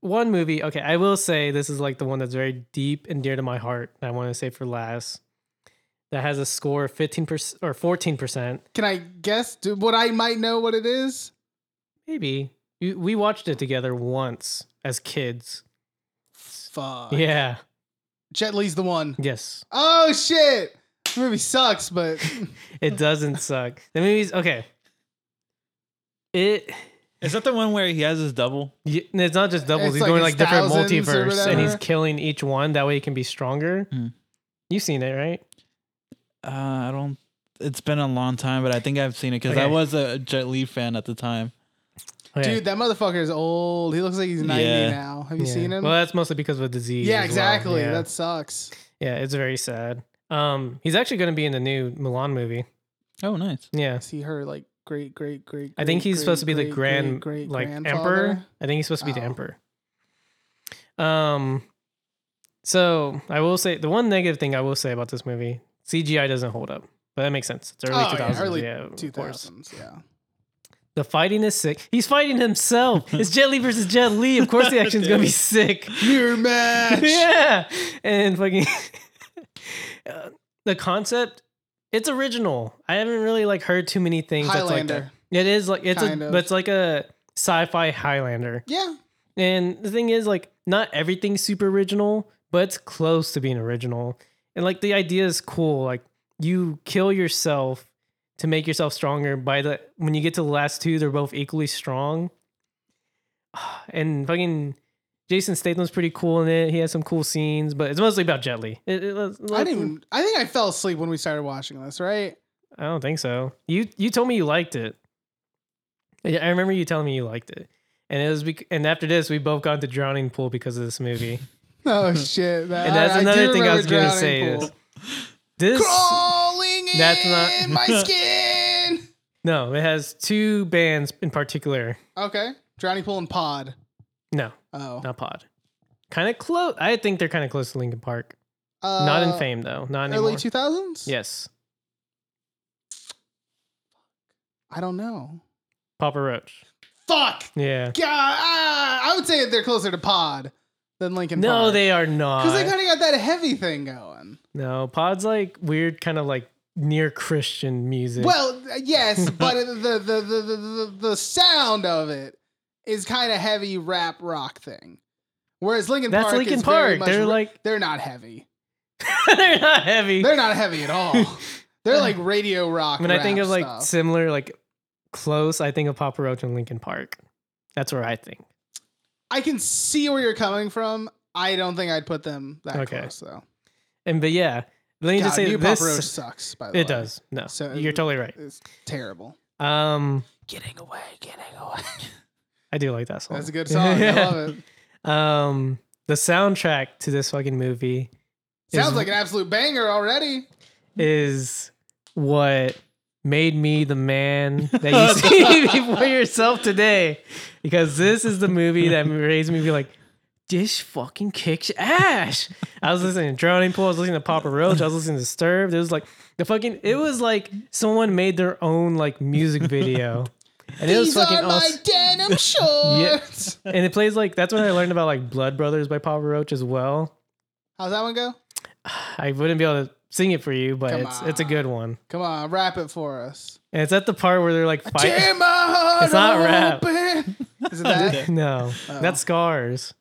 the one movie, okay, I will say this is like the one that's very deep and dear to my heart. and I want to say for last, that has a score of fifteen percent or fourteen percent,
Can I guess? Do, what I might know what it is?
maybe. You- We watched it together once as kids.
Fuck.
Yeah.
Jet Li's the one.
Yes.
Oh shit. This movie sucks, but
It doesn't suck. The movie's okay. It
Is that the one where he has his double?
y- it's not just doubles.
It's
he's
like
going
his
like different
thousands or
multiverse, and he's
whatever.
killing each one. That way he can be stronger.
Mm.
You've seen it, right?
Uh, I don't. It's been a long time, but I think I've seen it because I
Okay.
was a Jet Li fan at the time.
Okay.
dude, that motherfucker is old. He looks like he's 90
Yeah.
now. Have you
Yeah.
seen him?
Well, that's mostly because of a disease.
yeah,
as well.
exactly.
Yeah.
That sucks.
yeah, it's very sad. Um, he's actually going to be in the new Milan movie.
Oh, nice.
Yeah,
I see her like great, great, great.
I think
great,
he's supposed to be
great,
the
great,
grand,
great, great
like emperor.
grandfather.
I think he's supposed to be the
Oh.
emperor. Um, so I will say the one negative thing I will say about this movie CGI doesn't hold up, but that makes sense. It's early
Oh,
two
yeah,
thousands.
early
yeah, of course.
2000s. Yeah.
The fighting is sick. He's fighting himself. it's Jet Li versus Jet Li. Of course, the action's gonna be sick.
Your match.
yeah, and fucking Uh, the concept. It's original. I haven't really like heard too many things that's like that.
Highlander.
It is like it's
Kind
a,
of.
but it's like a sci-fi Highlander.
Yeah.
And the thing is, like, not everything's super original, but it's close to being original. And like the idea is cool. Like you kill yourself to make yourself stronger. By the when you get to the last two, they're both equally strong. And fucking Jason Statham's pretty cool in it. He has some cool scenes, but it's mostly about Jet Li. It- it-
I didn't even, I think I fell asleep when we started watching this, right?
I don't think so. You you told me you liked it. Yeah, I remember you telling me you liked it, and it was bec- and after this we both got into drowning pool because of this movie.
Oh shit. That,
And that's
I- I do
another thing I
remember
was gonna
Drowning
say
Pool.
is this
crawling in
That's not-
my skin.
no, it has two bands in particular.
Okay, drowning pool and pod.
No,
Oh,
not Pod. Kind of close. I think they're kind of close to Linkin Park.
Uh,
not in fame though. Not
Early
anymore.
two thousands.
yes,
I don't know.
Papa Roach.
Fuck.
Yeah.
God, ah, I would say they're closer to pod than Lincoln.
No, they are not.
because they kind of got that heavy thing going.
no, Pod's like weird, kind of like near Christian music.
Well, uh, yes, but the the, the the the the sound of it is kind of heavy rap rock thing. Whereas Lincoln
That's
Park
Linkin
is very
Park.
much
They're
ra-
like-
they're not heavy.
they're not heavy.
They're not heavy at all. they're like radio rock.
when I think
rap
of like
stuff.
similar, like close, I think of Papa Roach and Linkin Park. That's where I think.
I can see where you're coming from. I don't think I'd put them that
Okay.
close though.
And but yeah, let me
God,
just say
new
this.
Papa Roach sucks. By the way,
it does. No,
So-
you're totally right.
It's terrible.
Um,
Getting away, getting away.
I do like that song.
That's a good song. I love it.
it. Um, the soundtrack to this fucking movie
Sounds
Is-
like an absolute banger already.
is what made me the man that you see before yourself today, because this is the movie that raised me to be like. This fucking kicks ass. I was listening to Drowning Pool. I was listening to Papa Roach. I was listening to Disturbed. It was like the fucking. It was like someone made their own like music video, and it was
These
fucking
are my
awesome.
denim shorts.
and it plays like that's when I learned about like Blood Brothers by Papa Roach as well.
How's that one go?
I wouldn't be able to sing it for you, but
Come
it's it's a good one.
Come on, rap it for us.
And it's at the part where they're like fighting.
Tear my heart
It's not rap.
open. Is it that?
No, that's scars.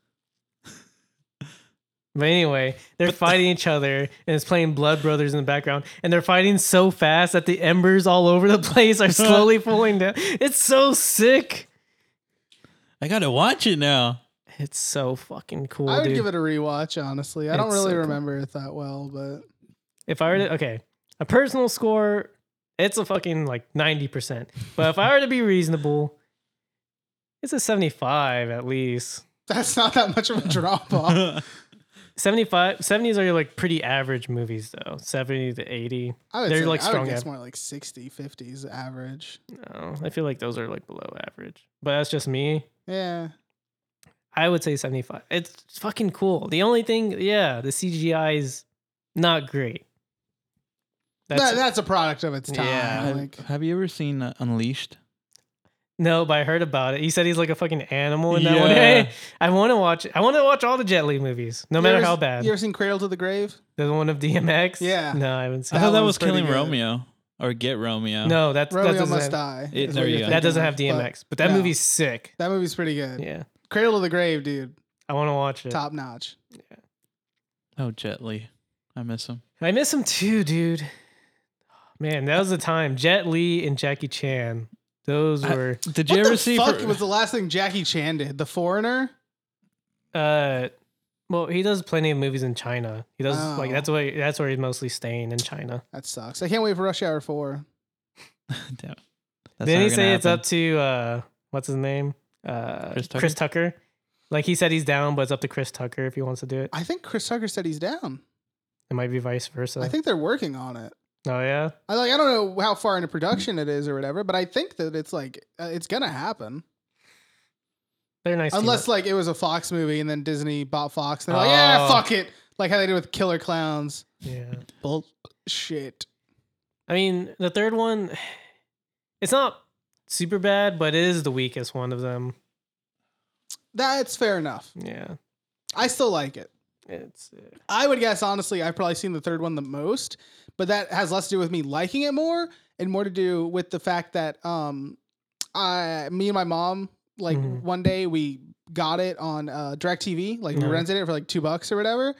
But anyway, they're fighting each other, and it's playing Blood Brothers in the background, and they're fighting so fast that the embers all over the place are slowly falling down. It's so sick.
I gotta watch it now.
It's so fucking cool,
I would
dude.
give it a rewatch, honestly. I don't
It's so
really
cool.
remember it that well, but
If I were
Mm.
to okay, a personal score, it's a fucking like ninety percent. But if I were to be reasonable, it's a seventy-five at least.
that's not that much of a drop off.
75 70s are like pretty average movies though 70 to 80
I would
They're,
say
like,
I
strong
would guess
av-
more like 60, 50s average.
no i feel like those are like below average but that's just me
Yeah.
i would say 75 it's fucking cool the only thing yeah the cgi is not great
That's,
that's
that, that's a product of its time.
Yeah.
Like,
have you ever seen uh, Unleashed?
no but i heard about it he said he's like a fucking animal in that
Yeah.
one i want to watch i want to watch all the jet li movies no
You
matter
ever-
how bad
You ever seen Cradle to the Grave?
the one of dmx
Yeah.
no i haven't seen
I
That
thought that
one's
was
pretty
Killing
good.
Romeo. or Get Romeo.
No, that's that
Romeo
doesn't
Must
have,
Die.
It-
is
there
what
you
you're
go.
that doesn't
thinking
have
of, but
DMX, but that
no.
movie's sick.
That movie's pretty good.
Yeah,
Cradle to the Grave, dude.
I want to watch it.
Top notch.
Oh, Jet Li. I miss him.
I miss him too, dude. Man, that was the time. Jet Li and Jackie Chan. Those
I-
were
Did you
What
ever
the
see?
fuck
for-
was the last thing Jackie Chan did? The Foreigner.
uh well, he does plenty of movies in China. He does like
Oh.
that's why that's where he's mostly staying in China.
That sucks. I can't wait for Rush Hour Four.
Damn. That's
Didn't
never
he
gonna
say it's
happen.
up to uh what's his name? Uh
Chris
Chris
Tucker?
Tucker. Like he said he's down, but it's up to Chris Tucker if he wants to do it.
I think Chris Tucker said he's down.
It might be vice versa.
I think they're working on it.
oh yeah.
I like. I don't know how far into production it is or whatever, but I think that it's like uh, it's gonna happen.
They're nice. team
Unless
up.
like it was a Fox movie and then Disney bought Fox and they're like, yeah,
Oh.
fuck it, like how they did with Killer Clowns.
Yeah.
Bullshit.
I mean, the third one it's not super bad, but it is the weakest one of them.
That's fair enough.
Yeah.
I still like it.
It's uh,
I would guess honestly, I've probably seen the third one the most, but that has less to do with me liking it more and more to do with the fact that um, I, me and my mom, like
Mhm.
one day we got it on uh, Directv, like we
Yeah.
rented it for like two bucks or whatever,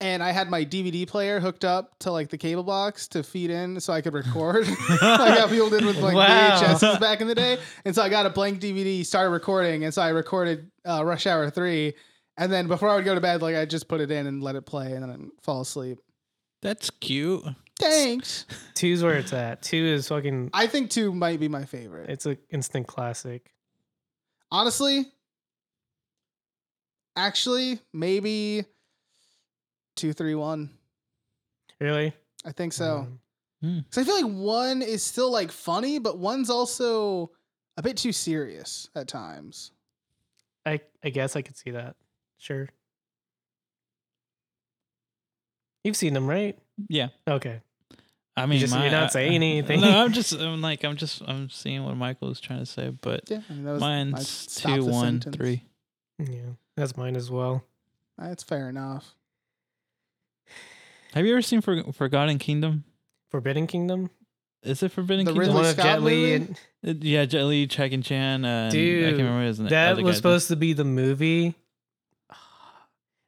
and I had my DVD player hooked up to like the cable box to feed in so I could record, like how people did with like
Wow.
VHSs back in the day, and so I got a blank DVD, started recording, and so I recorded uh, Rush Hour Three. And then before I would go to bed, like I just put it in and let it play and then I'd fall asleep.
That's cute.
Thanks.
two's where it's at. Two is fucking
I think two might be my favorite.
it's an instant classic.
Honestly, actually, maybe two, three, one.
Really?
I think so.
Um,
Because I feel like one is still like funny, but one's also a bit too serious at times.
I I guess I could see that. Sure. You've seen them, right?
Yeah.
Okay.
I mean,
just-
my-
you're not saying
I-
anything.
No, I'm just. I'm like. I'm just. I'm seeing what Michael was trying to say, but
Yeah, I mean, that was- I
mine's
stopped
two,
the
one,
sentence.
three.
Yeah, that's mine as well.
That's fair enough.
Have you ever seen For- Forgotten Kingdom?
Forbidden Kingdom,
Is it Forbidden
The
Kingdom?
Ridley
one of
Scott
Jet Li,
movie?
and
Uh, yeah, Jet Li, Jack and Chan. Uh, and I
Dude,
can't remember his name.
that
other
was
guy.
supposed to be the movie.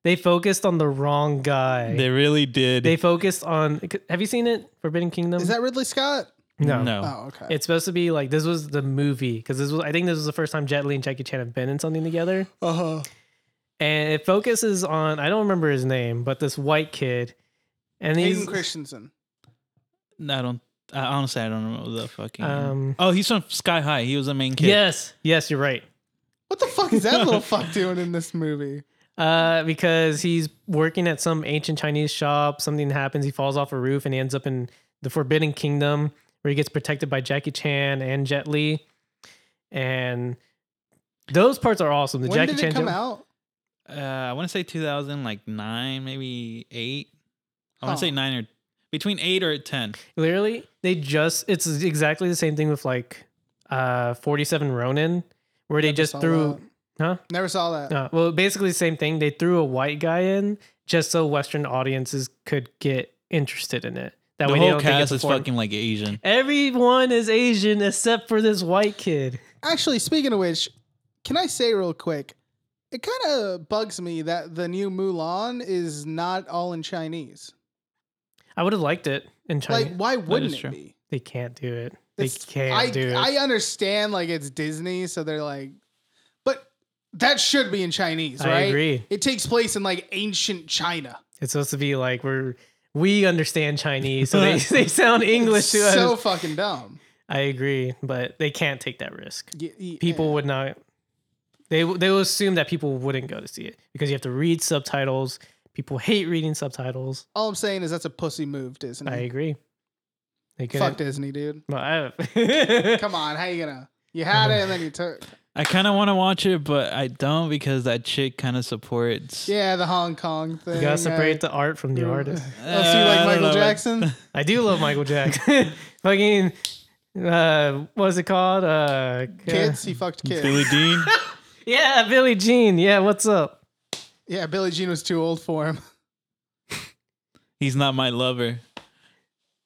They focused on the wrong guy.
They really did.
they focused on. Have you seen it, Forbidden Kingdom?
Is that Ridley Scott?
Um, no,
no.
Oh, okay.
It's supposed to be like this was the movie because this was. I think this was the first time Jet Li and Jackie Chan have been in something together.
uh huh.
and it focuses on I don't remember his name, but this white kid, and he's
Hayden Christensen.
No, I don't. I, honestly, I don't know the fucking.
um
oh, he's from Sky High. He was the main kid.
yes, yes, you're right,
What the fuck is that little fuck doing in this movie?
uh, because he's working at some ancient Chinese shop. Something happens, he falls off a roof, and he ends up in the Forbidden Kingdom, where he gets protected by Jackie Chan and Jet Li, and those parts are awesome. The
when
Jackie
did
Chan
it come
jump-
out?
Uh, I want to say 2000, like nine, maybe eight. I want
Huh.
to say nine or between eight or ten.
Literally, they just it's exactly the same thing with like uh 47 Ronin, where they
Never
just
saw
threw
that.
Huh?
Never saw that.
Uh, well, basically the same thing. They threw a white guy in just so Western audiences could get interested in it. That
the
way, they
whole
don't think
cast
it's a
is
foreign-
fucking like Asian.
Everyone is Asian except for this white kid.
Actually, speaking of which, can I say real quick? It kind of bugs me that the new Mulan is not all in Chinese.
I would have liked it in China.
Like, why wouldn't
is
it
true.
be?
they can't do it. They
It's-
can't
I,
do it.
I understand, like, it's Disney, so they're like, but that should be in Chinese,
I
right?
agree.
It takes place in like ancient China.
It's supposed to be like we're we understand Chinese, so they, they sound English to
so
us.
fucking dumb.
I agree, but they can't take that risk.
Y- y-
People would not. They they will assume that people wouldn't go to see it because you have to read subtitles. People hate reading subtitles.
All I'm saying is that's a pussy move, Disney.
I agree. They couldn't.
Fuck Disney, dude.
No, I-
Come on, how you gonna? You had it and then you took.
I kind of want to watch it, but I don't because that chick kind of supports.
Yeah, the Hong Kong thing.
you gotta
I-
separate the art from the artist.
Oh, so you
Uh, I
like
don't
Michael
know, but-
Jackson?
I do love Michael Jackson. Fucking, uh, what's it called? Uh,
Kids, he fucked kids.
Billy Dean.
Yeah, Billie Jean. Yeah, what's up?
Yeah, Billie Jean was too old for him.
He's not my lover.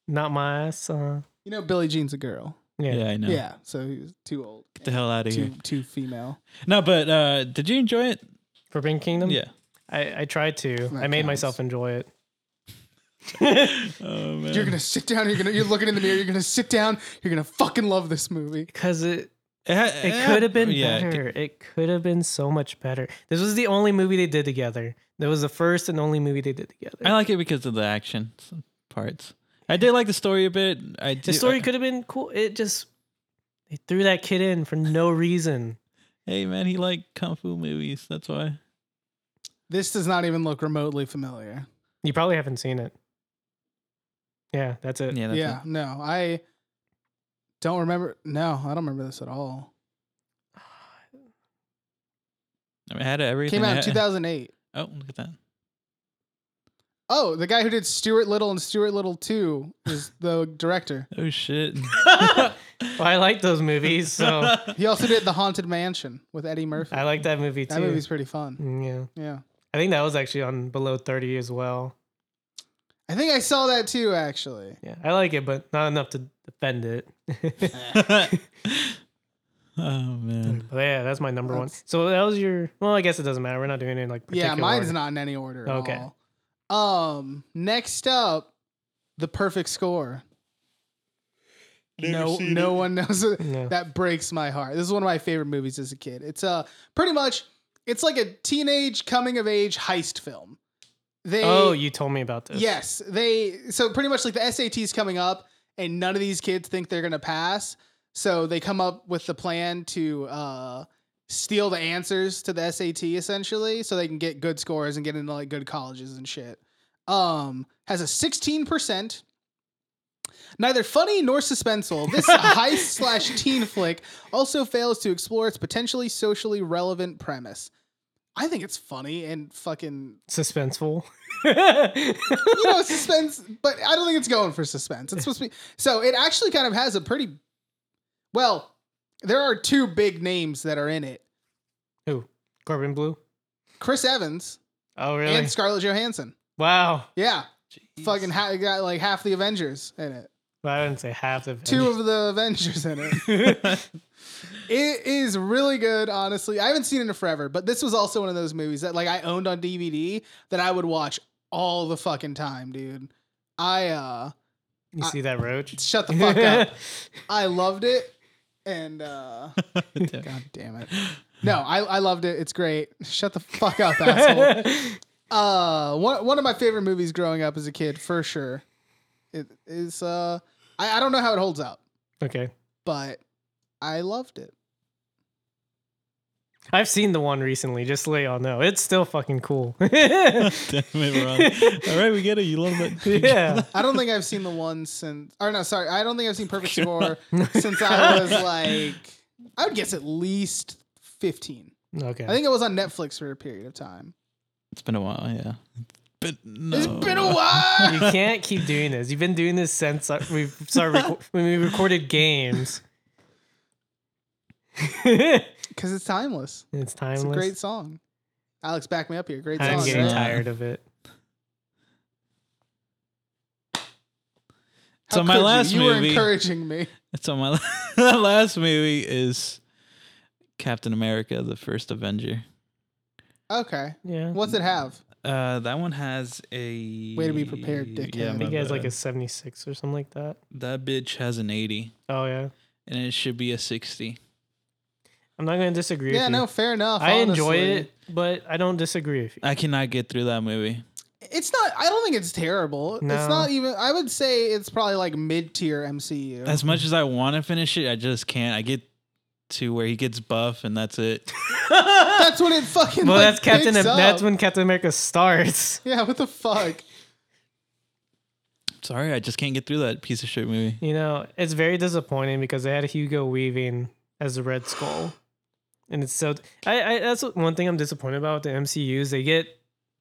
Not my son.
You know, Billie Jean's a girl.
Yeah.
Yeah, I know.
Yeah, so he was too old,
Get the hell out of
too
here.
too female.
No, but uh, did you enjoy it?
For Bring Kingdom?
Yeah.
I, I tried to. I made
counts.
myself enjoy it.
Oh man.
You're gonna sit down. You're gonna. You're looking in the mirror. You're gonna sit down. You're gonna fucking love this movie.
Because it
it, ha-
it
ha-
could have been
Eh, yeah, it could-
better. It could have been so much better. This was the only movie they did together. That was the first and only movie they did together.
I like it because of the action parts. I did like the story a bit. I did,
the story could have been cool. It just they threw that kid in for no reason.
Hey man, he liked kung fu movies. That's why.
This does not even look remotely familiar.
You probably haven't seen it. Yeah, that's it.
Yeah. That's
yeah, no, I don't remember. No, I don't remember this at all.
It. I mean, it had everything.
Came out in
It had-
2008.
Oh, look at that.
Oh, the guy who did Stuart Little and Stuart Little 2 is the director.
Oh shit.
Well, I like those movies, so
He also did The Haunted Mansion with Eddie Murphy.
I like that movie too.
That movie's pretty fun.
Mm, yeah,
Yeah.
I think that was actually on below thirty as well.
I think I saw that too, actually.
Yeah, I like it, but not enough to defend it. but
oh man.
yeah, that's my number one.
That's-
So that was your. Well, I guess it doesn't matter. We're not doing it in like particular.
Yeah, mine's
order.
not in any order at
Okay.
all. Um, next up, The Perfect Score. no no one knows it.
No.
That breaks my heart. This is one of my favorite movies as a kid. It's uh pretty much it's like a teenage coming of age heist film. They
Oh, you told me about this.
Yes, they so pretty much like the SAT's coming up, and none of these kids think they're gonna pass. So they come up with the plan to uh, steal the answers to the SAT essentially, so they can get good scores and get into like good colleges and shit. Um, has a sixteen percent. Neither funny nor suspenseful, this heist slash teen flick also fails to explore its potentially socially relevant premise. I think it's funny and fucking
Suspenseful.
you know, suspense, but I don't think it's going for suspense. It's supposed to be so it actually kind of has a pretty well, there are two big names that are in it.
Who? Corbin Blue.
Chris Evans
Oh, really?
and Scarlett Johansson.
wow.
Yeah.
Jeez.
Fucking ha- got like half the Avengers in it.
Well, I wouldn't say half of
Two of the Avengers in it. It is really good, honestly. I haven't seen it in forever, but this was also one of those movies that like I owned on DVD that I would watch all the fucking time, dude. I uh
You see that roach?
shut the fuck up. I loved it, and uh, god damn it, no, I, I loved it. It's great. Shut the fuck up, asshole. Uh, one one of my favorite movies growing up as a kid for sure. It is uh, I, I don't know how it holds up,
okay.
but I loved it.
I've seen the one recently, just so y'all know. It's still fucking cool.
Damn it, Ron. All right, we get it. You love it.
yeah.
I don't think I've seen the one since. Or no, sorry, I don't think I've seen Perfect Score since I was like, I would guess at least fifteen.
Okay.
I think it was on Netflix for a period of time.
It's been a while. Yeah. But no.
It's been a while.
you can't keep doing this. You've been doing this since uh, we started reco- when we recorded games. it's
Because it's timeless. It's
timeless.
a great song. Alex, back me up here. Great
I'm
song.
getting
right?
yeah.
tired of it.
How
So my
could you?
last
you, were
movie-
encouraging me.
So my last movie is Captain America: The First Avenger.
Okay.
Yeah.
What's it have?
Uh, that one has a
Way to be prepared, dickhead.
Yeah,
I
I think
my
it has like
bad.
a 76 or something like that.
that bitch has an eighty,
Oh yeah.
and it should be a sixty.
I'm not gonna disagree.
Yeah,
with
no,
You.
fair enough.
I enjoy
honestly.
it, but I don't disagree with you.
I cannot get through that movie.
It's not, I don't think it's terrible. It's
No.
not even, I would say it's probably like mid tier MCU.
As much as I want to finish it, I just can't. I get to where he gets buff, and that's it.
that's when it fucking
Well,
like,
that's Captain.
picks up.
That's when Captain America starts.
Yeah, what the fuck?
Sorry, I just can't get through that piece of shit movie.
You know, it's very disappointing because they had Hugo Weaving as the Red Skull, and it's so. I, I that's one thing I'm disappointed about with the MCU is they get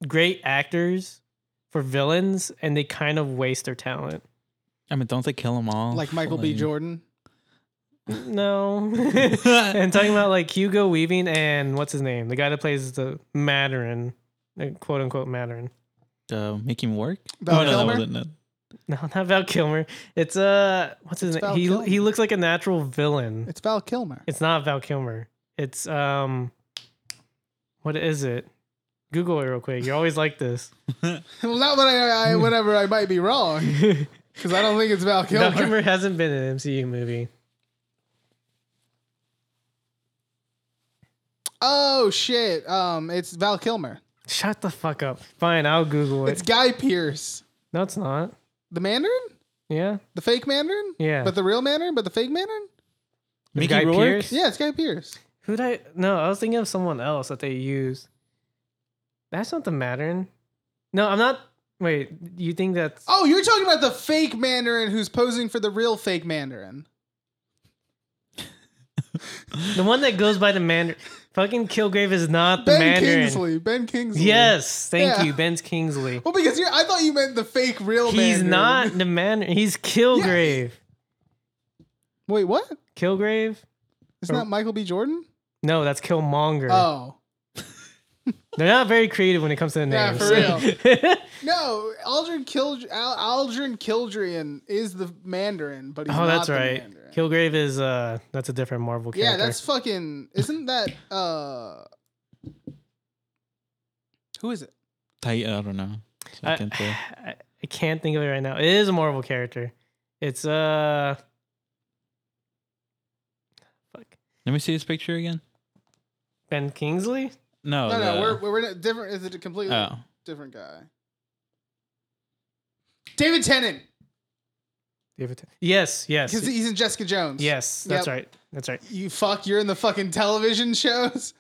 great actors for villains, and they kind of waste their talent.
I mean, don't they kill them
Oh,
all?
Like Michael B.
Like-
Jordan.
No, and talking about like Hugo Weaving and what's his name, the guy that plays the Mandarin, uh, quote unquote Mandarin.
Uh, make him work.
Val
oh no,
Kilmer?
that wasn't it.
No, not Val Kilmer. It's uh, what's his
It's
name?
Val
he
Kilmer.
he looks like a natural villain.
It's Val Kilmer.
It's not Val Kilmer. It's um, what is it? Google it real quick. You're always like this.
well, not when I, I whenever I might be wrong because I don't think it's Val Kilmer.
Val Kilmer hasn't been in an MCU movie.
Oh shit. Um, it's Val Kilmer.
Shut the fuck up. Fine, I'll Google it.
It's Guy Pierce,
no, it's not.
the Mandarin,
Yeah,
the fake Mandarin.
yeah.
But the real Mandarin, but the fake Mandarin.
The
Mickey
guy
Rourke?
Pierce?
Yeah, it's Guy Pierce.
Who'd I? No, I was thinking of someone else that they used. That's not the Mandarin. No, I'm not. Wait, you think that's?
Oh, you're talking about the fake Mandarin who's posing for the real fake Mandarin.
The one that goes by the Mandarin. Fucking Kilgrave is not the
Ben
Mandarin.
Kingsley. Ben Kingsley.
Yes, thank
Yeah.
you, Ben's Kingsley.
Well, because you're, I thought you meant the fake real
He's
Mandarin.
not the Mandarin. He's Kilgrave.
Wait, what?
Kilgrave? Oh.
Isn't that Michael B. Jordan?
No, that's Killmonger.
Oh.
They're not very creative when it comes to the
Yeah,
names. Oh,
for
real.
No, Aldrin, Kildr- Al- Aldrin Kildrian is the Mandarin, but he's
oh,
not
that's
the
right.
Mandarin.
Kilgrave is uh, that's a different Marvel character.
yeah, that's fucking. Isn't that uh? Who is it?
Tight, I don't know. So I,
I,
can't tell.
I, I can't think of it right now. It is a Marvel character. It's uh, fuck,
Let me see his picture again.
Ben Kingsley. Oh,
No,
no, no,
the-
we're we're in a different. Is it a completely
oh,
different guy? David Tennant,
Yes, yes,
because he's in Jessica Jones.
yes. That's
Yep.
right. That's right.
You fuck, you're in the fucking television shows.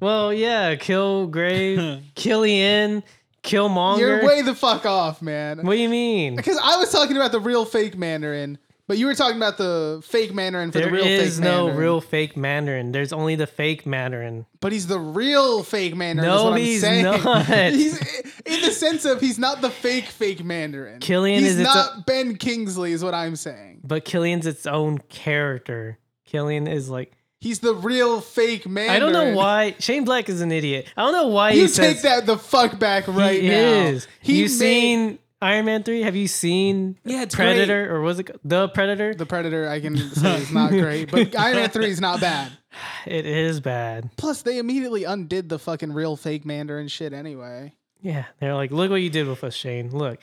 Well, yeah, Kilgrave, Killian, Killmonger.
You're way the fuck off, man.
what do you mean?
Because I was talking about the real fake Mandarin, but you were talking about the fake Mandarin for
There
the real
is
fake
no
Mandarin.
real fake Mandarin. There's only the fake Mandarin.
but he's the real fake Mandarin. is
No,
what I'm
he's
saying.
not.
he's in the sense of he's not the fake fake Mandarin.
Killian
he's
is its
not Ben Kingsley, is what I'm saying.
But Killian's its own character. Killian is like
He's the real fake Mandarin.
I don't know why Shane Black is an idiot. I don't know why
You
he
take
says
that the fuck back right
he
now.
is.
He
you
made
seen Iron Man three? Have you seen
Yeah, it's
Predator or was it ca- the Predator?
the Predator? I can say is not great, but Iron Man three is not bad.
it is bad.
Plus, they immediately undid the fucking real fake Mandarin shit anyway.
Yeah, they're like, look what you did with us, Shane. Look,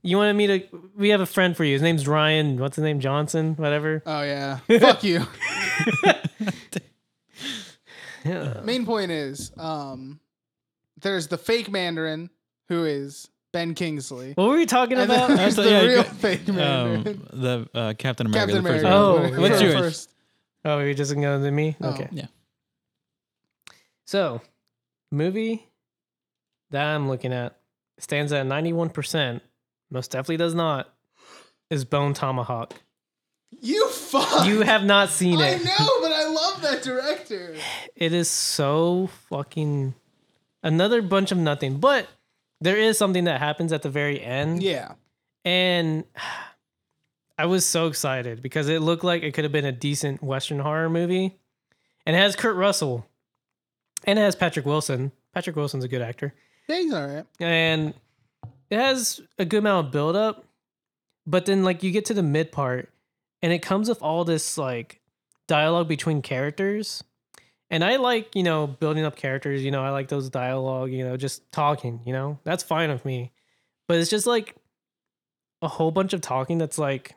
you wanted me to. We have a friend for you. His name's Ryan. What's his name? Johnson. Whatever.
Oh yeah, fuck you.
Yeah.
Main point is, um, there's the fake Mandarin who is Ben Kingsley,
What were we talking
and then
about?
there's
I
the
thought- yeah,
real
go-
fake
um,
Mandarin.
the uh, Captain America.
Captain
the
America.
first one.
Oh,
Whatever
what's
the
yours?
First.
Oh, you're just going to me.
Oh.
Okay.
Yeah.
So, movie that I'm looking at stands at 91 percent. Most definitely does not. Is Bone Tomahawk?
You fuck.
You have not seen
I
it.
know, but I love that director.
It is so fucking another bunch of nothing. But there is something that happens at the very end.
Yeah,
And I was so excited because it looked like it could have been a decent Western horror movie. And it has Kurt Russell. And it has Patrick Wilson. Patrick Wilson's a good actor.
yeah, he's all right.
And it has a good amount of buildup. But then like you get to the mid part and it comes with all this like dialogue between characters. And I like, you know, building up characters, you know, I like those dialogue, you know, just talking, you know. That's fine with me. But it's just like a whole bunch of talking that's like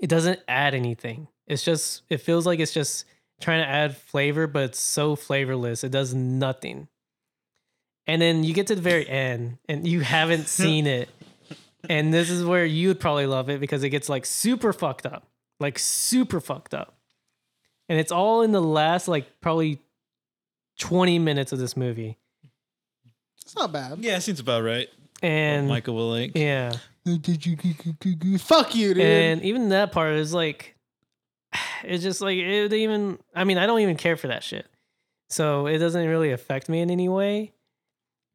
it doesn't add anything. It's just it feels like it's just trying to add flavor, but it's so flavorless. It does nothing. And then you get to the very end and you haven't seen it. And this is where you would probably love it because it gets like super fucked up. Like super fucked up. And it's all in the last like probably 20 minutes of this movie.
It's not bad.
Yeah, seems about right.
And
Michael Willick.
yeah.
Fuck you, dude.
And even that part is like, it's just like it didn't even. I mean, I don't even care for that shit, so it doesn't really affect me in any way.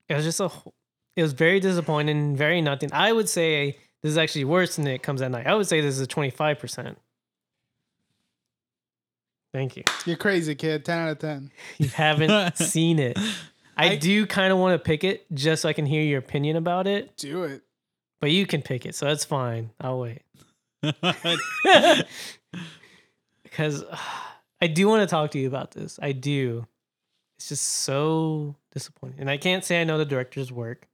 It was just a, wh- it was very disappointing, very nothing. I would say this is actually worse than it comes at night. I would say this is a twenty five percent. Thank you.
You're crazy, kid. Ten out of ten.
You haven't seen it. I, do kind of want to pick it just so I can hear your opinion about it.
Do it.
but you can pick it, so that's fine. I'll wait. because uh, I do want to talk to you about this. I do. It's just so disappointing. And I can't say I know the director's work.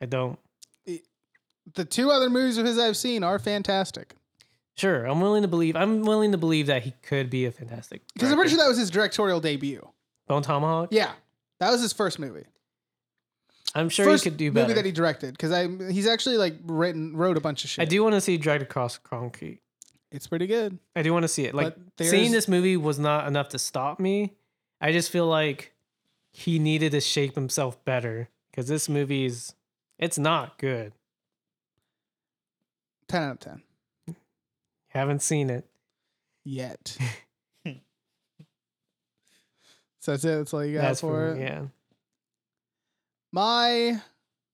I don't.
The two other movies of his I've seen are fantastic.
Sure, I'm willing to believe. I'm willing to believe that he could be a fantastic.
Because I'm pretty
director.
sure that was his directorial debut.
Bone Tomahawk.
Yeah, that was his first movie.
I'm sure
first
he could do
movie
better.
that he directed. Because I he's actually like written wrote a bunch of shit.
I do want to see Dragged Across Concrete.
It's pretty good.
I do want to see it. Like
But there's-
seeing this movie was not enough to stop me. I just feel like he needed to shape himself better because this movie is it's not good.
Ten out of ten.
Haven't seen it.
Yet. so that's it. That's all you got
That's
for,
for
it.
me, yeah.
My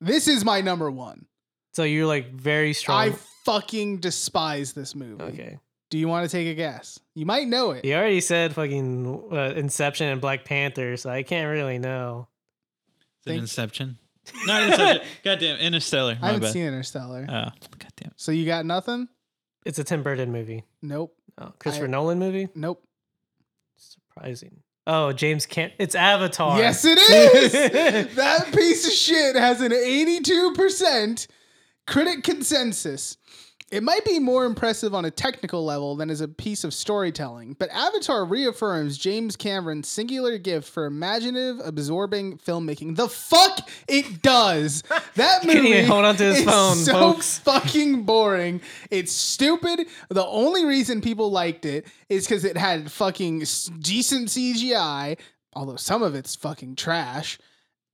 this is my number one.
So you're like very strong.
I fucking despise this movie.
okay.
Do you want to take a guess? You might know it.
You already said fucking uh, Inception and Black Panther, so I can't really know.
Is it
Think-
Inception? Not Inception. Goddamn, Interstellar.
I
My
haven't
bad.
seen Interstellar.
oh, goddamn.
so you got nothing?
It's a Tim Burton movie.
Nope.
Oh, Christopher Nolan movie?
Nope.
Surprising. Oh, James Cam. It's Avatar.
Yes, it is. that piece of shit has an 82% critic consensus. It might be more impressive on a technical level than as a piece of storytelling, but Avatar reaffirms James Cameron's singular gift for imaginative, absorbing filmmaking. The fuck it does. That
He can't
movie
even hold onto his
is
phone,
so
folks.
fucking boring. It's stupid. The only reason people liked it is because it had fucking s- decent CGI, although some of it's fucking trash.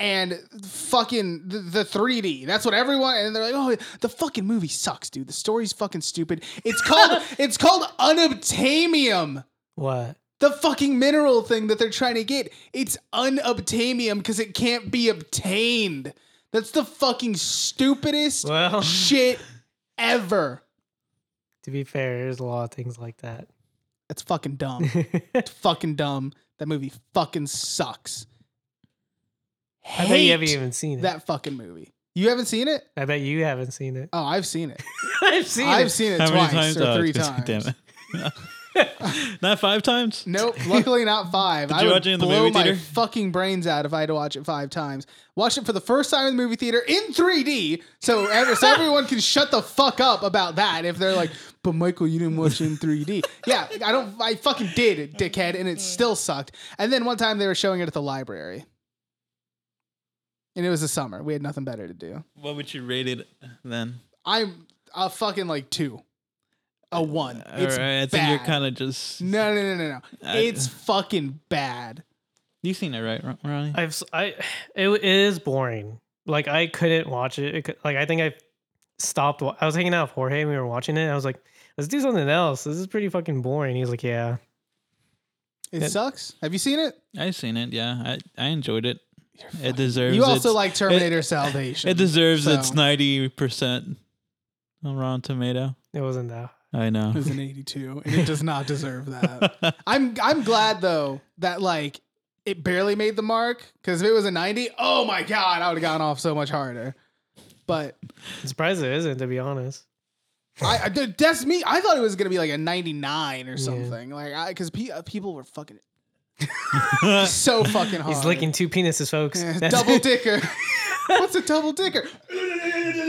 And fucking the, the 3D. That's what everyone and they're like, oh, the fucking movie sucks, dude. The story's fucking stupid. It's called it's called unobtainium
What?
the fucking mineral thing that they're trying to get. It's unobtainium because it can't be obtained. That's the fucking stupidest
Well,
shit ever.
to be fair, there's a lot of things like that.
That's fucking dumb. It's fucking dumb. That movie fucking sucks.
I bet you haven't
Hate
even seen it.
that fucking movie. You haven't seen it?
I bet you haven't seen it.
Oh, I've seen it.
I've seen
I've
it.
seen it
How
twice
many times?
or
Oh,
three
it's-
times.
Damn it. Not five times.
Nope, luckily not five.
Did
I
you
would
watch it in the
blow
movie
my
theater?
fucking brains out if I had to watch it five times. Watched it for the first time in the movie theater in 3D, so ever, so everyone can shut the fuck up about that if they're like, "But Michael, you didn't watch it in 3D." yeah, I don't. I fucking did, dickhead, and it still sucked. And then one time they were showing it at the library, and it was the summer. We had nothing better to do.
What would you rate it then?
I'm a fucking like two, a one. It's
Alright, I
bad.
think you're kind of just.
no, no, no, no, no.
I-
it's fucking bad.
You've seen it, right, Ron- Ronnie?
I've s- I it, it is boring. Like I couldn't watch it. it could- like I think I stopped. wa- I was hanging out with Jorge and we were watching it. and I was like, let's do something else. This is pretty fucking boring. He's like, yeah.
It
It-
sucks. Have you seen it?
I've seen it. Yeah, I, I enjoyed it. It deserves.
You also
its-
like Terminator Salvation.
It deserves its
so-
ninety percent on Rotten Tomato.
It wasn't that.
I
It
know.
was an 82, and it does not deserve that. I'm I'm glad though that like it barely made the mark because if it was a 90, oh my god, I would have gone off so much harder. But
I'm surprised it isn't. To be honest,
I, I dude, that's me. I thought it was gonna be like a 99 or something. Like I because pe- uh, people were fucking so fucking hard.
he's licking two penises, folks. That's-
double dicker. What's a double dicker? and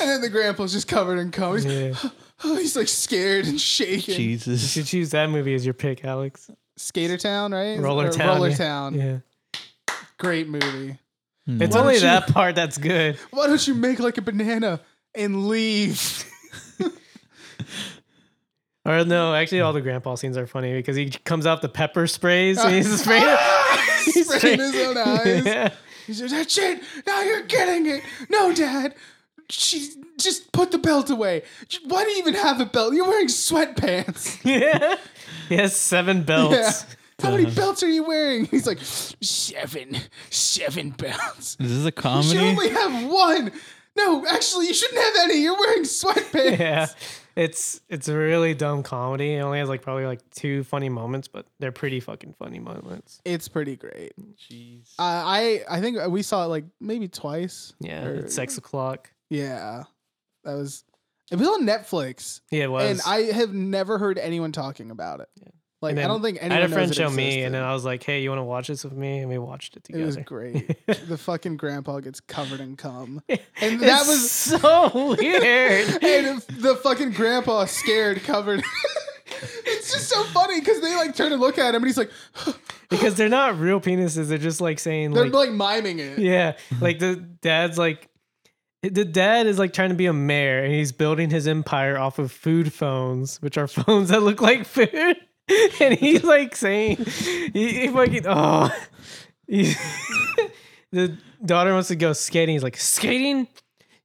then the grandpa's just covered in cum. He's- oh,
yeah.
He's like scared and shaking.
Jesus.
You should choose that movie as your pick, Alex.
Skater Town, right?
Roller
Or
Town.
Roller
yeah.
Town.
Yeah.
Great movie.
It's
Why don't
only
you-
that part that's good.
Why don't you make like a banana and leave?
Or no, actually, all the grandpa scenes are funny because he comes off the pepper sprays and he's spraying. he's
Spraying his own eyes.
Yeah.
He says, "That shit. Now you're getting it. No, Dad. She just put the belt away. Why do you even have a belt? You're wearing sweatpants.
yeah. He has seven
Yeah.
belts. Uh.
How many belts are you wearing? He's like, seven, seven belts.
Is this a
You should
comedy?
only have one. No, actually, you shouldn't have any. You're wearing sweatpants.
Yeah. It's it's a really dumb comedy. It only has like probably like two funny moments, but they're pretty fucking funny moments.
It's pretty great.
Jeez.
Uh, I I think we saw it like maybe twice.
Yeah. It's six o'clock.
Yeah, that was. It was on Netflix,
Yeah, it was.
and I have never heard anyone talking about it.
Yeah.
Like
And
I
then
don't think
I
anyone.
had a friend
knows it
show me, and
existed.
then I was like, "Hey, you want to watch this with me?" And we watched it
It was
together.
great. the fucking grandpa gets covered in cum, and
It's
that was
so weird.
and if the fucking grandpa scared covered. it's just so funny because they like turn and look at him, and he's like,
because they're not real penises. They're just like saying
they're
like,
like, miming it.
yeah, like the dad's like the dad is like trying to be a mayor and he's building his empire off of food phones, which are phones that look like food. And he's like saying, he, he fucking oh, He- the daughter wants to go skating. He's like skating.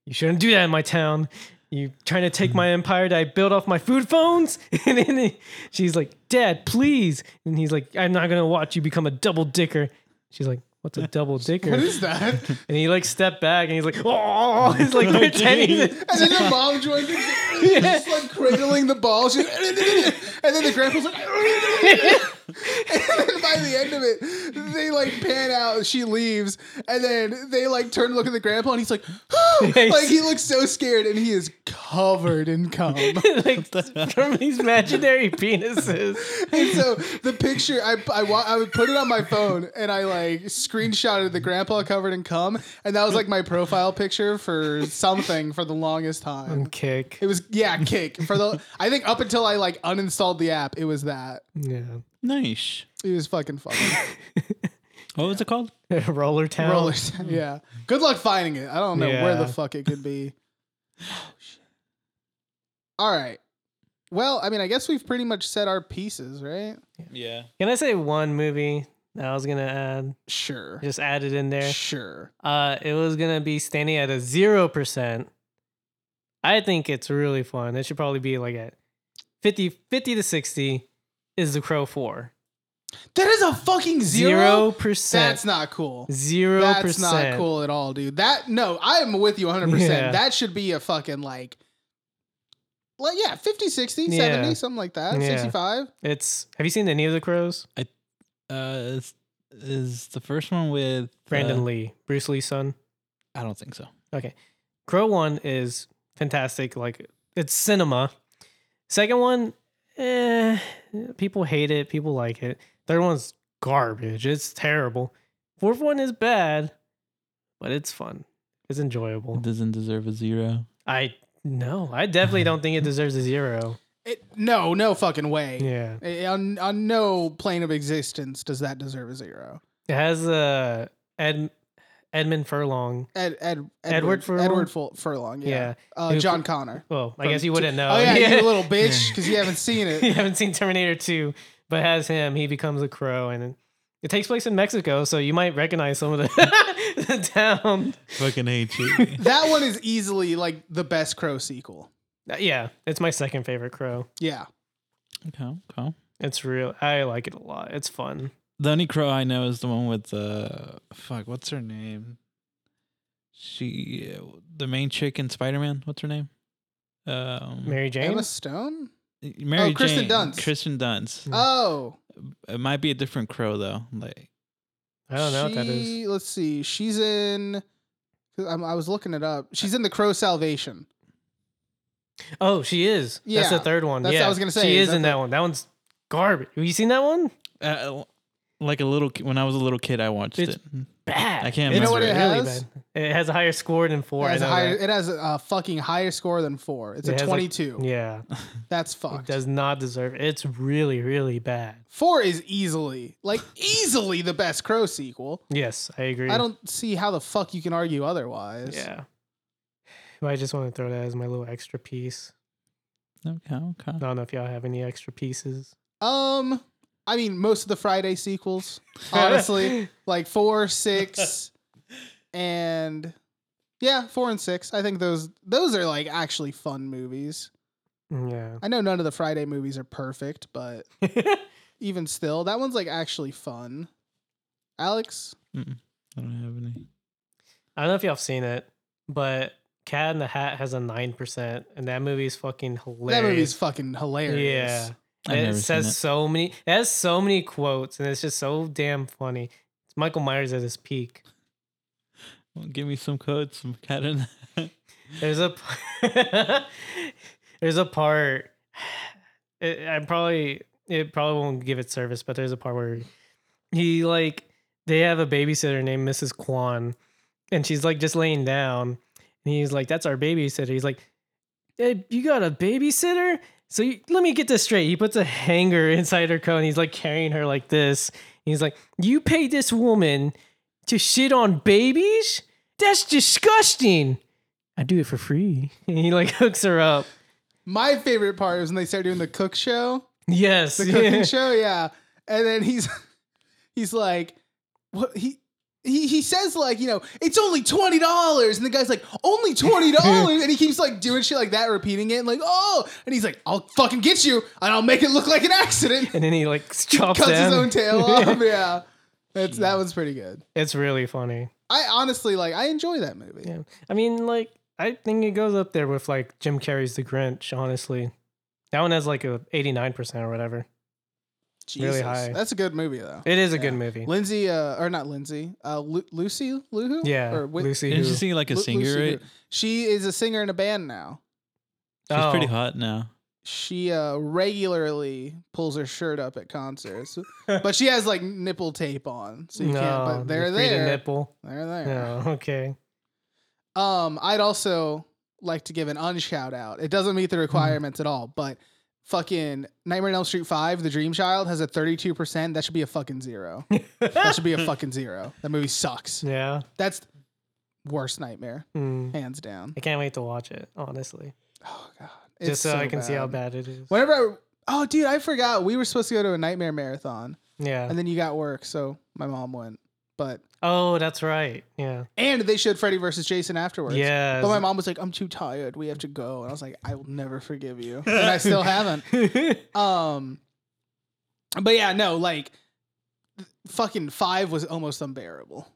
You shouldn't do that in my town. You trying to take my empire that I built off my food phones? And then he- she's like, Dad, please. And he's like, I'm not gonna watch you become a double dicker. She's like, What's a double dicker?
What is that?
And he like stepped back and he's like, oh, he's like pretending. to-
And then your mom joins in, she's just like cradling the ball. She's, and then the grandpa's like, and then by the end of it, they like pan out. She leaves, and then they like turn to look at the grandpa, and he's like, "Oh!" like he looks so scared, and he is covered in cum.
like from these imaginary penises.
And so the picture, I, I, wa- I would put it on my phone and I like screenshotted the grandpa covered in cum. And that was like my profile picture for something for the longest time.
Kick.
It was, yeah, kick. For the, I think up until I like uninstalled the app, it was that.
Yeah.
Nice.
It was fucking funny.
What was it called?
Roller town.
Rollers. Yeah. Good luck finding it. I don't know where the
Yeah.
fuck it could be. All right. Well, I mean, I guess we've pretty much said our pieces, right?
Yeah.
Can I say one movie that I was gonna add?
Sure.
Just add it in there.
Sure.
Uh, it was gonna be standing at a zero percent. I think it's really fun. It should probably be like at 50, 50 to sixty. Is the Crow Four
That is a fucking
zero percent?
That's not cool.
zero
That's
percent.
not cool at all, dude. That no, I am with you 100%.
Yeah.
That should be a fucking like like yeah, 50, 60,
Yeah.
70, something like that.
Yeah.
65.
It's. Have you seen any of the Crows?
Uh, is, is the first one with
Brandon
uh,
Lee, Bruce Lee's son.
I don't think so.
Crow one is fantastic. Like it's cinema. Second one, eh, people hate it. People like it. Third one's garbage. It's terrible. Fourth one is bad, but it's fun. It's
It
enjoyable.
doesn't deserve a zero.
I no, I definitely don't think it deserves a zero.
It, no, no fucking way.
Yeah,
Eh, On, on no plane of existence does that deserve a zero.
it has uh, Ed Edmund Furlong.
Ed, Ed,
Edward Furlong?
Edward Ful- Furlong, yeah.
Yeah.
Uh,
Who-
John Connor.
Well, I
From
guess you
T-
wouldn't know.
Oh, yeah, you little bitch, because you haven't seen
you
it.
haven't seen Terminator 2, but has him. He becomes a crow, and it takes place in Mexico, so you might recognize some of the, the town.
Fucking hate you.
that one is easily like the best Crow sequel.
Uh, Yeah, it's my second favorite crow.
Yeah.
okay, okay.
It's real. I like it a lot. It's fun.
The only crow I know is the one with the fuck. What's her name? She, the main chick in Spider Man. What's her name? Um, Mary,
Mary Jane.
Mm. Emma Stone?
Mary
Oh, Kristen
Jane.
Dunst.
Kristen Dunst.
Mm.
Oh.
It might be a different crow though. Like
I don't know what that is.
She- Let's see. She's in. 'cause I'm, I was looking it up. She's in the Crow Salvation.
Oh, she is. That's
Yeah,
the third one.
that's
yeah,
what I was gonna say.
She
Is
is
that
in
the-
that one. That one's garbage. Have you seen that one?
uh, like a little ki- when I was a little kid, I watched
It's-
it. Mm-hmm.
Bad.
I can't
You know
remember
what it
it.
has?
bad. It has a higher score than four.
It
I
has, a
know
higher,
that.
it has a, a fucking higher score than four. It's
It
a
has, like-
22.
Yeah,
That's
it
fucked.
does not deserve. It's really, really bad.
Four is easily, like, easily the best Crow sequel.
Yes, I agree.
I don't see how the fuck you can argue otherwise.
Yeah. But I just want to throw that as my little extra piece.
Okay, okay.
I don't know if y'all have any extra pieces.
Um, I mean, most of the Friday sequels, honestly, like four, six, and yeah, four and six. I think those those are like actually fun movies.
Mm, Yeah.
I know none of the Friday movies are perfect, but even still, that one's like actually fun. Alex,
Mm-mm. I don't have any.
I don't know if y'all have seen it, but Cat in the Hat has a 9%, and that movie is fucking hilarious.
that movie's fucking hilarious.
Yeah.
I've
it
never
says
seen it.
so many, it has so many quotes, and it's just so damn funny. It's Michael Myers at his peak.
Well, give me some codes, some cat in.
There's a there's a part. It, I probably it probably won't give it service, but there's a part where he like they have a babysitter named Mrs. Kwan, and she's like just laying down, and he's like, "That's our babysitter." He's like, "Hey, "You got a babysitter?" So you, let me get this straight. He puts a hanger inside her coat, and he's like carrying her like this. He's like, "You pay this woman to shit on babies? That's disgusting." I do it for free. And he like hooks her up.
My favorite part is when they start doing the cook show.
Yes.
the cooking
yeah.
show, yeah. And then he's he's like, what he. He, he says like you know it's only twenty dollars and the guy's like only twenty dollars and he keeps like doing shit like that repeating it and like oh and he's like I'll fucking get you and I'll make it look like an accident
And then he like chops
cuts
down.
his own tail off yeah that's that was pretty good
It's really funny.
I honestly like I enjoy that movie
Yeah. I mean, like, I think it goes up there with like Jim Carrey's The Grinch, honestly. That one has like a 89% or whatever. Really
Jesus.
high.
that's a good movie though
It is a good movie.
Lindsay uh, or not Lindsay uh Lu- Lucy Luhu
yeah.
or Wi-
Lucy.
Didn't
Who.
you see like a
Lu-
singer?
Lucy
Right?
Liu. she is a singer in a band now
She's pretty
Oh.
hot now.
she uh, regularly pulls her shirt up at concerts, but she has like nipple tape on, so you can't.
No,
But they're
you're free to
there.
nipple.
They're there.
No, okay.
Um, I'd also like to give an unshout out. It doesn't
Mm-hmm.
meet the requirements at all, but fucking Nightmare on Elm Street Five: The Dream Child has a thirty-two percent. That should be a fucking zero. that should be a fucking zero. That movie sucks.
Yeah.
That's worst nightmare,
Mm.
hands down.
I can't wait to watch it, honestly.
Oh god,
Just
It's
so, I can see how bad it is.
Whenever I, oh dude, I forgot we were supposed to go to a nightmare marathon.
Yeah.
and then you got work, so my mom went. But
Oh, that's right. Yeah.
and they showed Freddy versus Jason afterwards.
Yeah.
But my mom was like, "I'm too tired. We have to go." And I was like, "I will never forgive you," and I still haven't. Um, but yeah, no, like, th- fucking five was almost unbearable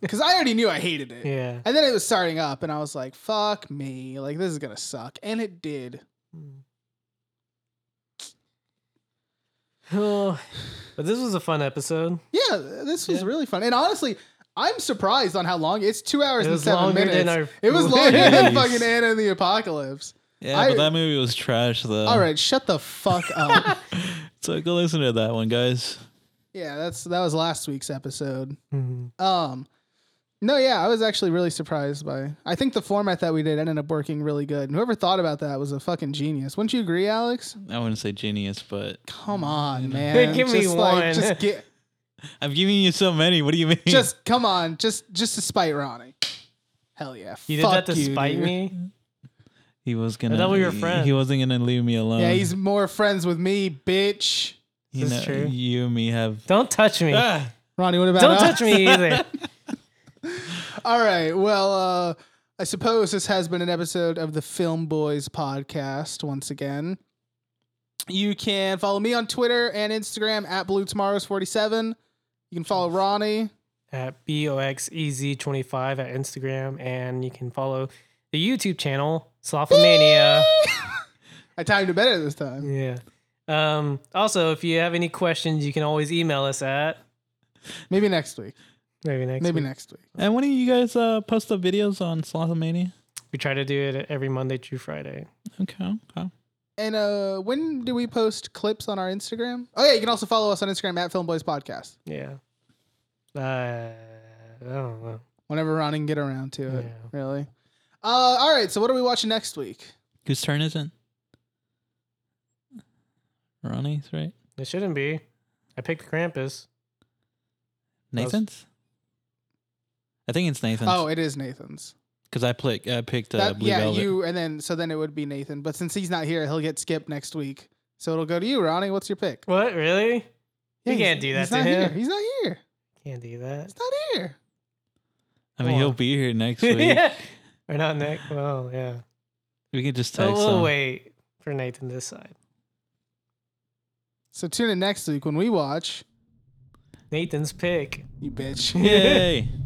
because I already knew I hated it,
yeah.
and then it was starting up, and I was like, "Fuck me! Like this is gonna suck," and it did.
Oh, but this was a fun episode.
Yeah, th- this was
Yeah.
really fun, and honestly. I'm surprised on how long it's two hours
It
and
was
seven
longer
minutes.
than our.
It was longer than
Jeez.
fucking Anna and the Apocalypse.
Yeah,
I-
but that movie was trash
Uh.
though.
All right, shut the fuck up.
So go listen to that one, guys.
yeah, that's that was last week's episode.
Mhm.
Um, no, yeah, I was actually really surprised by. I think the format that we did ended up working really good. And whoever thought about that was a fucking genius. Wouldn't you agree, Alex?
I wouldn't say genius, but
Come on, man.
Mm, Give me
just
one.
just get,
I'm giving you so many. What do you mean?
just come on, just just to spite Ronnie. Hell yeah.
You did
Fuck
that to spite
dude.
me.
he was gonna.
thought we were
he-
friends.
He wasn't gonna leave me alone.
Um,
Yeah, he's more friends with me, bitch.
You
This is true.
You and me have.
Don't touch me.
Ah,
Ronnie, what about
Don't
us?
touch me either.
All right. Well, uh, I suppose this has been an episode of the Film Boys podcast once again. You can follow me on Twitter and Instagram at Blue Tomorrows 47. You can follow Ronnie.
at E boxez25 at Instagram, and you can follow the YouTube channel Slopomania.
I timed it better this time.
yeah. Um, also, if you have any questions, you can always email us at
Maybe next week.
maybe next.
Maybe
week.
next week.
and when do you guys uh, post the videos on Slothomania?
We try to do it every Monday through Friday.
Okay. okay.
And uh, when do we post clips on our Instagram? Oh, yeah. You can also follow us on Instagram at Film Boys Podcast
Yeah. Uh, I don't know.
whenever Ronnie can get around to it.
Yeah.
Really? Uh, all right. So, what are we watching next week?
Whose turn is it? Ronnie's right.
It shouldn't be. I picked Krampus. was-
Nathan's. I think it's Nathan's.
Oh, it is Nathan's.
because I picked. I picked uh,
That-
Blue
yeah,
Velvet.
you and then so then it would be Nathan. But since he's not here, he'll get skipped next week. So it'll go to you, Ronnie. What's your pick?
What really? You
he's-
can't do that
he's
to
not
him.
Here. He's not here.
Can't do that.
He's not here.
I mean, he'll be here next week.
yeah. Or not Nick. Well, yeah.
We can just
So
text
we'll
him.
wait for Nathan this side.
So tune in next week when we watch.
Nathan's pick.
You bitch.
Yay.